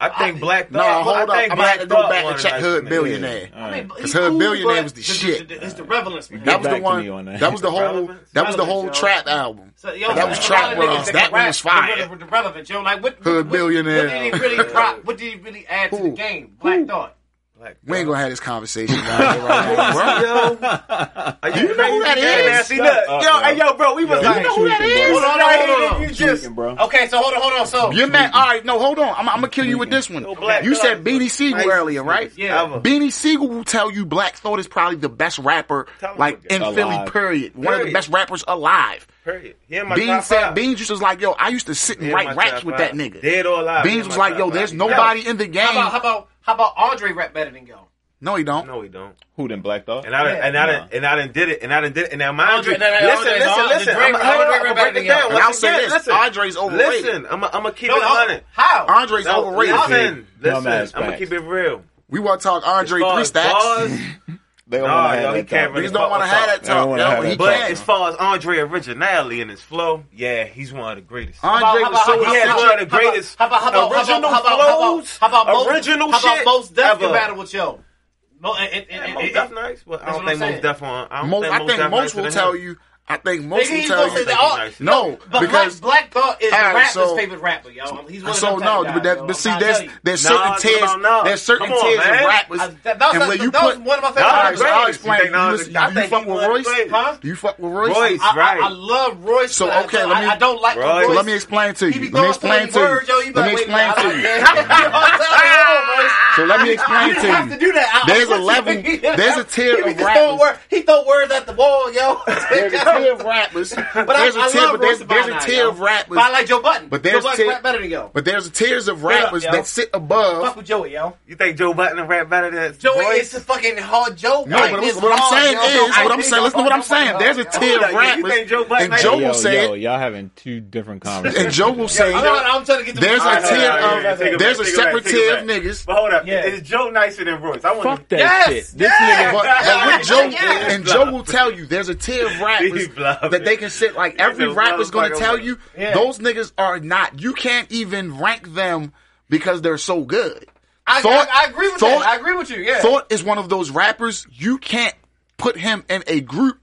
[SPEAKER 3] I think Black
[SPEAKER 1] No,
[SPEAKER 3] Thought.
[SPEAKER 1] hold up.
[SPEAKER 3] I
[SPEAKER 1] I'm
[SPEAKER 3] think
[SPEAKER 1] gonna
[SPEAKER 3] Black
[SPEAKER 1] have to go
[SPEAKER 3] Thought
[SPEAKER 1] back and
[SPEAKER 3] wanted
[SPEAKER 1] check
[SPEAKER 3] us
[SPEAKER 1] Hood
[SPEAKER 3] to-
[SPEAKER 1] Billionaire.
[SPEAKER 8] All right.
[SPEAKER 1] Because her billionaire was the shit.
[SPEAKER 4] It's the relevance, man.
[SPEAKER 1] That was the
[SPEAKER 8] back to
[SPEAKER 1] one.
[SPEAKER 8] me on that.
[SPEAKER 1] That
[SPEAKER 3] *laughs*
[SPEAKER 1] was the whole.
[SPEAKER 3] Relevance?
[SPEAKER 1] That was the whole
[SPEAKER 6] Relevance, yo.
[SPEAKER 1] trap album.
[SPEAKER 4] So, yo,
[SPEAKER 1] That was
[SPEAKER 4] a
[SPEAKER 1] Trap
[SPEAKER 4] lot of niggas
[SPEAKER 1] Ross.
[SPEAKER 4] can
[SPEAKER 1] That one
[SPEAKER 4] rap
[SPEAKER 1] was fire.
[SPEAKER 4] The, rele- the relevance, yo. Like, what,
[SPEAKER 1] Hood
[SPEAKER 4] what,
[SPEAKER 1] billionaire.
[SPEAKER 4] What did he really drop? What did he really add to
[SPEAKER 1] Who?
[SPEAKER 4] the game? Black Thought.
[SPEAKER 3] Black
[SPEAKER 1] We ain't
[SPEAKER 3] Thought.
[SPEAKER 1] gonna have this conversation.
[SPEAKER 3] *laughs*
[SPEAKER 1] Right
[SPEAKER 3] Are you
[SPEAKER 1] know who that
[SPEAKER 3] crazy?
[SPEAKER 1] is?
[SPEAKER 3] Yeah, see, look.
[SPEAKER 8] up,
[SPEAKER 3] Yo,
[SPEAKER 8] yo.
[SPEAKER 3] hey, yo, bro, we was
[SPEAKER 8] Yo,
[SPEAKER 3] like,
[SPEAKER 8] you know who that
[SPEAKER 3] you
[SPEAKER 8] is?
[SPEAKER 3] was
[SPEAKER 4] Hold on,
[SPEAKER 3] right
[SPEAKER 4] hold on,
[SPEAKER 3] and
[SPEAKER 4] hold
[SPEAKER 3] you
[SPEAKER 4] on.
[SPEAKER 3] just
[SPEAKER 8] Tweaking,
[SPEAKER 1] Oh.
[SPEAKER 8] bro.
[SPEAKER 4] Okay, so hold on, hold on. So,
[SPEAKER 1] You're mad. All right, no, hold on. I'm, I'm gonna kill you with this one.
[SPEAKER 3] Black
[SPEAKER 1] You
[SPEAKER 3] Thought
[SPEAKER 1] said
[SPEAKER 3] is
[SPEAKER 1] Beanie
[SPEAKER 3] nice
[SPEAKER 1] Siegel earlier, right?
[SPEAKER 4] Yeah.
[SPEAKER 3] Ever.
[SPEAKER 1] Beanie Siegel will tell you Black Thought is probably the best rapper,
[SPEAKER 3] Tell him
[SPEAKER 1] like in
[SPEAKER 3] again.
[SPEAKER 1] Philly.
[SPEAKER 8] Alive.
[SPEAKER 1] Period. One of the
[SPEAKER 3] Period.
[SPEAKER 1] best rappers alive.
[SPEAKER 3] Period. He in my
[SPEAKER 1] Bean
[SPEAKER 3] top
[SPEAKER 1] said
[SPEAKER 3] five.
[SPEAKER 1] Bean just was like, yo, I used to sit and
[SPEAKER 3] He in my
[SPEAKER 1] write raps
[SPEAKER 3] top
[SPEAKER 1] with
[SPEAKER 3] five.
[SPEAKER 1] that nigga.
[SPEAKER 3] Dead or alive. he
[SPEAKER 1] Beans
[SPEAKER 3] in
[SPEAKER 1] was
[SPEAKER 3] my
[SPEAKER 1] like,
[SPEAKER 3] top
[SPEAKER 1] yo,
[SPEAKER 3] five.
[SPEAKER 1] there's
[SPEAKER 3] Yo,
[SPEAKER 1] nobody in the
[SPEAKER 4] how about how
[SPEAKER 1] game.
[SPEAKER 4] about how about Andre rap better than yo?
[SPEAKER 1] No, he don't.
[SPEAKER 3] No, he don't.
[SPEAKER 8] Who then Black Thought?
[SPEAKER 3] And I done,
[SPEAKER 4] Yeah.
[SPEAKER 3] and I done, and I done did it, and I done did it. And now mind
[SPEAKER 4] Andre-
[SPEAKER 3] you,
[SPEAKER 4] no, no,
[SPEAKER 3] listen,
[SPEAKER 4] Andre's
[SPEAKER 3] listen,
[SPEAKER 4] all- the
[SPEAKER 3] listen.
[SPEAKER 4] Drake-
[SPEAKER 3] I'm hold
[SPEAKER 4] Andre
[SPEAKER 3] on,
[SPEAKER 4] Ray
[SPEAKER 3] I'm gonna break
[SPEAKER 4] better
[SPEAKER 3] it down.
[SPEAKER 4] than y'all.
[SPEAKER 1] And I'll
[SPEAKER 3] Once
[SPEAKER 1] say
[SPEAKER 3] again,
[SPEAKER 1] this:
[SPEAKER 3] listen,
[SPEAKER 1] Andre's overrated.
[SPEAKER 3] listen. I'm, I'm gonna keep
[SPEAKER 4] No,
[SPEAKER 3] it running.
[SPEAKER 4] how?
[SPEAKER 1] Andre's
[SPEAKER 3] No,
[SPEAKER 1] overrated.
[SPEAKER 3] Listen,
[SPEAKER 8] Dumbass
[SPEAKER 3] listen. I'm gonna
[SPEAKER 8] facts.
[SPEAKER 3] keep it real.
[SPEAKER 1] We want to talk Andre
[SPEAKER 3] As far
[SPEAKER 1] three
[SPEAKER 3] as
[SPEAKER 1] stacks.
[SPEAKER 3] bars,
[SPEAKER 8] They don't
[SPEAKER 3] Nah,
[SPEAKER 8] want to
[SPEAKER 3] yo,
[SPEAKER 8] have
[SPEAKER 3] he
[SPEAKER 8] that
[SPEAKER 3] can't
[SPEAKER 8] topic.
[SPEAKER 3] really-
[SPEAKER 1] Niggas don't want to have that
[SPEAKER 8] They don't
[SPEAKER 1] talk.
[SPEAKER 8] wanna
[SPEAKER 1] yo.
[SPEAKER 8] have
[SPEAKER 1] He
[SPEAKER 8] that
[SPEAKER 3] But
[SPEAKER 8] talk.
[SPEAKER 1] can't.
[SPEAKER 3] as far as Andre originality and his flow, yeah, he's one of the greatest.
[SPEAKER 1] Andre
[SPEAKER 4] How
[SPEAKER 1] was
[SPEAKER 4] about-
[SPEAKER 1] so
[SPEAKER 4] how
[SPEAKER 3] he has
[SPEAKER 4] about-
[SPEAKER 1] eccentric.
[SPEAKER 3] one of the greatest
[SPEAKER 4] How about how about how
[SPEAKER 3] original
[SPEAKER 4] about how about how about,
[SPEAKER 3] flows,
[SPEAKER 4] how about most,
[SPEAKER 3] original
[SPEAKER 4] how about
[SPEAKER 3] shit
[SPEAKER 4] most Def can
[SPEAKER 3] ever.
[SPEAKER 4] battle with yo? Mo, and, and,
[SPEAKER 3] Yeah,
[SPEAKER 4] and,
[SPEAKER 3] Mos
[SPEAKER 4] and,
[SPEAKER 3] Def nice,
[SPEAKER 4] and,
[SPEAKER 3] but I
[SPEAKER 4] That's
[SPEAKER 3] don't
[SPEAKER 4] what I'm
[SPEAKER 3] think
[SPEAKER 4] saying.
[SPEAKER 3] Most Def on. I don't
[SPEAKER 1] Mo-
[SPEAKER 3] think
[SPEAKER 1] I
[SPEAKER 3] Mos
[SPEAKER 1] think
[SPEAKER 3] Def
[SPEAKER 1] most
[SPEAKER 3] nice
[SPEAKER 1] will
[SPEAKER 3] to the
[SPEAKER 1] tell
[SPEAKER 3] hill.
[SPEAKER 1] you. I think most
[SPEAKER 4] Nigga,
[SPEAKER 1] will
[SPEAKER 4] he's
[SPEAKER 1] tell
[SPEAKER 4] gonna say
[SPEAKER 1] you.
[SPEAKER 3] think
[SPEAKER 4] that
[SPEAKER 3] he's
[SPEAKER 4] all.
[SPEAKER 3] nice.
[SPEAKER 1] No,
[SPEAKER 4] but
[SPEAKER 1] because
[SPEAKER 4] Black, Black Thought is
[SPEAKER 1] All right,
[SPEAKER 4] the rapper's
[SPEAKER 1] so-
[SPEAKER 4] favorite rapper, yo. He's one
[SPEAKER 1] So
[SPEAKER 4] of them
[SPEAKER 1] no,
[SPEAKER 4] type
[SPEAKER 1] but,
[SPEAKER 4] guys,
[SPEAKER 1] that,
[SPEAKER 4] yo.
[SPEAKER 1] but
[SPEAKER 4] I'm
[SPEAKER 1] see,
[SPEAKER 4] trying to
[SPEAKER 1] there's
[SPEAKER 4] tell you.
[SPEAKER 1] there's
[SPEAKER 3] Nah,
[SPEAKER 1] certain
[SPEAKER 3] it's
[SPEAKER 1] tiers,
[SPEAKER 3] about nah.
[SPEAKER 1] there's certain
[SPEAKER 3] Come on,
[SPEAKER 1] tiers
[SPEAKER 3] man.
[SPEAKER 1] of rappers,
[SPEAKER 4] I- that- that was-
[SPEAKER 1] and when you
[SPEAKER 4] that was
[SPEAKER 1] put,
[SPEAKER 4] one of my favorite
[SPEAKER 1] All right,
[SPEAKER 3] rappers.
[SPEAKER 1] so I'll
[SPEAKER 3] Greatest.
[SPEAKER 1] explain.
[SPEAKER 3] You think
[SPEAKER 1] You
[SPEAKER 3] Nas-
[SPEAKER 1] listen- do
[SPEAKER 3] I
[SPEAKER 1] you
[SPEAKER 3] think
[SPEAKER 1] fuck
[SPEAKER 3] he
[SPEAKER 1] with
[SPEAKER 3] one of the
[SPEAKER 1] Royce?
[SPEAKER 3] greatest.
[SPEAKER 4] Huh?
[SPEAKER 1] Do you fuck with Royce?
[SPEAKER 3] Royce.
[SPEAKER 4] I,
[SPEAKER 3] Right.
[SPEAKER 4] I, I love Royce.
[SPEAKER 1] So,
[SPEAKER 4] but I-
[SPEAKER 1] okay, let me-
[SPEAKER 4] I, I don't like
[SPEAKER 3] Royce.
[SPEAKER 4] Royce.
[SPEAKER 1] Let me explain to
[SPEAKER 4] He
[SPEAKER 1] you. Let
[SPEAKER 4] be
[SPEAKER 1] me
[SPEAKER 4] throwing so many
[SPEAKER 1] explain to
[SPEAKER 4] words, yo. You
[SPEAKER 1] you. Let
[SPEAKER 4] better
[SPEAKER 1] me
[SPEAKER 4] wait a minute.
[SPEAKER 1] explain
[SPEAKER 4] I
[SPEAKER 1] to
[SPEAKER 4] like
[SPEAKER 1] you.
[SPEAKER 4] that.
[SPEAKER 1] So let me
[SPEAKER 4] You
[SPEAKER 1] explain
[SPEAKER 4] didn't have
[SPEAKER 1] to
[SPEAKER 4] to
[SPEAKER 1] you.
[SPEAKER 4] do that. I-
[SPEAKER 1] There's a
[SPEAKER 4] I'm
[SPEAKER 1] level-
[SPEAKER 4] with you.
[SPEAKER 1] there's a tier
[SPEAKER 4] He be
[SPEAKER 1] of
[SPEAKER 4] just throwing
[SPEAKER 1] rappers.
[SPEAKER 4] word- He throw words at the wall, yo.
[SPEAKER 1] There's a tier of rappers.
[SPEAKER 4] But I,
[SPEAKER 1] There's
[SPEAKER 4] I
[SPEAKER 1] a tier,
[SPEAKER 4] love
[SPEAKER 1] but there's,
[SPEAKER 4] Royce
[SPEAKER 1] there's a
[SPEAKER 4] Bynum,
[SPEAKER 1] tier
[SPEAKER 4] yo.
[SPEAKER 1] of rappers.
[SPEAKER 4] But I like Joe Button.
[SPEAKER 1] But there's
[SPEAKER 4] Joe Button
[SPEAKER 1] tier-
[SPEAKER 4] rap better than yo.
[SPEAKER 1] But there's tiers of
[SPEAKER 4] up,
[SPEAKER 1] rappers
[SPEAKER 4] yo.
[SPEAKER 1] that sit
[SPEAKER 4] Fuck
[SPEAKER 1] above.
[SPEAKER 4] with Joey, yo.
[SPEAKER 3] You think Joe Button rap better than
[SPEAKER 4] Joey
[SPEAKER 3] Royce?
[SPEAKER 4] is the fucking hard Joe.
[SPEAKER 1] No, but
[SPEAKER 4] it's
[SPEAKER 1] what, what I'm
[SPEAKER 4] hard,
[SPEAKER 1] saying
[SPEAKER 4] yo.
[SPEAKER 1] is,
[SPEAKER 4] I
[SPEAKER 1] what I'm
[SPEAKER 4] think
[SPEAKER 1] saying, listen to
[SPEAKER 4] I'm
[SPEAKER 1] what I'm
[SPEAKER 4] fucking
[SPEAKER 1] saying.
[SPEAKER 4] hard,
[SPEAKER 1] There's a
[SPEAKER 4] yo.
[SPEAKER 1] tier of
[SPEAKER 3] Hold on, you
[SPEAKER 1] rappers,
[SPEAKER 3] think Joe Button
[SPEAKER 1] and
[SPEAKER 3] ain't-
[SPEAKER 1] Joe
[SPEAKER 8] yo,
[SPEAKER 1] will say
[SPEAKER 8] yo,
[SPEAKER 1] it,
[SPEAKER 8] y'all having two different
[SPEAKER 1] and
[SPEAKER 8] conversations.
[SPEAKER 1] Joe will say
[SPEAKER 4] I'm,
[SPEAKER 1] it.
[SPEAKER 4] not- I'm trying to get to
[SPEAKER 1] There's
[SPEAKER 4] the-
[SPEAKER 1] a tier
[SPEAKER 3] Alright, alright, alright, take
[SPEAKER 1] of
[SPEAKER 3] it
[SPEAKER 1] there's a
[SPEAKER 3] back, take it
[SPEAKER 1] separate
[SPEAKER 3] back, take it
[SPEAKER 1] tier of
[SPEAKER 3] back.
[SPEAKER 1] niggas.
[SPEAKER 3] But hold up,
[SPEAKER 4] Yeah.
[SPEAKER 3] is Joe nicer than Royce? I want
[SPEAKER 8] Fuck that
[SPEAKER 4] Yes,
[SPEAKER 8] shit. This nigga.
[SPEAKER 4] yes.
[SPEAKER 1] But, but with Joe
[SPEAKER 4] Yeah.
[SPEAKER 1] and Joe will tell you, there's a tier of rappers
[SPEAKER 3] *laughs* He bluffing.
[SPEAKER 1] that they can sit. Like every
[SPEAKER 3] He's a
[SPEAKER 1] rapper's going to
[SPEAKER 3] motherfucker.
[SPEAKER 1] tell you,
[SPEAKER 4] Yeah.
[SPEAKER 1] those niggas are not. You can't even rank them because they're so good.
[SPEAKER 4] I,
[SPEAKER 1] Thought-
[SPEAKER 4] I, I agree with
[SPEAKER 1] Thought-
[SPEAKER 4] that. I agree with you. Yeah.
[SPEAKER 1] Thought is one of those rappers you can't put him in a group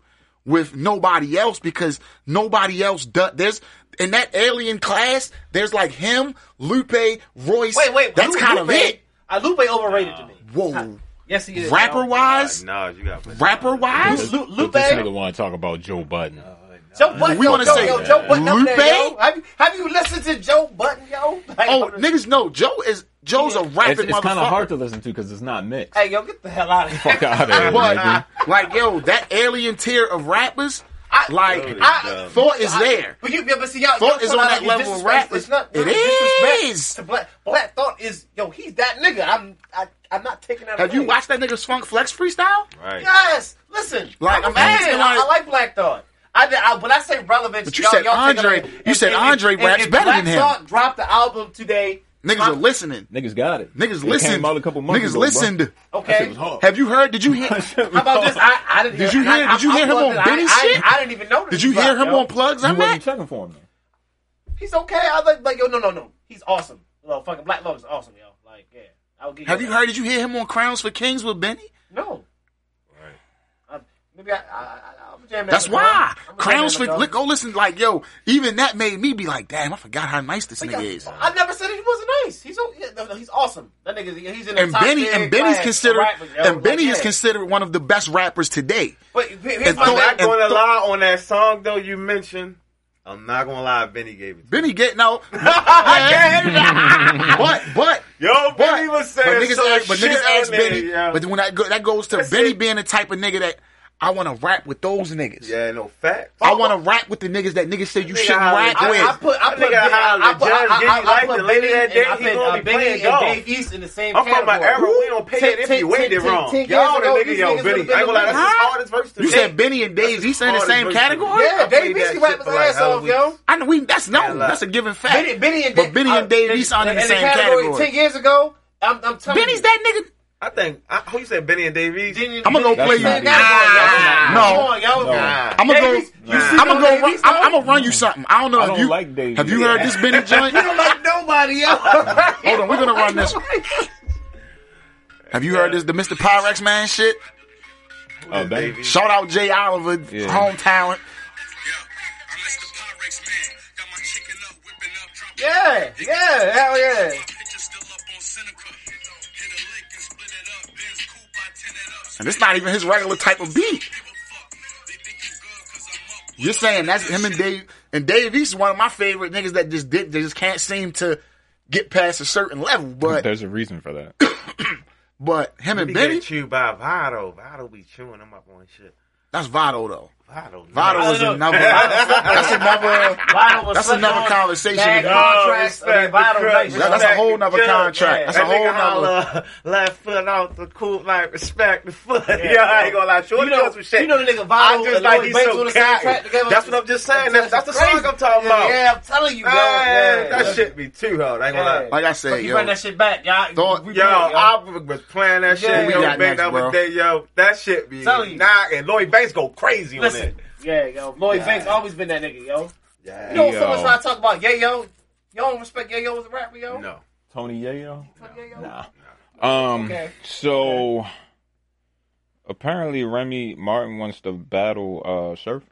[SPEAKER 1] with nobody else because nobody else does. There's in that alien class. There's like him, Lupe, Royce.
[SPEAKER 4] wait, wait.
[SPEAKER 1] that's
[SPEAKER 4] Lu-
[SPEAKER 1] kind of
[SPEAKER 4] Lupe-
[SPEAKER 1] it.
[SPEAKER 4] Uh, Lupe overrated to me.
[SPEAKER 1] Whoa,
[SPEAKER 4] Yes, he is.
[SPEAKER 1] rapper
[SPEAKER 4] yo.
[SPEAKER 1] wise,
[SPEAKER 3] Nah, you got to
[SPEAKER 1] rapper wise.
[SPEAKER 4] Lu-
[SPEAKER 8] But
[SPEAKER 4] Lupe.
[SPEAKER 8] this nigga want to talk about Joe Button.
[SPEAKER 1] Uh,
[SPEAKER 4] Joe Button.
[SPEAKER 1] We
[SPEAKER 4] yo,
[SPEAKER 1] wanna
[SPEAKER 4] Joe,
[SPEAKER 1] say
[SPEAKER 4] yo, Joe Button up there,
[SPEAKER 1] Lupe?
[SPEAKER 4] yo. Have you, have you listened to Joe Button, yo? *laughs* Like,
[SPEAKER 1] Oh, niggas know Joe is Joe's a
[SPEAKER 8] It's,
[SPEAKER 1] rapping
[SPEAKER 8] it's
[SPEAKER 1] motherfucker.
[SPEAKER 8] kind of hard to listen to because it's not mixed.
[SPEAKER 4] Hey, yo, get the hell out of here.
[SPEAKER 8] Fuck out of
[SPEAKER 1] *laughs*
[SPEAKER 8] here,
[SPEAKER 1] But uh,
[SPEAKER 8] nigga.
[SPEAKER 1] like yo, that alien tier of rappers,
[SPEAKER 4] I-
[SPEAKER 1] like
[SPEAKER 8] um,
[SPEAKER 4] I-
[SPEAKER 1] thought is there.
[SPEAKER 4] But you, yeah, but see, y'all,
[SPEAKER 1] Thought
[SPEAKER 4] y'all
[SPEAKER 1] is on
[SPEAKER 4] talking
[SPEAKER 1] that
[SPEAKER 4] about
[SPEAKER 1] level of
[SPEAKER 4] disrespect.
[SPEAKER 1] rap.
[SPEAKER 4] It's not,
[SPEAKER 1] It
[SPEAKER 4] disrespect
[SPEAKER 1] is.
[SPEAKER 4] To Black, Black Thought is yo. He's that nigga. I'm. I, I'm not taking that.
[SPEAKER 1] Have you
[SPEAKER 4] away.
[SPEAKER 1] watched that nigga's Funk Flex freestyle?
[SPEAKER 3] Right.
[SPEAKER 4] Yes. Listen.
[SPEAKER 1] Like,
[SPEAKER 4] I'm
[SPEAKER 1] I'm asking,
[SPEAKER 4] saying, I,
[SPEAKER 1] like-
[SPEAKER 4] I like Black Thought. I, did- I when I say relevance,
[SPEAKER 1] But you
[SPEAKER 4] y'all,
[SPEAKER 1] said
[SPEAKER 4] y'all take
[SPEAKER 1] Andre-
[SPEAKER 4] it away.
[SPEAKER 1] you said Andre
[SPEAKER 4] if,
[SPEAKER 1] raps
[SPEAKER 4] if
[SPEAKER 1] better
[SPEAKER 4] Black
[SPEAKER 1] than him.
[SPEAKER 4] Thought dropped the album today.
[SPEAKER 1] Niggas
[SPEAKER 4] my-
[SPEAKER 1] are listening.
[SPEAKER 8] Niggas got it.
[SPEAKER 1] Niggas
[SPEAKER 8] It
[SPEAKER 1] listened.
[SPEAKER 8] Came out a couple months
[SPEAKER 1] Niggas
[SPEAKER 8] ago, bro.
[SPEAKER 1] listened.
[SPEAKER 8] That shit
[SPEAKER 4] *laughs* Okay.
[SPEAKER 8] was hard.
[SPEAKER 1] Have you heard? Did you
[SPEAKER 8] *laughs*
[SPEAKER 1] hear?
[SPEAKER 4] How
[SPEAKER 1] *laughs*
[SPEAKER 4] about this? I, I didn't.
[SPEAKER 1] Did
[SPEAKER 4] hear,
[SPEAKER 1] you hear-
[SPEAKER 4] I,
[SPEAKER 1] did you
[SPEAKER 4] I,
[SPEAKER 1] hear
[SPEAKER 4] I
[SPEAKER 1] him on
[SPEAKER 4] wasn't- I-
[SPEAKER 1] Benny's
[SPEAKER 4] I,
[SPEAKER 1] shit?
[SPEAKER 4] I, didn't even know.
[SPEAKER 1] Did you hear him
[SPEAKER 4] yo.
[SPEAKER 1] on plugs?
[SPEAKER 8] You
[SPEAKER 1] I'm
[SPEAKER 8] wasn't
[SPEAKER 1] at.
[SPEAKER 8] checking for him. Though.
[SPEAKER 4] He's okay. I was like, like, yo, no, no, no. He's awesome. Yo, fucking Black Love is awesome, yo. Like, yeah. I'll give
[SPEAKER 1] Have
[SPEAKER 4] that.
[SPEAKER 1] you heard? Did you hear him on Crowns for Kings with Benny?
[SPEAKER 4] No. Right. maybe I, I, I, I'm jamming.
[SPEAKER 1] That's
[SPEAKER 4] out the
[SPEAKER 1] why
[SPEAKER 4] drum. I'm
[SPEAKER 1] Crowns for
[SPEAKER 4] jamming out the
[SPEAKER 1] look,
[SPEAKER 4] drum.
[SPEAKER 1] go listen. Like yo, even that made me be like, damn, I forgot how nice this nigga is.
[SPEAKER 4] I never said he wasn't nice. He's o- yeah, no, no, he's awesome. That nigga, he's in the
[SPEAKER 1] And
[SPEAKER 4] top
[SPEAKER 1] Benny
[SPEAKER 4] tier
[SPEAKER 1] and Benny's
[SPEAKER 4] class
[SPEAKER 1] considered
[SPEAKER 4] of rappers, yo.
[SPEAKER 1] and
[SPEAKER 4] Like,
[SPEAKER 1] Benny is
[SPEAKER 4] yeah.
[SPEAKER 1] considered one of the best rappers today.
[SPEAKER 4] But here's
[SPEAKER 1] and
[SPEAKER 4] my
[SPEAKER 1] Thought-
[SPEAKER 3] I'm
[SPEAKER 4] thing.
[SPEAKER 1] and
[SPEAKER 3] not gonna
[SPEAKER 1] Thor-
[SPEAKER 3] lie on that song though you mentioned. I'm not gonna lie, Benny gave it. To
[SPEAKER 1] Benny get no,
[SPEAKER 3] I
[SPEAKER 1] but but
[SPEAKER 3] Yo,
[SPEAKER 1] but,
[SPEAKER 3] Benny was saying
[SPEAKER 1] but niggas
[SPEAKER 3] some
[SPEAKER 1] ask, but
[SPEAKER 3] shit
[SPEAKER 1] niggas
[SPEAKER 3] on
[SPEAKER 1] ask
[SPEAKER 3] there,
[SPEAKER 1] Benny,
[SPEAKER 3] yo.
[SPEAKER 1] but when that go, that goes to
[SPEAKER 3] That's
[SPEAKER 1] Benny
[SPEAKER 3] it.
[SPEAKER 1] being the type of nigga that I want to rap with those niggas.
[SPEAKER 3] yeah, no facts.
[SPEAKER 1] I want to rap with the niggas that niggas say you
[SPEAKER 3] Nigga,
[SPEAKER 1] shouldn't
[SPEAKER 3] how-
[SPEAKER 1] rap
[SPEAKER 4] I,
[SPEAKER 1] with.
[SPEAKER 4] I put I
[SPEAKER 3] That
[SPEAKER 4] put
[SPEAKER 3] nigga hollered,
[SPEAKER 4] I put
[SPEAKER 3] "Judge,
[SPEAKER 4] I,
[SPEAKER 3] give me
[SPEAKER 4] I, I,
[SPEAKER 3] life
[SPEAKER 4] I
[SPEAKER 3] the
[SPEAKER 4] put
[SPEAKER 3] lady
[SPEAKER 4] Benny
[SPEAKER 3] that
[SPEAKER 4] and
[SPEAKER 3] day,
[SPEAKER 4] I
[SPEAKER 3] he
[SPEAKER 4] put,
[SPEAKER 3] gonna
[SPEAKER 4] uh,
[SPEAKER 3] be
[SPEAKER 4] Benny
[SPEAKER 3] playing
[SPEAKER 4] and
[SPEAKER 3] golf.
[SPEAKER 4] Dave East in the same
[SPEAKER 3] I'm from
[SPEAKER 4] category.
[SPEAKER 3] my era. We don't pay
[SPEAKER 4] Ten-
[SPEAKER 3] it if
[SPEAKER 4] ten-
[SPEAKER 3] you win
[SPEAKER 4] ten-
[SPEAKER 3] it wrong.
[SPEAKER 4] ten- ten
[SPEAKER 3] Y'all
[SPEAKER 4] years
[SPEAKER 3] the
[SPEAKER 4] ago,
[SPEAKER 3] nigga,
[SPEAKER 4] these
[SPEAKER 3] yo,
[SPEAKER 4] niggas
[SPEAKER 3] Benny. I ain't
[SPEAKER 4] would've been
[SPEAKER 3] gonna lie, that's his
[SPEAKER 4] amazing.
[SPEAKER 3] hardest verse to
[SPEAKER 1] You
[SPEAKER 3] take.
[SPEAKER 1] said Benny and Dave East in the
[SPEAKER 3] hardest
[SPEAKER 1] same
[SPEAKER 3] verse to
[SPEAKER 1] category.
[SPEAKER 3] do.
[SPEAKER 4] Yeah,
[SPEAKER 3] I played
[SPEAKER 4] Dave
[SPEAKER 3] that
[SPEAKER 4] East
[SPEAKER 3] shit
[SPEAKER 4] rap his
[SPEAKER 3] for like
[SPEAKER 4] ass
[SPEAKER 3] hella
[SPEAKER 4] off, yo.
[SPEAKER 3] weeks.
[SPEAKER 1] I know we. That's
[SPEAKER 3] Yeah,
[SPEAKER 1] no.
[SPEAKER 3] like-
[SPEAKER 1] That's a given fact.
[SPEAKER 4] Benny, Benny and
[SPEAKER 1] but
[SPEAKER 4] Dave-
[SPEAKER 1] Benny
[SPEAKER 4] uh,
[SPEAKER 1] and Dave East aren't in the same
[SPEAKER 4] category
[SPEAKER 1] category.
[SPEAKER 4] Ten years ago, I'm, I'm telling
[SPEAKER 1] Benny's
[SPEAKER 4] you,
[SPEAKER 1] that nigga.
[SPEAKER 3] I think. I, who you said, Benny and Davies?
[SPEAKER 1] I'm gonna go play you.
[SPEAKER 8] not it.
[SPEAKER 1] Ah, no,
[SPEAKER 8] No.
[SPEAKER 1] I'm gonna go. I'm gonna go. Run, I'm, I'm gonna run you something. I don't know
[SPEAKER 8] I
[SPEAKER 1] if
[SPEAKER 8] don't
[SPEAKER 1] you
[SPEAKER 8] like Davies.
[SPEAKER 1] have you heard
[SPEAKER 8] *laughs*
[SPEAKER 1] this Benny joint.
[SPEAKER 4] like
[SPEAKER 1] *laughs*
[SPEAKER 4] nobody else.
[SPEAKER 1] Hold on, we're gonna run this. Have you heard this the Mr. Pyrex man shit?
[SPEAKER 8] Oh, baby.
[SPEAKER 3] Davies?
[SPEAKER 1] Shout out Jay Oliver,
[SPEAKER 8] Yeah.
[SPEAKER 1] home talent.
[SPEAKER 4] yeah, yeah, hell yeah.
[SPEAKER 1] And it's not even his regular type of beat. You're saying that's him and Dave and Dave East is one of my favorite niggas that just did they just can't seem to get past a certain level. But
[SPEAKER 2] There's a reason for that.
[SPEAKER 1] but him and
[SPEAKER 3] He
[SPEAKER 1] Benny,
[SPEAKER 3] get chewed by Vado. Vado be chewing him up on shit.
[SPEAKER 1] that's Vado though.
[SPEAKER 3] Vado.
[SPEAKER 1] Vado is
[SPEAKER 4] no.
[SPEAKER 1] another that's another
[SPEAKER 8] *laughs*
[SPEAKER 4] Vital was
[SPEAKER 1] That's
[SPEAKER 4] such
[SPEAKER 1] another
[SPEAKER 4] on
[SPEAKER 1] conversation.
[SPEAKER 4] bad
[SPEAKER 1] No,
[SPEAKER 4] contracts. I mean,
[SPEAKER 3] respect the
[SPEAKER 4] Vital
[SPEAKER 3] trust.
[SPEAKER 4] rights.
[SPEAKER 1] That- that's a whole nother
[SPEAKER 3] Yeah.
[SPEAKER 1] contract. That's a
[SPEAKER 3] That
[SPEAKER 1] whole
[SPEAKER 3] nigga
[SPEAKER 1] nother.
[SPEAKER 3] holla, *laughs* left foot off the court, like respect the foot. Yeah, *laughs*
[SPEAKER 4] yeah.
[SPEAKER 3] I ain't gonna lie. Shorty
[SPEAKER 4] You know-
[SPEAKER 3] does some shit.
[SPEAKER 4] you know the nigga Vado
[SPEAKER 3] I just
[SPEAKER 4] and
[SPEAKER 3] like
[SPEAKER 4] Lloyd
[SPEAKER 3] he's
[SPEAKER 4] Banks
[SPEAKER 3] so
[SPEAKER 4] on the same
[SPEAKER 3] cocky.
[SPEAKER 4] track together.
[SPEAKER 3] That's what I'm just saying. That's, that's the
[SPEAKER 4] crazy.
[SPEAKER 3] song I'm talking
[SPEAKER 4] yeah,
[SPEAKER 3] about.
[SPEAKER 4] Yeah, I'm telling you, bro.
[SPEAKER 3] Man,
[SPEAKER 4] yeah.
[SPEAKER 3] that shit be too hard. I ain't gonna lie.
[SPEAKER 1] Like I
[SPEAKER 4] Fuck,
[SPEAKER 1] said,
[SPEAKER 4] you
[SPEAKER 1] yo,
[SPEAKER 4] bring that shit back, y'all.
[SPEAKER 1] Thought-
[SPEAKER 4] We- we-
[SPEAKER 3] Yo, I was playing that shit.
[SPEAKER 4] Yeah.
[SPEAKER 3] yo,
[SPEAKER 4] We
[SPEAKER 1] got
[SPEAKER 3] back
[SPEAKER 1] next,
[SPEAKER 3] the other
[SPEAKER 1] bro.
[SPEAKER 3] day, yo, that shit be
[SPEAKER 4] Telling you.
[SPEAKER 3] knocking. Lloyd Banks go crazy on it.
[SPEAKER 4] Listen, yeah, yo, Lloyd Banks always been that nigga, yo.
[SPEAKER 3] Yeah.
[SPEAKER 4] You know,
[SPEAKER 8] Yo.
[SPEAKER 4] so much when I talk about Yayo, y'all don't respect Yayo as a rapper, yo.
[SPEAKER 3] No.
[SPEAKER 8] Tony Yayo.
[SPEAKER 4] Fuck Yayo.
[SPEAKER 8] Nah. Um.
[SPEAKER 4] Okay.
[SPEAKER 2] So apparently, Remy Martin wants to battle uh, Surf.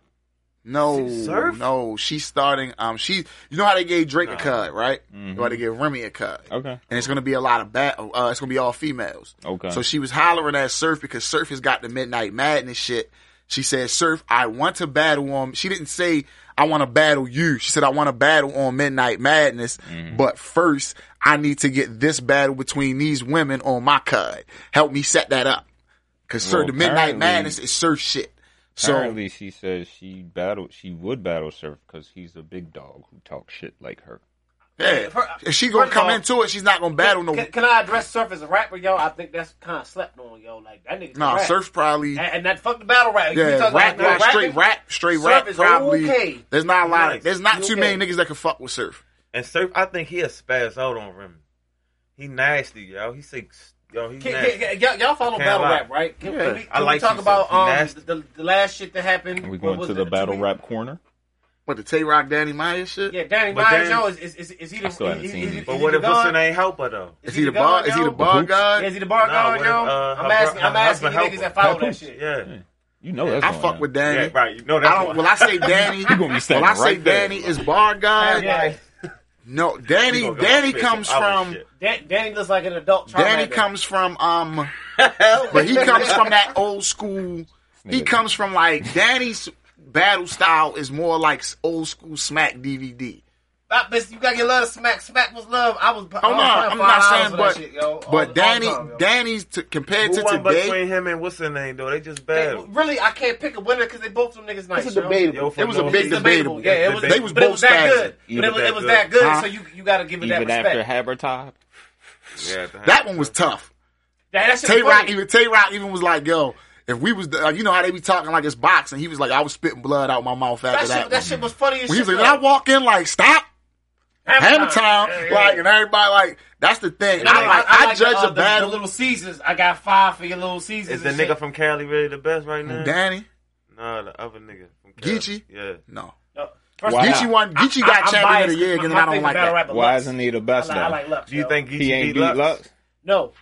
[SPEAKER 1] no,
[SPEAKER 3] Surf?
[SPEAKER 1] no, she's starting. Um, she, you know how they gave Drake a cut, right?
[SPEAKER 2] Mm-hmm.
[SPEAKER 1] You know how they gave Remy a cut,
[SPEAKER 2] Okay.
[SPEAKER 1] and it's gonna be a lot of bat. Uh, it's gonna be all females.
[SPEAKER 2] Oh, Okay.
[SPEAKER 1] So she was hollering at Surf because Surf has got the Midnight Madness shit. She said, Surf, I want to battle on. She didn't say, I want to battle you. She said, I want to battle on Midnight Madness.
[SPEAKER 2] Mm-hmm.
[SPEAKER 1] But first, I need to get this battle between these women on my card. Help me set that up. Because, sir,
[SPEAKER 2] Well,
[SPEAKER 1] the Midnight
[SPEAKER 2] apparently-
[SPEAKER 1] Madness is Surf shit. So,
[SPEAKER 2] apparently, she says she battled. She would battle Surf because he's a big dog who talks shit like her.
[SPEAKER 1] yeah.
[SPEAKER 4] Her-
[SPEAKER 1] If she going
[SPEAKER 4] first
[SPEAKER 1] to
[SPEAKER 4] of
[SPEAKER 1] come
[SPEAKER 4] all-
[SPEAKER 1] into it, she's not going to battle no.
[SPEAKER 4] Can, can I address Surf as a rapper, yo? I think that's kind of slept on, yo. Like that nigga.
[SPEAKER 1] Nah,
[SPEAKER 4] rap.
[SPEAKER 1] Surf probably.
[SPEAKER 4] and, and that fuck the battle rap.
[SPEAKER 1] Yeah, rap,
[SPEAKER 4] you talking
[SPEAKER 1] rap,
[SPEAKER 4] about rapping?
[SPEAKER 1] straight rap, straight
[SPEAKER 4] Surf
[SPEAKER 1] rap.
[SPEAKER 4] is
[SPEAKER 1] Probably,
[SPEAKER 4] okay.
[SPEAKER 1] there's not a lot.
[SPEAKER 3] Nice.
[SPEAKER 1] Of, there's not
[SPEAKER 4] He
[SPEAKER 1] too
[SPEAKER 4] okay.
[SPEAKER 1] many niggas that can fuck with Surf.
[SPEAKER 3] And Surf, I think he has spazzed out on Remy. He nasty, yo. He say, yo, he
[SPEAKER 4] Can,
[SPEAKER 3] nasty.
[SPEAKER 4] can, can, y'all follow
[SPEAKER 3] Can't
[SPEAKER 4] battle
[SPEAKER 3] lie.
[SPEAKER 4] rap, right? Can,
[SPEAKER 1] Yeah.
[SPEAKER 4] can we, can
[SPEAKER 3] I like
[SPEAKER 4] we talk
[SPEAKER 3] you,
[SPEAKER 4] about
[SPEAKER 3] Surf. You
[SPEAKER 4] um,
[SPEAKER 3] nasty.
[SPEAKER 4] the, the last shit that happened?
[SPEAKER 2] Are we
[SPEAKER 4] What
[SPEAKER 2] going
[SPEAKER 4] was
[SPEAKER 2] to
[SPEAKER 4] it,
[SPEAKER 2] the
[SPEAKER 4] two
[SPEAKER 2] battle
[SPEAKER 4] weeks-
[SPEAKER 2] rap corner?
[SPEAKER 1] What the Tay Rock Danny Maya shit?
[SPEAKER 4] Yeah, Danny
[SPEAKER 3] But
[SPEAKER 4] Myers,
[SPEAKER 3] then-
[SPEAKER 4] yo, is, is, is, is he the
[SPEAKER 2] I still haven't
[SPEAKER 4] is- is-
[SPEAKER 2] seen
[SPEAKER 4] is-
[SPEAKER 2] it.
[SPEAKER 4] is
[SPEAKER 3] But
[SPEAKER 4] he
[SPEAKER 3] what
[SPEAKER 4] the
[SPEAKER 3] if what's her
[SPEAKER 4] guard?
[SPEAKER 3] name help her though?
[SPEAKER 1] Is he the
[SPEAKER 4] guard
[SPEAKER 1] bar? Is he
[SPEAKER 4] now?
[SPEAKER 1] the bar
[SPEAKER 4] Yeah, is
[SPEAKER 1] guy?
[SPEAKER 4] he the bar
[SPEAKER 3] Nah,
[SPEAKER 4] guard,
[SPEAKER 3] what if, uh,
[SPEAKER 4] yo?
[SPEAKER 3] her
[SPEAKER 4] I'm asking,
[SPEAKER 3] bro-
[SPEAKER 4] I'm
[SPEAKER 3] her
[SPEAKER 4] asking
[SPEAKER 3] husband
[SPEAKER 4] you
[SPEAKER 3] help
[SPEAKER 4] niggas
[SPEAKER 3] her.
[SPEAKER 4] that follow that
[SPEAKER 8] Papoose?
[SPEAKER 4] shit.
[SPEAKER 3] Yeah.
[SPEAKER 2] You know that's
[SPEAKER 1] I
[SPEAKER 2] going
[SPEAKER 1] fuck
[SPEAKER 2] on.
[SPEAKER 1] with
[SPEAKER 3] Yeah,
[SPEAKER 1] Danny.
[SPEAKER 3] right. You know that's
[SPEAKER 1] I don't. Well, I
[SPEAKER 2] *laughs*
[SPEAKER 1] say Danny.
[SPEAKER 2] He gonna be
[SPEAKER 1] Well,
[SPEAKER 2] standing
[SPEAKER 1] I say
[SPEAKER 2] right there.
[SPEAKER 1] Danny is bar guy.
[SPEAKER 4] Yeah.
[SPEAKER 1] No, Danny. Danny comes from.
[SPEAKER 4] Dan, Danny looks like an adult.
[SPEAKER 1] Danny
[SPEAKER 4] Charmander.
[SPEAKER 1] comes from. Um, but he comes from that old school. He
[SPEAKER 2] Nigga.
[SPEAKER 1] comes from like Danny's battle style is more like old school smack DVD.
[SPEAKER 4] Ah, bitch, you gotta get love. to Smack, smack was love. I was.
[SPEAKER 1] Oh no, I'm not saying, but
[SPEAKER 4] shit, yo,
[SPEAKER 3] Oh,
[SPEAKER 4] all- all
[SPEAKER 1] but
[SPEAKER 4] the
[SPEAKER 1] Danny,
[SPEAKER 4] time, yo.
[SPEAKER 1] Danny's to, compared
[SPEAKER 3] Who
[SPEAKER 1] to
[SPEAKER 3] won
[SPEAKER 1] today.
[SPEAKER 3] between him and what's her name though? They just
[SPEAKER 4] They-
[SPEAKER 3] bad.
[SPEAKER 4] really, I can't pick a winner because they both them niggas nice.
[SPEAKER 1] It's a
[SPEAKER 3] Yo,
[SPEAKER 4] yo.
[SPEAKER 1] debatable.
[SPEAKER 3] for
[SPEAKER 1] It was a
[SPEAKER 3] no-
[SPEAKER 1] big
[SPEAKER 4] It's
[SPEAKER 1] debatable.
[SPEAKER 4] debatable. Yeah, it was.
[SPEAKER 1] They was
[SPEAKER 4] but it
[SPEAKER 1] both
[SPEAKER 4] was that
[SPEAKER 1] spazzing.
[SPEAKER 4] good.
[SPEAKER 8] Even
[SPEAKER 4] But it was,
[SPEAKER 3] that
[SPEAKER 4] it was
[SPEAKER 3] good.
[SPEAKER 4] that good.
[SPEAKER 1] Huh?
[SPEAKER 4] So you you gotta give it that
[SPEAKER 2] Even
[SPEAKER 4] respect.
[SPEAKER 2] after Habertop.
[SPEAKER 3] Yeah,
[SPEAKER 1] That one was tough.
[SPEAKER 4] that, that shit
[SPEAKER 1] Tay
[SPEAKER 4] was
[SPEAKER 1] Rock
[SPEAKER 4] funny.
[SPEAKER 1] even Tay Rock even was like, "Yo, if we was, like, you know how they be talking like it's boxing." He was like, "I was spitting blood out my mouth
[SPEAKER 4] That
[SPEAKER 1] after that."
[SPEAKER 4] shit, that shit was funny as
[SPEAKER 1] when he
[SPEAKER 4] shit.
[SPEAKER 1] was like, "Did I walk in like stop hammer
[SPEAKER 3] *laughs*
[SPEAKER 1] time?" Like, and everybody like, that's the thing.
[SPEAKER 4] I,
[SPEAKER 1] I, like, I, judge
[SPEAKER 4] the,
[SPEAKER 1] a battle.
[SPEAKER 4] The little Caesars. I got five for your little Caesars.
[SPEAKER 3] Is the
[SPEAKER 4] and
[SPEAKER 3] nigga
[SPEAKER 4] shit.
[SPEAKER 3] from Cali really the best right now?
[SPEAKER 1] Danny,
[SPEAKER 3] No, the other nigga from Cali.
[SPEAKER 1] Geechee?
[SPEAKER 3] Yeah.
[SPEAKER 1] no.
[SPEAKER 4] No, first
[SPEAKER 2] Why
[SPEAKER 4] of all,
[SPEAKER 1] Geechee won. Geechee got
[SPEAKER 4] I'm
[SPEAKER 1] champion of the
[SPEAKER 4] biased.
[SPEAKER 1] year again, and
[SPEAKER 4] My
[SPEAKER 1] I don't
[SPEAKER 4] favorite
[SPEAKER 1] like
[SPEAKER 4] battle
[SPEAKER 1] that.
[SPEAKER 4] rapper,
[SPEAKER 2] Why
[SPEAKER 4] Lux.
[SPEAKER 2] isn't he the
[SPEAKER 4] I
[SPEAKER 2] best
[SPEAKER 4] like,
[SPEAKER 2] though?
[SPEAKER 4] I like Lux.
[SPEAKER 3] Do you
[SPEAKER 4] yo.
[SPEAKER 3] think Geechee
[SPEAKER 2] he ain't
[SPEAKER 3] beat Lux?
[SPEAKER 4] No.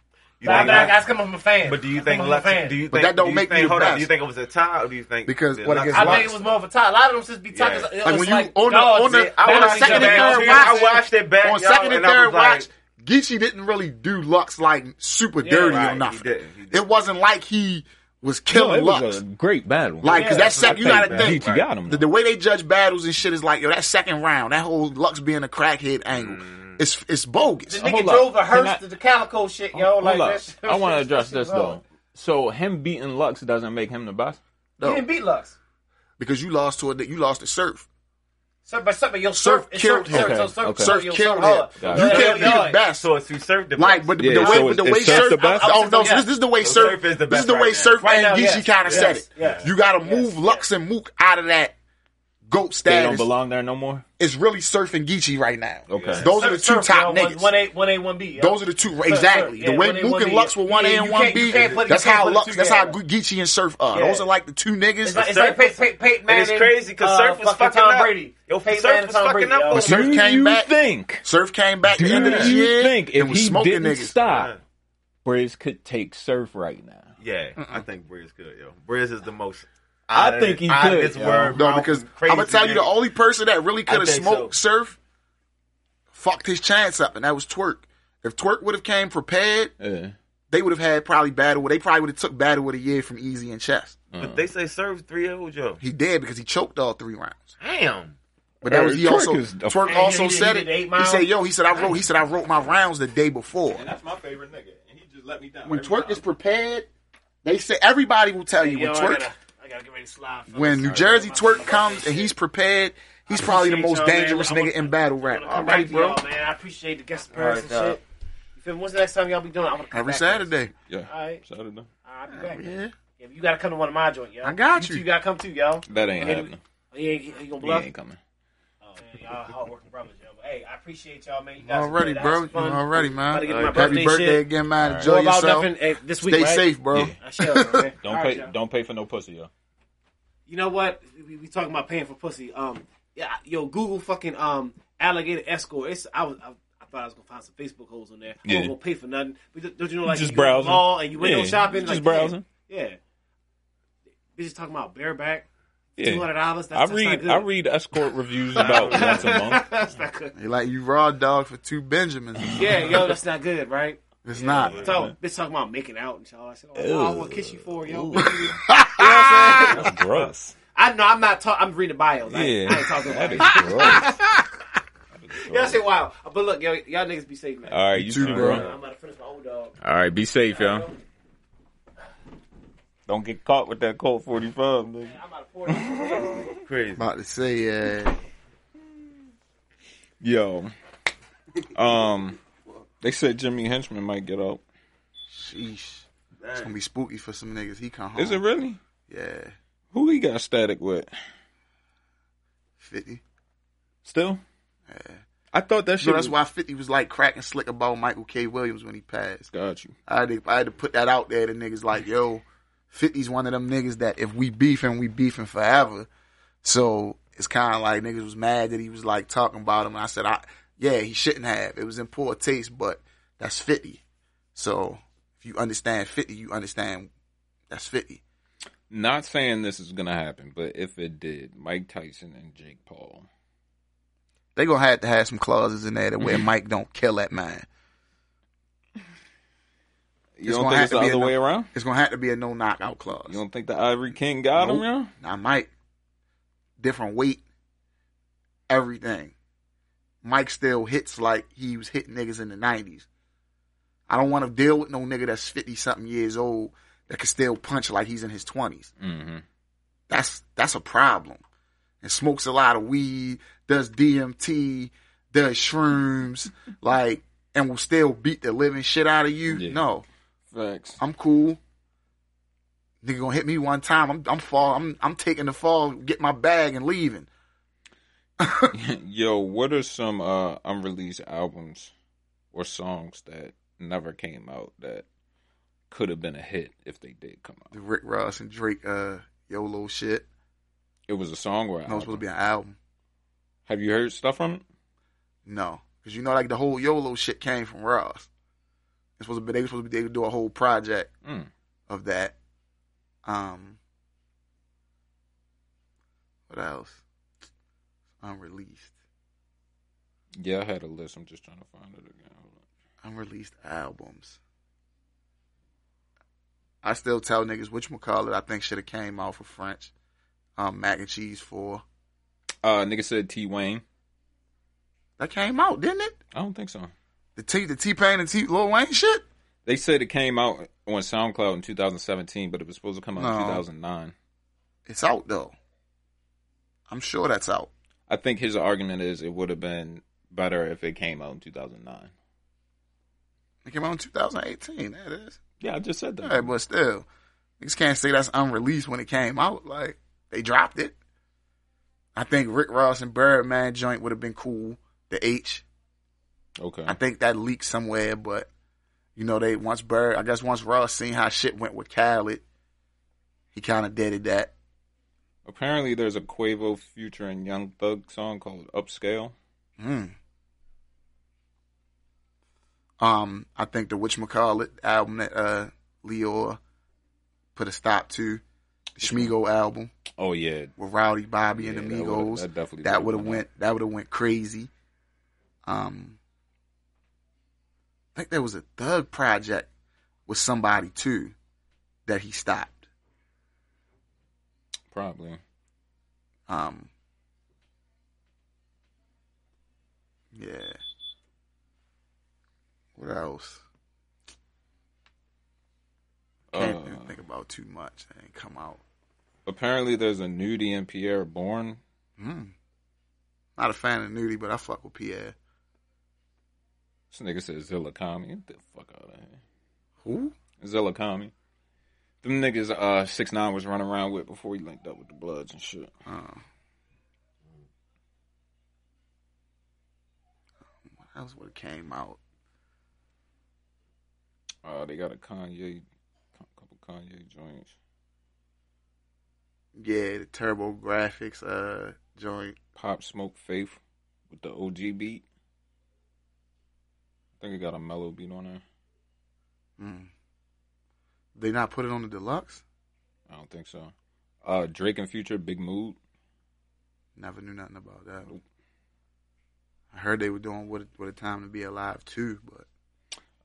[SPEAKER 3] You
[SPEAKER 4] But I,
[SPEAKER 3] think
[SPEAKER 4] but I,
[SPEAKER 3] Lux-
[SPEAKER 4] I come from a fan.
[SPEAKER 3] But do
[SPEAKER 4] I
[SPEAKER 3] you
[SPEAKER 4] come
[SPEAKER 3] think
[SPEAKER 4] from a
[SPEAKER 3] Lux?
[SPEAKER 4] fan.
[SPEAKER 3] Do you think?
[SPEAKER 1] But that don't
[SPEAKER 3] do you
[SPEAKER 1] make me
[SPEAKER 3] think-
[SPEAKER 1] the
[SPEAKER 3] hold
[SPEAKER 1] best.
[SPEAKER 3] on. Do you think it was a tie, or do you think
[SPEAKER 1] Because
[SPEAKER 3] that
[SPEAKER 1] what
[SPEAKER 3] Lux-
[SPEAKER 1] against
[SPEAKER 4] I
[SPEAKER 1] Lux?
[SPEAKER 4] think it was more of a tie. A lot of them just be
[SPEAKER 3] Yeah.
[SPEAKER 4] talking.
[SPEAKER 1] Like when you on the on the
[SPEAKER 3] I
[SPEAKER 1] on the
[SPEAKER 3] watched
[SPEAKER 1] second and
[SPEAKER 3] it back
[SPEAKER 1] third
[SPEAKER 3] too.
[SPEAKER 1] watch,
[SPEAKER 3] I watched it back,
[SPEAKER 1] on
[SPEAKER 3] y'all,
[SPEAKER 1] second and
[SPEAKER 3] and I
[SPEAKER 1] third
[SPEAKER 3] was like-
[SPEAKER 1] watch. Geechee didn't really do Lux like super dirty
[SPEAKER 3] right,
[SPEAKER 1] or
[SPEAKER 3] he
[SPEAKER 1] nothing.
[SPEAKER 3] didn't, he didn't.
[SPEAKER 1] It wasn't like he was
[SPEAKER 2] No,
[SPEAKER 1] killing
[SPEAKER 2] it was
[SPEAKER 1] Lux.
[SPEAKER 2] a great battle.
[SPEAKER 1] Like, cause
[SPEAKER 4] Yeah,
[SPEAKER 1] that second, you
[SPEAKER 2] I
[SPEAKER 1] gotta
[SPEAKER 2] think
[SPEAKER 1] think.
[SPEAKER 2] Geechee got him,
[SPEAKER 1] The,
[SPEAKER 2] though.
[SPEAKER 1] the way they judge battles and shit is like, yo, that second round, that whole Lux being a crackhead angle,
[SPEAKER 3] Mm.
[SPEAKER 1] it's it's bogus.
[SPEAKER 4] The
[SPEAKER 1] It
[SPEAKER 4] nigga
[SPEAKER 8] Hold up.
[SPEAKER 4] drove a hearse
[SPEAKER 8] Can I-
[SPEAKER 4] to the calico shit, yo.
[SPEAKER 2] Hold
[SPEAKER 4] Like
[SPEAKER 2] up.
[SPEAKER 4] that shit,
[SPEAKER 2] I
[SPEAKER 4] *laughs*
[SPEAKER 2] want to
[SPEAKER 4] shit-
[SPEAKER 2] address
[SPEAKER 4] shit
[SPEAKER 2] this
[SPEAKER 4] wrong.
[SPEAKER 2] though. So him beating Lux doesn't make him the best.
[SPEAKER 4] He didn't beat Lux.
[SPEAKER 1] because you lost to a, you lost to Surf.
[SPEAKER 4] Surf, but surf, but yo,
[SPEAKER 1] Surf
[SPEAKER 4] surf, it's
[SPEAKER 1] killed
[SPEAKER 4] surf,
[SPEAKER 1] him.
[SPEAKER 4] Surf, surf,
[SPEAKER 2] Okay.
[SPEAKER 4] surf,
[SPEAKER 1] Surf
[SPEAKER 4] yo,
[SPEAKER 1] killed him.
[SPEAKER 4] hard.
[SPEAKER 2] Got
[SPEAKER 1] You
[SPEAKER 2] it.
[SPEAKER 1] can't be
[SPEAKER 4] yo,
[SPEAKER 1] the best.
[SPEAKER 3] So it's who served the
[SPEAKER 1] Like,
[SPEAKER 3] most.
[SPEAKER 1] but
[SPEAKER 2] Yeah,
[SPEAKER 1] the way,
[SPEAKER 2] so
[SPEAKER 1] but the
[SPEAKER 2] is-
[SPEAKER 1] way
[SPEAKER 2] is Surf
[SPEAKER 1] Surf,
[SPEAKER 2] the best?
[SPEAKER 1] oh no,
[SPEAKER 4] Absolutely,
[SPEAKER 1] so this, this is the way
[SPEAKER 3] So
[SPEAKER 1] Surf,
[SPEAKER 3] Surf is the
[SPEAKER 1] this
[SPEAKER 3] best
[SPEAKER 1] is the way
[SPEAKER 3] right now.
[SPEAKER 1] Surf
[SPEAKER 4] Right
[SPEAKER 1] and
[SPEAKER 4] now,
[SPEAKER 1] Geechee
[SPEAKER 4] yes,
[SPEAKER 1] kind of
[SPEAKER 4] yes,
[SPEAKER 1] said it.
[SPEAKER 4] yes,
[SPEAKER 1] You gotta move
[SPEAKER 4] yes.
[SPEAKER 1] Lux and Mook out of that goat
[SPEAKER 2] They don't
[SPEAKER 1] status
[SPEAKER 2] belong there no more.
[SPEAKER 1] is really Surf and Geechee right now.
[SPEAKER 2] Okay.
[SPEAKER 1] Those are the two
[SPEAKER 4] Surf,
[SPEAKER 1] top
[SPEAKER 4] yo, one-
[SPEAKER 1] niggas.
[SPEAKER 4] One A, one A, one B. yo.
[SPEAKER 1] Those are the two exactly.
[SPEAKER 4] yeah,
[SPEAKER 1] the way
[SPEAKER 4] one A,
[SPEAKER 1] Mook
[SPEAKER 4] one
[SPEAKER 1] and
[SPEAKER 4] B,
[SPEAKER 1] Lux
[SPEAKER 4] yeah.
[SPEAKER 1] were one
[SPEAKER 4] Yeah,
[SPEAKER 1] A and
[SPEAKER 4] you
[SPEAKER 1] one
[SPEAKER 4] can't-
[SPEAKER 1] B.
[SPEAKER 4] you can't put- you
[SPEAKER 1] That's
[SPEAKER 4] can't
[SPEAKER 1] how
[SPEAKER 4] put the
[SPEAKER 1] Lux.
[SPEAKER 4] two
[SPEAKER 1] That's how
[SPEAKER 4] together.
[SPEAKER 1] Geechee and Surf are.
[SPEAKER 4] Yeah.
[SPEAKER 1] Those are like the two niggas.
[SPEAKER 4] It's like, it's like Peyton, Peyton, Peyton
[SPEAKER 3] And
[SPEAKER 4] Manning.
[SPEAKER 3] it's crazy because
[SPEAKER 4] uh,
[SPEAKER 3] Surf was
[SPEAKER 4] fucking
[SPEAKER 3] fucking
[SPEAKER 4] Tom
[SPEAKER 3] up.
[SPEAKER 4] Brady.
[SPEAKER 3] Yo,
[SPEAKER 4] Peyton
[SPEAKER 3] Surf
[SPEAKER 4] Manning,
[SPEAKER 3] was
[SPEAKER 4] Tom
[SPEAKER 3] fucking
[SPEAKER 4] Brady.
[SPEAKER 3] up
[SPEAKER 4] yo.
[SPEAKER 3] on
[SPEAKER 1] Surf
[SPEAKER 2] Do
[SPEAKER 1] came
[SPEAKER 2] you
[SPEAKER 1] back.
[SPEAKER 2] think?
[SPEAKER 1] Surf came back
[SPEAKER 2] Do
[SPEAKER 1] the end of this
[SPEAKER 2] you
[SPEAKER 1] year
[SPEAKER 2] think if
[SPEAKER 1] and was
[SPEAKER 2] he
[SPEAKER 1] smoking
[SPEAKER 2] didn't
[SPEAKER 1] niggas.
[SPEAKER 2] stop, Briz could take Surf right now?
[SPEAKER 3] Yeah, I think Briz could, yo. Briz is the most.
[SPEAKER 2] I think he
[SPEAKER 3] out of
[SPEAKER 2] could,
[SPEAKER 3] this
[SPEAKER 2] yo.
[SPEAKER 3] world,
[SPEAKER 1] No,
[SPEAKER 3] mouth
[SPEAKER 1] because
[SPEAKER 3] and
[SPEAKER 1] I'm
[SPEAKER 3] crazy
[SPEAKER 1] gonna tell you the
[SPEAKER 3] nigga.
[SPEAKER 1] only person that really could have
[SPEAKER 3] think
[SPEAKER 1] smoked
[SPEAKER 3] so.
[SPEAKER 1] Surf fucked his chance up, and that was Twerk. If Twerk would have came prepared,
[SPEAKER 2] Yeah.
[SPEAKER 1] they would have had probably battle. They probably would have took battle of the year from Easy and Chess.
[SPEAKER 3] But they say serve three old yo.
[SPEAKER 1] He did because he choked all three rounds.
[SPEAKER 3] Damn.
[SPEAKER 1] But that
[SPEAKER 2] Hey,
[SPEAKER 1] was he
[SPEAKER 2] Twerk
[SPEAKER 1] also
[SPEAKER 2] is a-
[SPEAKER 1] Twerk
[SPEAKER 4] he
[SPEAKER 1] also
[SPEAKER 4] did- he
[SPEAKER 1] said
[SPEAKER 4] did
[SPEAKER 1] it.
[SPEAKER 4] eight
[SPEAKER 1] He
[SPEAKER 4] miles.
[SPEAKER 1] said, "Yo," he said, "I wrote." He said, "I wrote my rounds the day before."
[SPEAKER 9] And that's my favorite nigga. And he just let me down.
[SPEAKER 1] When
[SPEAKER 9] every
[SPEAKER 1] Twerk
[SPEAKER 9] time.
[SPEAKER 1] is prepared, they say everybody will tell you
[SPEAKER 4] Yo,
[SPEAKER 1] when
[SPEAKER 4] I
[SPEAKER 1] Twerk
[SPEAKER 4] gotta- I gotta get ready to slide. fellas.
[SPEAKER 1] when New
[SPEAKER 4] Sorry,
[SPEAKER 1] Jersey
[SPEAKER 4] I'm
[SPEAKER 1] Twerk
[SPEAKER 4] about
[SPEAKER 1] comes
[SPEAKER 4] that
[SPEAKER 1] and
[SPEAKER 4] shit.
[SPEAKER 1] he's prepared, he's probably the
[SPEAKER 4] appreciate
[SPEAKER 1] most
[SPEAKER 4] y'all, man.
[SPEAKER 1] dangerous
[SPEAKER 4] I wanna-
[SPEAKER 1] nigga in battle rap.
[SPEAKER 4] I'm gonna
[SPEAKER 1] All
[SPEAKER 4] come back
[SPEAKER 1] right,
[SPEAKER 4] to
[SPEAKER 1] bro.
[SPEAKER 4] y'all, man. I appreciate the guest appearance and shit. You feel me? When's the next time y'all be doing? it? I'm gonna come
[SPEAKER 1] Every
[SPEAKER 4] back.
[SPEAKER 1] Saturday.
[SPEAKER 2] Yeah.
[SPEAKER 4] All right,
[SPEAKER 2] Saturday.
[SPEAKER 4] I'll be back.
[SPEAKER 1] Yeah.
[SPEAKER 4] Yeah, you gotta come to one of my joint, yo.
[SPEAKER 1] I got you.
[SPEAKER 4] You, two gotta come too, yo.
[SPEAKER 2] That ain't
[SPEAKER 4] Hey,
[SPEAKER 2] happening.
[SPEAKER 4] Oh, yeah, you you gonna
[SPEAKER 2] He
[SPEAKER 4] bluff?
[SPEAKER 2] ain't coming.
[SPEAKER 4] Oh, man, y'all hardworking brothers, yo. But, hey, I appreciate y'all, man. You guys
[SPEAKER 1] Already,
[SPEAKER 4] are good.
[SPEAKER 1] bro.
[SPEAKER 4] That was fun.
[SPEAKER 1] Already,
[SPEAKER 4] About to
[SPEAKER 1] man.
[SPEAKER 4] get
[SPEAKER 1] All
[SPEAKER 4] my
[SPEAKER 1] right, Happy
[SPEAKER 4] birthday
[SPEAKER 1] birthday
[SPEAKER 4] shit.
[SPEAKER 1] again, man.
[SPEAKER 4] Go
[SPEAKER 1] Enjoy
[SPEAKER 4] about
[SPEAKER 1] yourself.
[SPEAKER 4] nothing eh, this week,
[SPEAKER 1] Stay
[SPEAKER 4] right?
[SPEAKER 1] safe, bro.
[SPEAKER 2] Yeah.
[SPEAKER 4] I shall, man.
[SPEAKER 2] Don't
[SPEAKER 4] All right,
[SPEAKER 2] pay.
[SPEAKER 4] y'all.
[SPEAKER 2] Don't pay for no pussy, yo.
[SPEAKER 4] You know what? We, we talking about paying for pussy. Um, yeah, yo, Google fucking um alligator escort. It's I was I, I thought I was gonna find some Facebook holes on there. I
[SPEAKER 2] Yeah.
[SPEAKER 4] wasn't gonna pay for nothing. But don't- don't you know like
[SPEAKER 2] Just
[SPEAKER 4] you go to the
[SPEAKER 2] browsing.
[SPEAKER 4] mall and you window
[SPEAKER 2] Yeah,
[SPEAKER 4] shopping,
[SPEAKER 2] just
[SPEAKER 4] like,
[SPEAKER 2] browsing.
[SPEAKER 4] Yeah, yeah. bitches talking about bareback, two
[SPEAKER 2] Yeah.
[SPEAKER 4] hundred dollars.
[SPEAKER 2] I
[SPEAKER 4] That's that's not
[SPEAKER 2] read
[SPEAKER 4] good.
[SPEAKER 2] I read escort
[SPEAKER 4] *laughs*
[SPEAKER 2] reviews about once a month.
[SPEAKER 4] that's not good.
[SPEAKER 1] You like you raw dog for two Benjamins.
[SPEAKER 4] Yeah, yo, that's not good, right?
[SPEAKER 2] *laughs*
[SPEAKER 1] It's not.
[SPEAKER 4] Talk, bitch talking about making out and shit. all that shit. Oh, I want to kiss you for yo. You know what I'm saying?
[SPEAKER 2] That's gross.
[SPEAKER 4] *laughs* I know I'm not talking. I'm reading the bios. I,
[SPEAKER 2] Yeah.
[SPEAKER 4] ain't- I ain't talking about
[SPEAKER 2] That is
[SPEAKER 4] it.
[SPEAKER 2] gross.
[SPEAKER 4] *laughs* Y'all say wow, but look, yo, y'all niggas be safe, man.
[SPEAKER 2] All right, you
[SPEAKER 1] too,
[SPEAKER 2] too,
[SPEAKER 1] bro.
[SPEAKER 2] bro.
[SPEAKER 4] I'm about to finish my old dog.
[SPEAKER 10] All right, be safe, y'all.
[SPEAKER 2] Don't get caught with that Colt 45, nigga.
[SPEAKER 4] I'm about to pour it.
[SPEAKER 3] Crazy.
[SPEAKER 1] About to say, uh,
[SPEAKER 2] Yo. Um they said Jimmy Henchman might get out.
[SPEAKER 1] sheesh. It's gonna be spooky for some niggas. He come home.
[SPEAKER 2] Is it really?
[SPEAKER 1] Yeah.
[SPEAKER 2] Who he got static with?
[SPEAKER 1] Fifty.
[SPEAKER 2] Still? I thought that shit
[SPEAKER 1] So that's
[SPEAKER 2] was-
[SPEAKER 1] why Fifty was like cracking slick about Michael K. Williams when he passed.
[SPEAKER 2] got you.
[SPEAKER 1] I had, to, I had to put that out there to niggas like, yo, 50's one of them niggas that if we beefing, we beefing forever. So it's kind of like niggas was mad that he was like talking about him. And I said, I yeah, he shouldn't have. It was in poor taste, but that's 50. So if you understand 50, you understand that's 50.
[SPEAKER 2] Not saying this is gonna happen, but if it did, Mike Tyson and Jake Paul.
[SPEAKER 1] They gonna have to have some clauses in there that
[SPEAKER 2] Mm-hmm.
[SPEAKER 1] where Mike don't kill that man.
[SPEAKER 2] You
[SPEAKER 1] It's
[SPEAKER 2] don't
[SPEAKER 1] gonna
[SPEAKER 2] think
[SPEAKER 1] have
[SPEAKER 2] it's
[SPEAKER 1] to
[SPEAKER 2] the
[SPEAKER 1] be
[SPEAKER 2] other
[SPEAKER 1] a no-
[SPEAKER 2] way around?
[SPEAKER 1] It's gonna have to be a no knockout clause.
[SPEAKER 2] You don't think the Ivory King got him, yo?
[SPEAKER 1] Nope. Now Mike, different weight, everything. Mike still hits like he was hitting niggas in the nineties. I don't want to deal with no nigga that's fifty something years old that can still punch like he's in his twenties.
[SPEAKER 2] Mm-hmm.
[SPEAKER 1] That's that's a problem. And smokes a lot of weed, does DMT, does shrooms, *laughs* like, and will still beat the living shit out of you.
[SPEAKER 2] Yeah.
[SPEAKER 1] No,
[SPEAKER 2] Facts.
[SPEAKER 1] I'm cool. Nigga gonna hit me one time. I'm I'm fall. I'm I'm taking the fall. Get my bag and leaving.
[SPEAKER 2] Yo, what are some uh unreleased albums or songs that never came out that could have been a hit if they did come out?
[SPEAKER 1] The Rick Ross and Drake uh YOLO shit.
[SPEAKER 2] It was a song or an
[SPEAKER 1] No,
[SPEAKER 2] album.
[SPEAKER 1] it's supposed to be an album.
[SPEAKER 2] Have you heard stuff from it?
[SPEAKER 1] No, because you know like the whole YOLO shit came from Ross. It's supposed to be they were supposed to be able to do a whole project
[SPEAKER 2] Mm.
[SPEAKER 1] of that. Um, what else? Unreleased,
[SPEAKER 2] Yeah, I had a list. I'm just trying to find it again. Hold on.
[SPEAKER 1] unreleased albums. I still tell niggas which McCall I think should have came out for French. Um, mac and cheese for
[SPEAKER 2] Uh, nigga said T Wayne.
[SPEAKER 1] that came out, didn't it?
[SPEAKER 2] I don't think so.
[SPEAKER 1] The T the T Pain and T Lil Wayne shit.
[SPEAKER 2] They said it came out on SoundCloud in 2017, but it was supposed to come out in
[SPEAKER 1] No.
[SPEAKER 2] 2009.
[SPEAKER 1] It's out though. I'm sure that's out.
[SPEAKER 2] I think his argument is it would have been better if it came out in 2009.
[SPEAKER 1] It came out in 2018. That is.
[SPEAKER 2] Yeah, I just said that.
[SPEAKER 1] Yeah, but still, niggas can't say that's unreleased when it came out. Like they dropped it. I think Rick Ross and Birdman joint would have been cool. The H.
[SPEAKER 2] Okay.
[SPEAKER 1] I think that leaked somewhere, but you know they once Bird. I guess once Ross seen how shit went with Khaled, he kind of deaded that.
[SPEAKER 2] Apparently, there's a Quavo, Future, and Young Thug song called Upscale.
[SPEAKER 1] Mm. Um, I think the whatchamacallit album that uh Leo put a stop to, the Schmigo album
[SPEAKER 2] Oh yeah,
[SPEAKER 1] with Rowdy Bobby
[SPEAKER 2] yeah
[SPEAKER 1] and
[SPEAKER 2] that
[SPEAKER 1] Amigos.
[SPEAKER 2] would've- definitely
[SPEAKER 1] that would
[SPEAKER 2] would've
[SPEAKER 1] have
[SPEAKER 2] up.
[SPEAKER 1] went that would have went crazy. Um, I think there was a Thug project with somebody too that he stopped.
[SPEAKER 2] Probably.
[SPEAKER 1] Um, yeah. What else? Can't
[SPEAKER 2] Uh,
[SPEAKER 1] even think about too much. That ain't come out.
[SPEAKER 2] apparently, there's a nudie and Pierre Bourne.
[SPEAKER 1] Mm. Not a fan of nudie, but I fuck with Pierre.
[SPEAKER 2] This nigga said Zilla Kami. Get the fuck out of here.
[SPEAKER 1] Who?
[SPEAKER 2] Zilla Kami. Them niggas, uh, six nine was running around with before he linked up with the Bloods and shit.
[SPEAKER 1] Oh. That was what came out.
[SPEAKER 2] Uh, they got a Kanye, couple Kanye joints.
[SPEAKER 1] Yeah, the Turbo Graphics uh joint.
[SPEAKER 2] Pop Smoke Faith with the OG beat. I think it got a mellow beat on there.
[SPEAKER 1] Mm. They not put it on the deluxe.
[SPEAKER 2] I don't think so. Uh, Drake and Future, Big Mood.
[SPEAKER 1] Never knew nothing about that.
[SPEAKER 2] Nope.
[SPEAKER 1] I heard they were doing what a, what a time to be alive too, but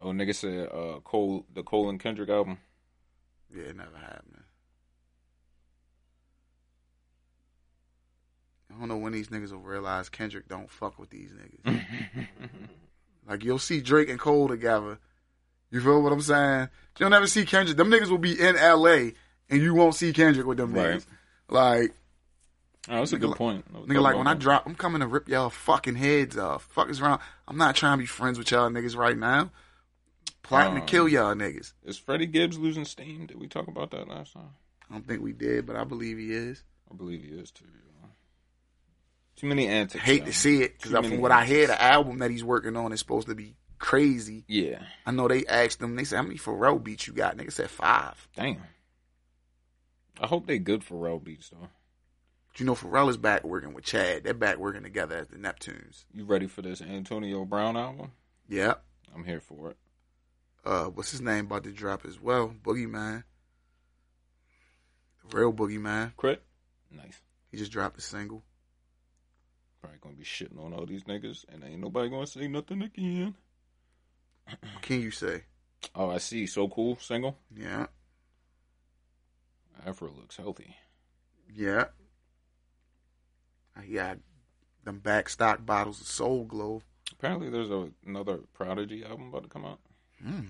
[SPEAKER 2] Oh, nigga said uh, Cole, the Cole and Kendrick album.
[SPEAKER 1] yeah, it never happened. I don't know when these niggas will realize Kendrick don't fuck with these niggas. Like you'll see Drake and Cole together. You feel what I'm saying? You'll never see Kendrick. Them niggas will be in LA and you won't see Kendrick with them
[SPEAKER 2] Right.
[SPEAKER 1] niggas. Like
[SPEAKER 2] Oh, that's a
[SPEAKER 1] Nigga
[SPEAKER 2] good
[SPEAKER 1] like-
[SPEAKER 2] point. was
[SPEAKER 1] nigga,
[SPEAKER 2] talking
[SPEAKER 1] like
[SPEAKER 2] about
[SPEAKER 1] when I
[SPEAKER 2] that.
[SPEAKER 1] drop, I'm coming to rip y'all fucking heads off. Fuck is wrong. I'm not trying to be friends with y'all niggas right now. Plotting
[SPEAKER 2] Um,
[SPEAKER 1] to kill y'all niggas.
[SPEAKER 2] Is Freddie Gibbs losing steam? Did we talk about that last time?
[SPEAKER 1] I don't think we did, but I believe he is.
[SPEAKER 2] I believe he is too. yeah. Too many antics.
[SPEAKER 1] hate
[SPEAKER 2] man.
[SPEAKER 1] to see it because
[SPEAKER 2] Too
[SPEAKER 1] from
[SPEAKER 2] many
[SPEAKER 1] what I hear,
[SPEAKER 2] antics.
[SPEAKER 1] the album that he's working on is supposed to be crazy.
[SPEAKER 2] Yeah.
[SPEAKER 1] I know they asked him. They said, "How many Pharrell beats you got?" Nigga said five.
[SPEAKER 2] Damn. I hope they good for road beats though.
[SPEAKER 1] But you know, Pharrell is back working with Chad. They're back working together at the Neptunes.
[SPEAKER 2] You ready for this Antonio Brown album?
[SPEAKER 1] Yeah.
[SPEAKER 2] I'm here for it.
[SPEAKER 1] Uh, what's his name about to drop as well? Boogeyman. The real Boogeyman.
[SPEAKER 2] Crit. Nice.
[SPEAKER 1] He just dropped a single.
[SPEAKER 2] Probably gonna be shitting on all these niggas, and ain't nobody gonna say nothing again.
[SPEAKER 1] What can you say?
[SPEAKER 2] Oh, I see. So cool, single.
[SPEAKER 1] Yeah.
[SPEAKER 2] Afro looks healthy.
[SPEAKER 1] Yeah. He got them back stock bottles of Soul Glow.
[SPEAKER 2] Apparently, there's a, another Prodigy album about to come out.
[SPEAKER 1] Mm.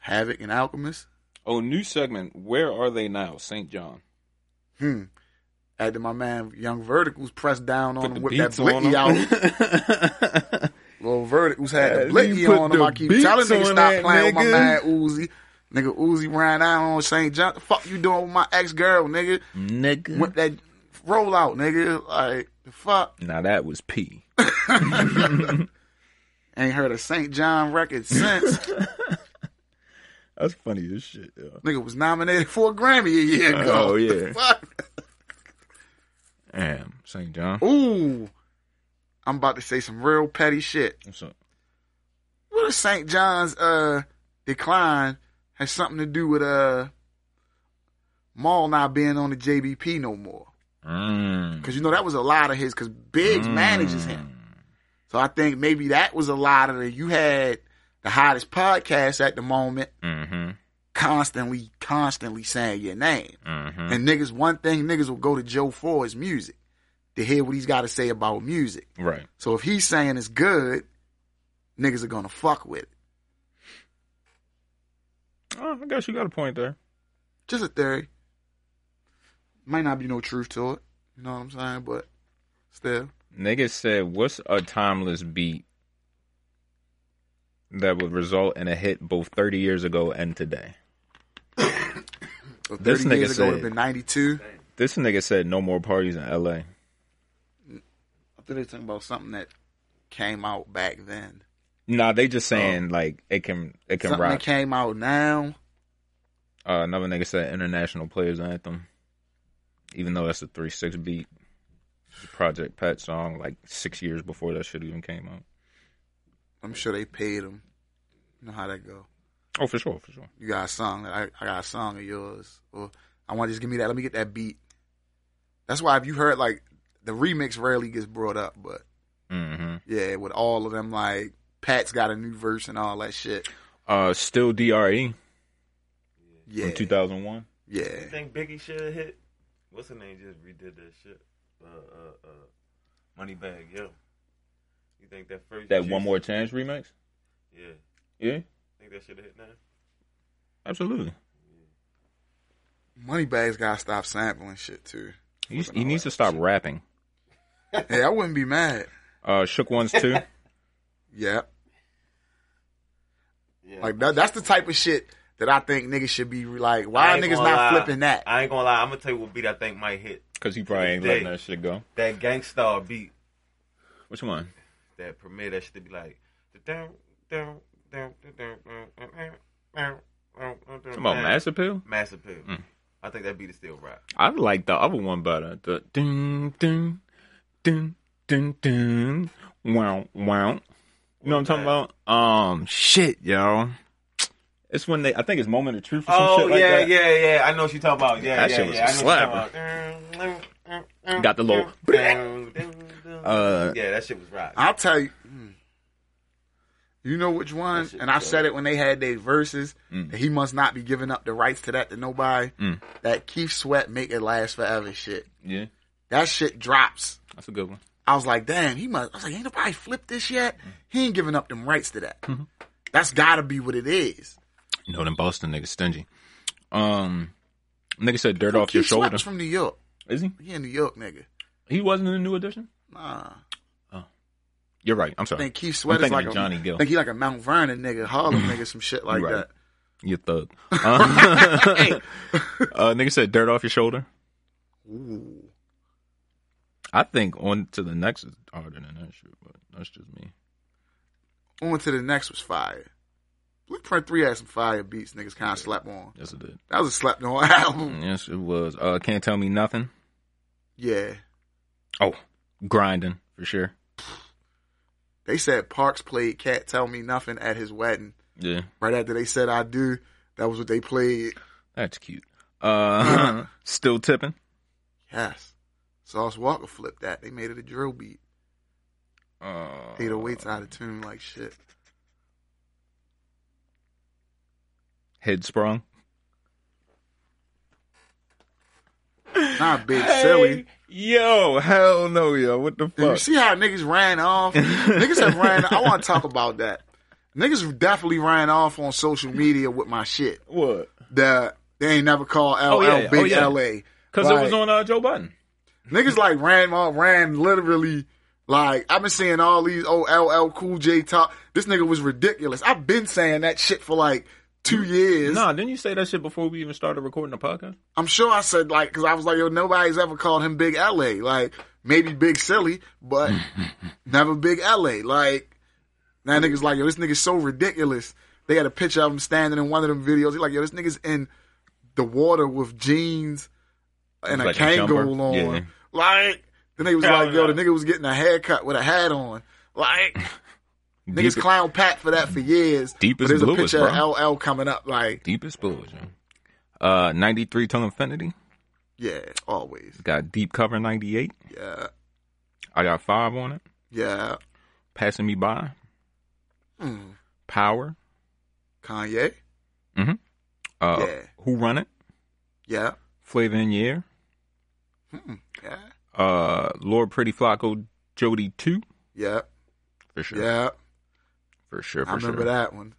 [SPEAKER 1] Havoc and Alchemist.
[SPEAKER 2] Oh, new segment. Where are they now? St. John.
[SPEAKER 1] Hmm. After my man Young Verticals pressed down on
[SPEAKER 2] Put the
[SPEAKER 1] him with that
[SPEAKER 2] beats on
[SPEAKER 1] blicky out.
[SPEAKER 2] them.
[SPEAKER 1] Little Verticals had
[SPEAKER 2] Yeah,
[SPEAKER 1] the
[SPEAKER 2] you
[SPEAKER 1] blicky
[SPEAKER 2] put
[SPEAKER 1] on him.
[SPEAKER 2] the
[SPEAKER 1] I keep
[SPEAKER 2] beats
[SPEAKER 1] telling niggas
[SPEAKER 2] on
[SPEAKER 1] stop
[SPEAKER 2] that,
[SPEAKER 1] playing with my
[SPEAKER 2] nigga.
[SPEAKER 1] man Uzi. Nigga Uzi ran out on St. John. The fuck you doing with my ex girl, nigga?
[SPEAKER 11] *laughs* Nigga.
[SPEAKER 1] With that rollout, nigga. Like the fuck.
[SPEAKER 11] Now that was P.
[SPEAKER 1] Ain't heard a St. John record
[SPEAKER 2] *laughs*
[SPEAKER 1] since.
[SPEAKER 11] That's funny as shit. Yeah.
[SPEAKER 1] nigga was nominated for a Grammy a year ago. *laughs*
[SPEAKER 11] Oh, yeah.
[SPEAKER 1] Fuck.
[SPEAKER 11] Damn, St. John.
[SPEAKER 1] Ooh. I'm about to say some real petty shit.
[SPEAKER 11] What's up?
[SPEAKER 1] What if St. John's uh decline has something to do with uh Maul not being on the JBP no more?
[SPEAKER 11] Mm.
[SPEAKER 1] Because you know that was a lot of his. Because
[SPEAKER 2] Mm.
[SPEAKER 1] Biggs manages him, so I think maybe that was a lot of it. You had the hottest podcast at the moment,
[SPEAKER 11] Mm-hmm.
[SPEAKER 1] constantly, constantly saying your name,
[SPEAKER 11] Mm-hmm.
[SPEAKER 2] Mm.
[SPEAKER 1] and niggas. One thing niggas will go to Joe for is music to hear what he's got to say about music.
[SPEAKER 11] Right.
[SPEAKER 1] So if he's saying it's good, niggas are gonna fuck with it.
[SPEAKER 11] Oh, I guess you got a point there.
[SPEAKER 1] Just a theory. Might not be no truth to it. You know what I'm saying? But still,
[SPEAKER 11] Niggas said, "What's a timeless beat that would result in a hit both 30 years ago and today?"
[SPEAKER 1] so
[SPEAKER 11] This
[SPEAKER 1] 30
[SPEAKER 11] nigga
[SPEAKER 1] years ago would
[SPEAKER 11] said-
[SPEAKER 1] have been 92.
[SPEAKER 2] This nigga said no more parties in L.A.
[SPEAKER 1] I think they're talking about something that came out back then.
[SPEAKER 2] Nah, they just saying like it can it can
[SPEAKER 1] something
[SPEAKER 2] rock.
[SPEAKER 1] that came out now.
[SPEAKER 2] Uh, another nigga said international players anthem, even though that's a three six beat the Project Pat song, like six years before that shit even came out.
[SPEAKER 1] I'm sure they paid them. You know how that go.
[SPEAKER 2] Oh, for sure, for sure.
[SPEAKER 1] You got a song that I, I got a song of yours, or I want to just give me that. Let me get that beat. That's why if you heard like the remix rarely gets brought up, but
[SPEAKER 2] Mm-hmm.
[SPEAKER 1] yeah, with all of them like Pat's got a new verse and all that shit.
[SPEAKER 2] Uh, still Dre
[SPEAKER 1] Yeah,
[SPEAKER 2] from two thousand one.
[SPEAKER 1] yeah.
[SPEAKER 3] You think Biggie should have hit? What's her name? Just redid that shit. Uh, uh, uh, Moneybag, yo. You think that first?
[SPEAKER 2] That
[SPEAKER 3] Juice-
[SPEAKER 2] one more chance remix.
[SPEAKER 3] Yeah.
[SPEAKER 2] Yeah,
[SPEAKER 3] Think that should have hit now?
[SPEAKER 2] absolutely.
[SPEAKER 1] Moneybags gotta stop sampling shit too.
[SPEAKER 2] He, he needs to stop rapping.
[SPEAKER 1] Hey, I wouldn't be mad.
[SPEAKER 2] Uh, shook ones too.
[SPEAKER 1] Yeah.
[SPEAKER 6] Yeah.
[SPEAKER 1] Like that, that's the type of shit that I think niggas should be like.
[SPEAKER 3] I
[SPEAKER 1] Why
[SPEAKER 3] ain't
[SPEAKER 1] niggas
[SPEAKER 3] gonna
[SPEAKER 1] not
[SPEAKER 3] lie.
[SPEAKER 1] flipping that?
[SPEAKER 3] I ain't gonna lie. I'm gonna tell you what beat I think might hit.
[SPEAKER 2] Cause he probably ain't letting that shit go.
[SPEAKER 3] That Gangstar beat.
[SPEAKER 2] Which one?
[SPEAKER 3] That premiere. That should be like. Come on,
[SPEAKER 2] Come on, Mm. Mass Appeal.
[SPEAKER 3] Mass Appeal. I think that beat is still rock.
[SPEAKER 2] I like the other one better. The dun dun dun dun dun wow wow. You know what I'm talking about? Um, shit, yo. It's when they. I think it's Moment of Truth or some shit like
[SPEAKER 3] Oh, yeah,
[SPEAKER 2] that.
[SPEAKER 3] yeah, yeah. I know what you're talking about. Yeah,
[SPEAKER 2] That
[SPEAKER 3] yeah,
[SPEAKER 2] shit was
[SPEAKER 3] yeah.
[SPEAKER 2] a
[SPEAKER 3] I know what you're talking about.
[SPEAKER 2] Got the little- *laughs* Uh,
[SPEAKER 3] yeah, that shit was rock.
[SPEAKER 1] I'll tell you. Hmm. You know which one? And I said it when they had their verses.
[SPEAKER 3] Mm.
[SPEAKER 1] that He must not be giving up the rights to that to nobody. That Keith Sweat make it last forever shit.
[SPEAKER 2] yeah,
[SPEAKER 1] That shit drops.
[SPEAKER 2] that's a good one.
[SPEAKER 1] I was like, damn, he must. I was like, ain't nobody flipped this yet.
[SPEAKER 3] Mm.
[SPEAKER 1] He ain't giving up them rights to that.
[SPEAKER 3] Mm-hmm.
[SPEAKER 1] That's gotta be what it is.
[SPEAKER 2] You know them Boston niggas stingy. Um, nigga said dirt off your
[SPEAKER 1] Keith Sweat
[SPEAKER 2] shoulder.
[SPEAKER 1] was from New York.
[SPEAKER 2] Is he?
[SPEAKER 1] He in New York, nigga.
[SPEAKER 2] He wasn't in the new edition.
[SPEAKER 1] Nah.
[SPEAKER 2] You're right. I'm
[SPEAKER 1] I
[SPEAKER 2] sorry.
[SPEAKER 1] think Keith Sweat
[SPEAKER 2] I'm
[SPEAKER 1] is
[SPEAKER 2] thinking
[SPEAKER 1] like
[SPEAKER 2] of
[SPEAKER 1] a,
[SPEAKER 2] Johnny Gill.
[SPEAKER 1] I think he like a Mount Vernon nigga,
[SPEAKER 2] *clears throat*
[SPEAKER 1] Harlem nigga, some shit like
[SPEAKER 2] Right.
[SPEAKER 1] that.
[SPEAKER 2] You're thug. Uh, *laughs* uh, nigga said dirt off your shoulder.
[SPEAKER 1] Ooh.
[SPEAKER 2] I think on to the next is harder than that shit, but that's just me.
[SPEAKER 1] On to the next was fire. Blueprint 3 had some fire beats niggas kind of slept on.
[SPEAKER 2] Yes, it did.
[SPEAKER 1] That was a slept on *laughs* album.
[SPEAKER 2] Mm, Yes, it was. Uh, can't tell me nothing.
[SPEAKER 1] Yeah.
[SPEAKER 2] Oh, grinding for sure.
[SPEAKER 1] They said Parks played Can't Tell Me Nothing at his wedding.
[SPEAKER 2] Yeah,
[SPEAKER 1] Right after they said I do, that was what they played.
[SPEAKER 2] that's cute. Uh, *laughs* still tipping.
[SPEAKER 1] Yes. Sauce Walker flipped that. They made it a drill beat.
[SPEAKER 2] Uh,
[SPEAKER 1] 808's out of tune like shit.
[SPEAKER 2] head sprung.
[SPEAKER 1] Not big silly.
[SPEAKER 2] yo, hell no, yo. What the
[SPEAKER 1] Did you see how niggas ran off? niggas have ran. I want to talk about that. Niggas definitely ran off on social media with my shit.
[SPEAKER 2] What?
[SPEAKER 1] That they ain't never called LL
[SPEAKER 2] Oh, yeah.
[SPEAKER 1] Big
[SPEAKER 2] Oh, yeah.
[SPEAKER 1] LA.
[SPEAKER 2] Because it
[SPEAKER 1] Like,
[SPEAKER 2] was on uh, Joe Button.
[SPEAKER 1] Niggas like ran off, ran literally. Like I've been seeing all these old LL Cool J talk. This nigga was ridiculous. I've been saying that shit for like two years.
[SPEAKER 2] Nah, didn't you say that shit before we even started recording the podcast?
[SPEAKER 1] I'm sure I said like because I was like, yo, nobody's ever called him Big LA. Like maybe Big Silly,
[SPEAKER 2] *laughs*
[SPEAKER 1] but never Big LA. Like that nigga's like, yo, this nigga's so ridiculous. They had a picture of him standing in one of them videos. He's like, yo, this nigga's in the water with jeans and
[SPEAKER 2] Like
[SPEAKER 1] a
[SPEAKER 2] a
[SPEAKER 1] kangaroo
[SPEAKER 2] jumper.
[SPEAKER 1] on.
[SPEAKER 2] Yeah.
[SPEAKER 1] Like then they was like, yo, the nigga was getting a haircut with a hat on.
[SPEAKER 2] *laughs*
[SPEAKER 1] Like niggas
[SPEAKER 2] Deep-
[SPEAKER 1] clown Pat for that for years.
[SPEAKER 2] Deep
[SPEAKER 1] but
[SPEAKER 2] as
[SPEAKER 1] there's
[SPEAKER 2] blue
[SPEAKER 1] a
[SPEAKER 2] is,
[SPEAKER 1] picture
[SPEAKER 2] bro.
[SPEAKER 1] of LL coming up. Like
[SPEAKER 2] Deepest blue, yo. Uh, 93 till infinity.
[SPEAKER 1] yeah, always.
[SPEAKER 2] Got deep cover 98.
[SPEAKER 1] Yeah,
[SPEAKER 2] I got five on it.
[SPEAKER 1] yeah.
[SPEAKER 2] Passing me by.
[SPEAKER 1] Mm.
[SPEAKER 2] Power.
[SPEAKER 1] Kanye.
[SPEAKER 2] Uh,
[SPEAKER 1] Yeah.
[SPEAKER 2] Who run it?
[SPEAKER 1] Yeah.
[SPEAKER 2] Flavor in Year.
[SPEAKER 1] Yeah.
[SPEAKER 2] Uh, Lord Pretty Flacco. Jody two.
[SPEAKER 1] Yeah.
[SPEAKER 2] For sure.
[SPEAKER 1] Yeah.
[SPEAKER 2] For sure. For
[SPEAKER 1] I remember
[SPEAKER 2] sure.
[SPEAKER 1] that one.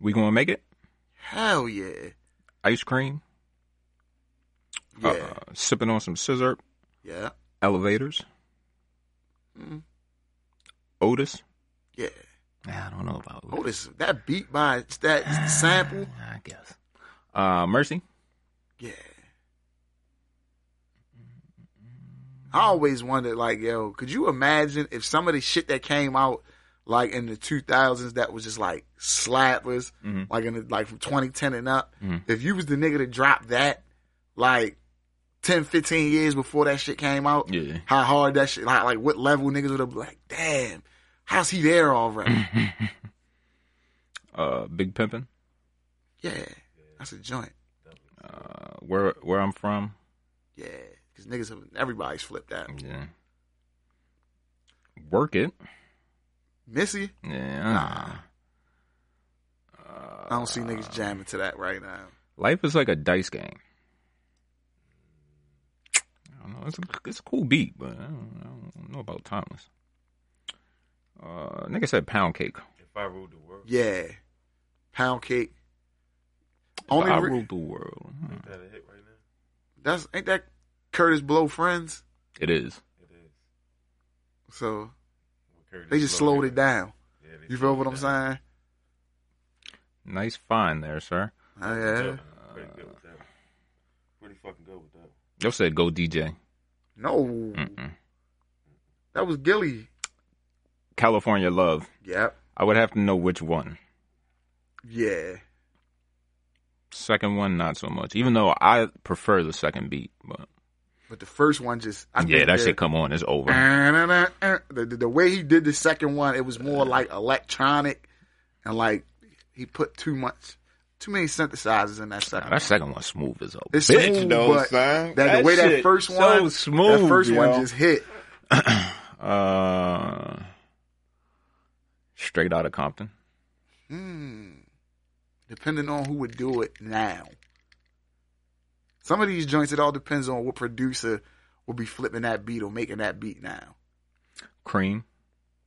[SPEAKER 2] We gonna make it.
[SPEAKER 1] Hell yeah.
[SPEAKER 2] Ice cream.
[SPEAKER 1] Yeah.
[SPEAKER 2] Uh, sipping on some scissor.
[SPEAKER 1] yeah.
[SPEAKER 2] Elevators.
[SPEAKER 1] Mm.
[SPEAKER 2] Otis.
[SPEAKER 1] Yeah.
[SPEAKER 2] Nah, I don't know about Otis.
[SPEAKER 1] Oh, this that beat by that sample.
[SPEAKER 2] I guess. Uh, Mercy.
[SPEAKER 1] Yeah. I always wondered, like, yo, could you imagine if some of the shit that came out, like in the 2000s, that was just like slappers,
[SPEAKER 2] Mhm.
[SPEAKER 1] like in the, like from 2010 and up,
[SPEAKER 2] Mhm.
[SPEAKER 1] if you was the nigga to drop that, like 10, 15 years before that shit came out,
[SPEAKER 2] Yeah.
[SPEAKER 1] how hard that shit, like, like what level niggas would have been like, damn, how's he there
[SPEAKER 2] Mm.
[SPEAKER 1] already?
[SPEAKER 2] *laughs* Uh, Big Pimpin'.
[SPEAKER 1] yeah, that's a joint.
[SPEAKER 2] Uh, where where I'm from.
[SPEAKER 1] Yeah, because niggas, have, everybody's flipped that.
[SPEAKER 2] Yeah. Work it.
[SPEAKER 1] Missy,
[SPEAKER 2] Yeah.
[SPEAKER 1] I don't see niggas jamming to that right now.
[SPEAKER 2] Life is like a dice game. I don't know. It's a, it's a cool beat, but I don't, I don't know about timeless. Uh, nigga said pound cake.
[SPEAKER 3] If I ruled the world,
[SPEAKER 1] Yeah, pound cake.
[SPEAKER 2] Only I
[SPEAKER 1] Only re-
[SPEAKER 2] ruled the world. Hmm.
[SPEAKER 3] that a hit right now.
[SPEAKER 1] that's ain't that Curtis Blow friends.
[SPEAKER 2] It is.
[SPEAKER 3] It is.
[SPEAKER 1] So
[SPEAKER 3] With Curtis
[SPEAKER 1] they just
[SPEAKER 3] Blow.
[SPEAKER 1] slowed it down.
[SPEAKER 3] Yeah, they
[SPEAKER 1] You feel
[SPEAKER 3] slowed
[SPEAKER 1] what
[SPEAKER 3] it
[SPEAKER 1] I'm
[SPEAKER 3] down.
[SPEAKER 1] saying?
[SPEAKER 2] Nice find there, sir.
[SPEAKER 1] Oh, yeah.
[SPEAKER 3] Yeah, Pretty good with that. one. Pretty fucking good with that. one.
[SPEAKER 2] Yo said go DJ.
[SPEAKER 1] No,
[SPEAKER 2] Mm-mm.
[SPEAKER 1] that was Gilly.
[SPEAKER 2] California Love.
[SPEAKER 1] Yep.
[SPEAKER 2] I would have to know which one.
[SPEAKER 1] Yeah.
[SPEAKER 2] Second one, not so much. Even though I prefer the second beat, but
[SPEAKER 1] But the first one just I
[SPEAKER 2] yeah,
[SPEAKER 1] think
[SPEAKER 2] that shit come on. It's over.
[SPEAKER 1] Uh, The, the, the way he did the second one, it was more like electronic, and like he put too much, too many synthesizers in that second.
[SPEAKER 2] That second one smooth as a
[SPEAKER 1] It's
[SPEAKER 2] bitch.
[SPEAKER 1] smooth,
[SPEAKER 8] You know what I'm
[SPEAKER 1] but
[SPEAKER 8] saying?
[SPEAKER 1] that, the way that
[SPEAKER 8] shit
[SPEAKER 1] first
[SPEAKER 8] so
[SPEAKER 1] one, that
[SPEAKER 8] smooth,
[SPEAKER 1] first one
[SPEAKER 8] yo.
[SPEAKER 1] just hit.
[SPEAKER 2] Uh, straight out of Compton.
[SPEAKER 1] Hmm. Depending on who would do it now. Some of these joints, it all depends on what producer will be flipping that beat or making that beat now.
[SPEAKER 2] Cream.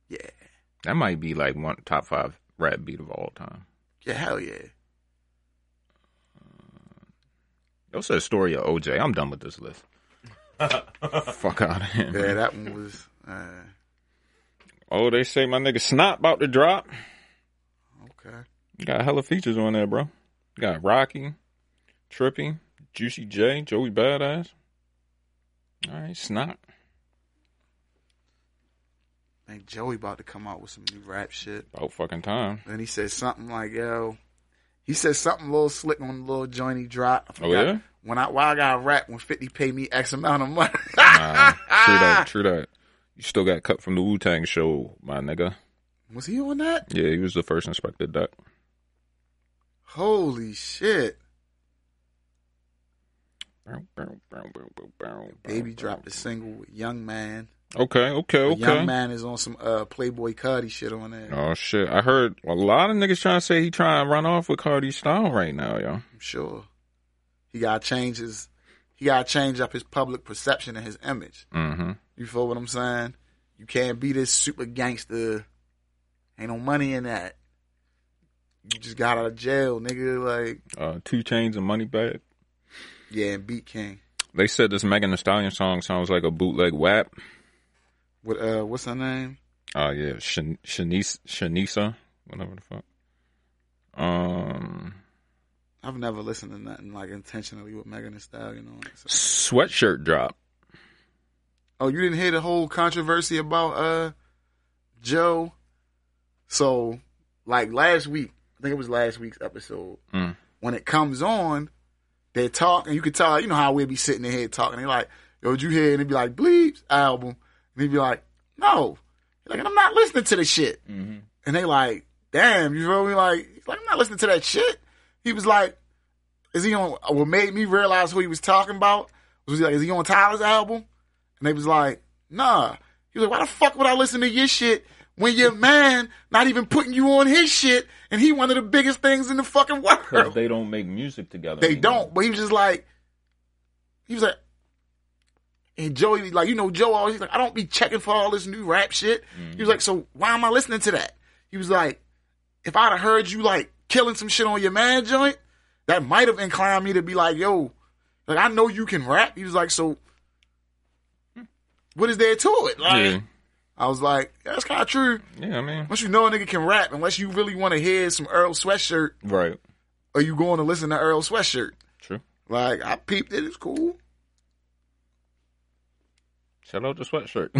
[SPEAKER 1] Yeah.
[SPEAKER 2] That might be like one top five rap beat of all time.
[SPEAKER 1] Yeah, hell yeah.
[SPEAKER 2] Yo said story of OJ. I'm done with this list. Fuck out of here.
[SPEAKER 8] Mm-hmm.
[SPEAKER 1] Yeah, that one was. Uh,
[SPEAKER 2] Oh, they say my nigga Snot about to drop.
[SPEAKER 1] okay.
[SPEAKER 2] You got hella features on there, bro. You got Rocky, Trippy, Juicy J, Joey Badass. All right, Snot.
[SPEAKER 1] I think Joey about to come out with some new rap shit.
[SPEAKER 2] About fucking time.
[SPEAKER 1] And he said something like, yo, he said something a little slick on the little joint he dropped. I
[SPEAKER 2] Oh,
[SPEAKER 1] forgot.
[SPEAKER 2] yeah?
[SPEAKER 1] When I, why I got rap when 50 pay me X amount of money.
[SPEAKER 2] Nah, true that. True that. You still got cut from the Wu Tang show, my nigga.
[SPEAKER 1] *laughs* was he on that?
[SPEAKER 2] Yeah, he was the first Inspector Duck.
[SPEAKER 1] Holy shit. Baby dropped a single with Young Man.
[SPEAKER 2] Okay, okay,
[SPEAKER 1] But Young
[SPEAKER 2] okay.
[SPEAKER 1] Man is on some uh, Playboy Cuddy shit on there.
[SPEAKER 2] Oh shit! I heard a lot of niggas trying to say he trying to run off with Cardi style right now, yo.
[SPEAKER 1] I'm sure. He got to change his, he got to change up his public perception and his image.
[SPEAKER 2] Mm-hmm.
[SPEAKER 1] You feel what I'm saying? You can't be this super gangster. Ain't no money in that. You just got out of jail, nigga. Like,
[SPEAKER 2] Uh, two chains and money bag.
[SPEAKER 1] yeah, and beat King.
[SPEAKER 2] They said this Megan Thee Stallion song sounds like a bootleg WAP.
[SPEAKER 1] What, uh, what's her name?
[SPEAKER 2] Oh yeah, Shan- Shanice, Shanisa, whatever the fuck. Um,
[SPEAKER 1] I've never listened to nothing like intentionally with Megan Thee Stallion on. it, so-
[SPEAKER 2] sweatshirt drop.
[SPEAKER 1] Oh, you didn't hear the whole controversy about uh Joe? So, like last week, I think it was last week's episode.
[SPEAKER 2] Mm.
[SPEAKER 1] When it comes on, they talk, and you could tell, you know how we'd be sitting in here talking. They're like, "Yo, did you hear?" And they'd be like, "Bleeps album," and they'd be like, "No," He's like, "And I'm not listening to this shit." And they like, "Damn, you feel me?" Like, he's like, "I'm not listening to that shit." He was like, "Is he on?" What made me realize who he was talking about was he like, "Is he on Tyler's album?" And they was like, nah. He was like, why the fuck would I listen to your shit when your man not even putting you on his shit and he one of the biggest things in the fucking world? They,
[SPEAKER 2] don't make music together.
[SPEAKER 1] don't. But he was just like, he was like, and Joey, like, you know, Joe always, he's like, I don't be checking for all this new rap shit. He was like, so why am I listening to that? He was like, if I'd have heard you like killing some shit on your man joint, that might have inclined me to be like, yo, like I know you can rap. He was like, so what is there to it? Like
[SPEAKER 2] Yeah,
[SPEAKER 1] I was like, that's kind of true.
[SPEAKER 2] yeah, I mean,
[SPEAKER 1] Once you know a nigga can rap, unless you really want to hear some Earl Sweatshirt,
[SPEAKER 2] right,
[SPEAKER 1] are you going to listen to Earl Sweatshirt?
[SPEAKER 2] true.
[SPEAKER 1] Like I peeped it. It's cool.
[SPEAKER 2] Shout out the sweatshirt.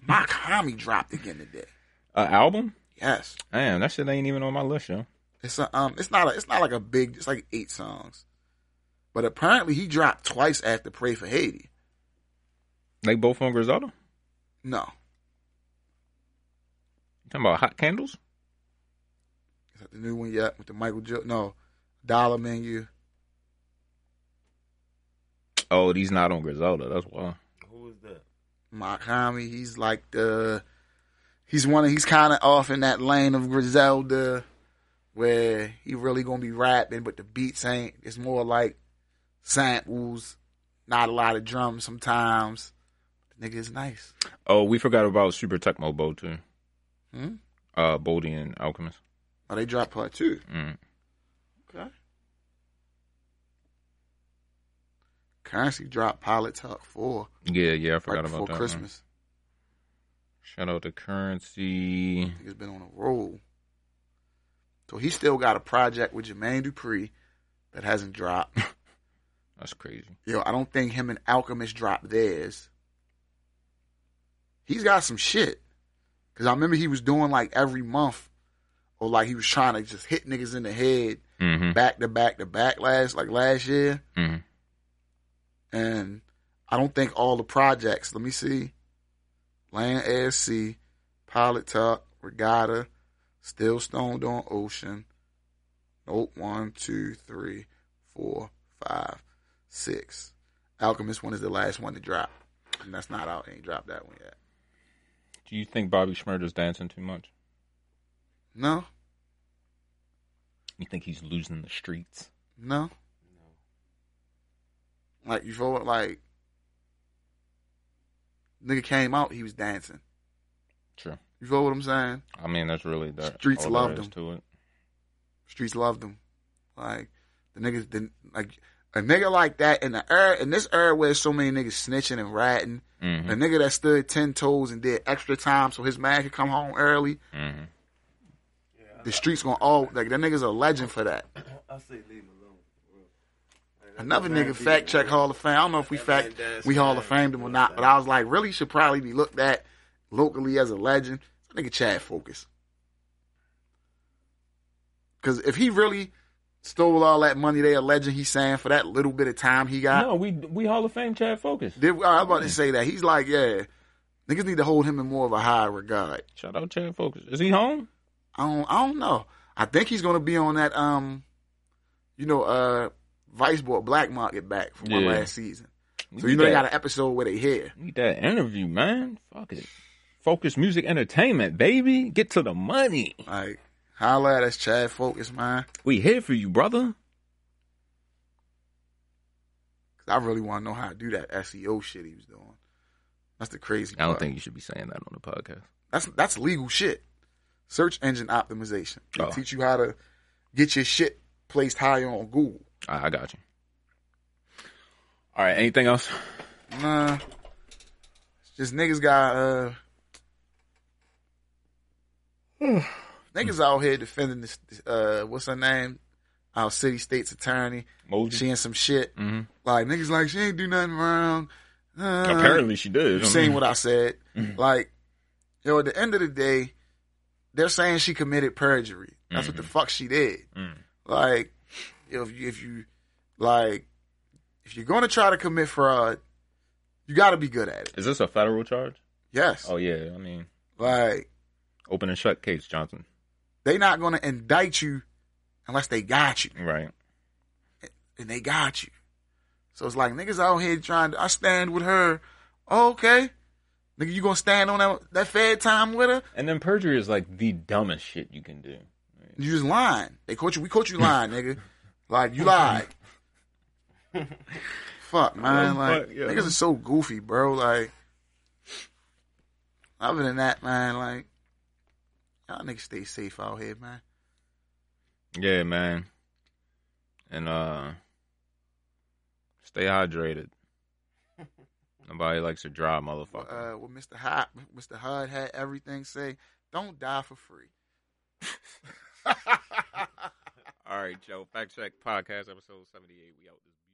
[SPEAKER 2] *laughs*
[SPEAKER 1] My Kami dropped again today.
[SPEAKER 2] uh, album?
[SPEAKER 1] Yes.
[SPEAKER 2] Damn, that shit ain't even on my list, yo.
[SPEAKER 1] It's a um. It's not a. It's not like a big. It's like eight songs. But apparently he dropped twice after "Pray for Haiti."
[SPEAKER 2] They both on Griselda. You
[SPEAKER 1] No,
[SPEAKER 2] talking about hot candles?
[SPEAKER 1] is that the new one yet with the Michael J. No, Dollar Menu.
[SPEAKER 2] Oh, these not on Griselda. That's why.
[SPEAKER 3] Who is that?
[SPEAKER 1] Makami. He's like the. He's one. Of, he's kind of off in that lane of Griselda, where he really gonna be rapping, but the beats ain't. It's more like samples, not a lot of drums sometimes. The nigga is nice.
[SPEAKER 2] Oh, we forgot about Super Tecmo Bo too.
[SPEAKER 1] Hmm?
[SPEAKER 2] Uh, Boldy and Alchemist.
[SPEAKER 1] Oh, they dropped part two.
[SPEAKER 2] Mm.
[SPEAKER 1] Okay. Currency dropped Pilot Talk four
[SPEAKER 2] Yeah, yeah, I
[SPEAKER 1] right
[SPEAKER 2] forgot about
[SPEAKER 1] before
[SPEAKER 2] that. one.
[SPEAKER 1] Christmas.
[SPEAKER 2] Shout out to Currency.
[SPEAKER 1] Nigga's been on a roll. So he still got a project with Jermaine Dupree that hasn't dropped.
[SPEAKER 2] That's crazy.
[SPEAKER 1] Yo, I don't think him and Alchemist dropped theirs. He's got some shit. Cause I remember he was doing like every month, or like he was trying to just hit niggas in the head
[SPEAKER 2] Mm-hmm.
[SPEAKER 1] back to back to back last like last year.
[SPEAKER 2] hmm
[SPEAKER 1] And I don't think all the projects. Let me see. Land ASC, Pilot Top, Regatta, Still Stoned on Ocean. Nope. One, two, three, four, five, six. Alchemist one is the last one to drop. And that's not out. Ain't dropped that one yet.
[SPEAKER 2] Do you think Bobby Schmurder's dancing too much?
[SPEAKER 1] No,
[SPEAKER 2] You think he's losing the streets?
[SPEAKER 1] no. Like you feel like nigga came out, he was dancing.
[SPEAKER 2] True.
[SPEAKER 1] You feel what I'm saying?
[SPEAKER 2] I mean, that's really the
[SPEAKER 1] Streets
[SPEAKER 2] all there
[SPEAKER 1] loved
[SPEAKER 2] is
[SPEAKER 1] him.
[SPEAKER 2] to it.
[SPEAKER 1] streets loved him. Like the niggas, the, like a nigga like that in the era, in this era where so many niggas snitching and ratting,
[SPEAKER 2] Mm-hmm.
[SPEAKER 1] a nigga that stood ten toes and did extra time so his man could come home early.
[SPEAKER 2] Mm-hmm.
[SPEAKER 1] The streets gonna all like that nigga's a legend for that.
[SPEAKER 3] I say leave him alone. for real. Like, that's
[SPEAKER 1] Another
[SPEAKER 3] a
[SPEAKER 1] nigga
[SPEAKER 3] man
[SPEAKER 1] fact
[SPEAKER 3] beating,
[SPEAKER 1] check Hall of Fame. I don't know if we fact
[SPEAKER 3] That man does
[SPEAKER 1] we Hall of
[SPEAKER 3] stand
[SPEAKER 1] Famed him or not, but I was like, really should probably be looked at locally as a legend. That nigga Chad Focus. Cause if he really stole all that money they a legend he's saying for that little bit of time he got.
[SPEAKER 2] No, we we Hall of Fame Chad Focus.
[SPEAKER 1] Did, I was about to say that. He's like, yeah, niggas need to hold him in more of a high regard.
[SPEAKER 2] Shout out Chad Focus. Is he home?
[SPEAKER 1] I don't, I don't know. I think he's gonna be on that, um, you know, uh, Vice bought Black Market back from one
[SPEAKER 2] Yeah.
[SPEAKER 1] last season.
[SPEAKER 2] We
[SPEAKER 1] So you
[SPEAKER 2] need
[SPEAKER 1] know they
[SPEAKER 2] that-
[SPEAKER 1] got an episode where they here.
[SPEAKER 2] Need that interview, man. Fuck it. Focus Music Entertainment, baby. Get to the money.
[SPEAKER 1] Like, holla at us, Chad Focus, man.
[SPEAKER 2] We here for you, brother.
[SPEAKER 1] 'Cause I really want to know how to do that SEO shit he was doing. That's the crazy.
[SPEAKER 2] I don't
[SPEAKER 1] part.
[SPEAKER 2] think you should be saying that on the podcast.
[SPEAKER 1] that's that's legal shit. Search engine optimization. They
[SPEAKER 2] Oh.
[SPEAKER 1] teach you how to get your shit placed high on Google.
[SPEAKER 2] I, I got you. All right. Anything else?
[SPEAKER 1] Nah. It's just niggas got uh *sighs* niggas out here defending this uh what's her name? Our city state's attorney. She in some shit.
[SPEAKER 2] Mhm.
[SPEAKER 1] Like niggas like she ain't do nothing wrong. Uh,
[SPEAKER 2] Apparently, she did.
[SPEAKER 1] you seen what I Mm-hmm. said. Like, yo, at the end of the day, they're saying she committed perjury. That's what the fuck she did.
[SPEAKER 2] Mhm.
[SPEAKER 1] Like, if you, if you like, if you're gonna try to commit fraud, you got to be good at it.
[SPEAKER 2] Is this a federal charge?
[SPEAKER 1] Yes.
[SPEAKER 2] Oh yeah. I mean,
[SPEAKER 1] Like,
[SPEAKER 2] open and shut case, Johnson.
[SPEAKER 1] they not gonna indict you unless they got you,
[SPEAKER 2] Right.
[SPEAKER 1] and they got you. So it's like niggas out here trying to. I stand with her. Oh, okay, nigga, you gonna stand on that that fed time with her?
[SPEAKER 2] And then perjury is like the dumbest shit you can do.
[SPEAKER 1] You just lying. They coach you. We coach you lying, nigga. Like you lied. Fuck man,
[SPEAKER 2] Oh,
[SPEAKER 1] like
[SPEAKER 2] fuck, yeah.
[SPEAKER 1] niggas are so goofy, bro. Like other than that, man, like y'all niggas stay safe out here, man.
[SPEAKER 2] Yeah, man. And uh, stay hydrated. Nobody likes a dry motherfucker.
[SPEAKER 1] Uh, what Mr. Hod, Mr. Hud had everything say, don't die for free.
[SPEAKER 2] All right, Joe. Fact Check Podcast, episode 78. We out this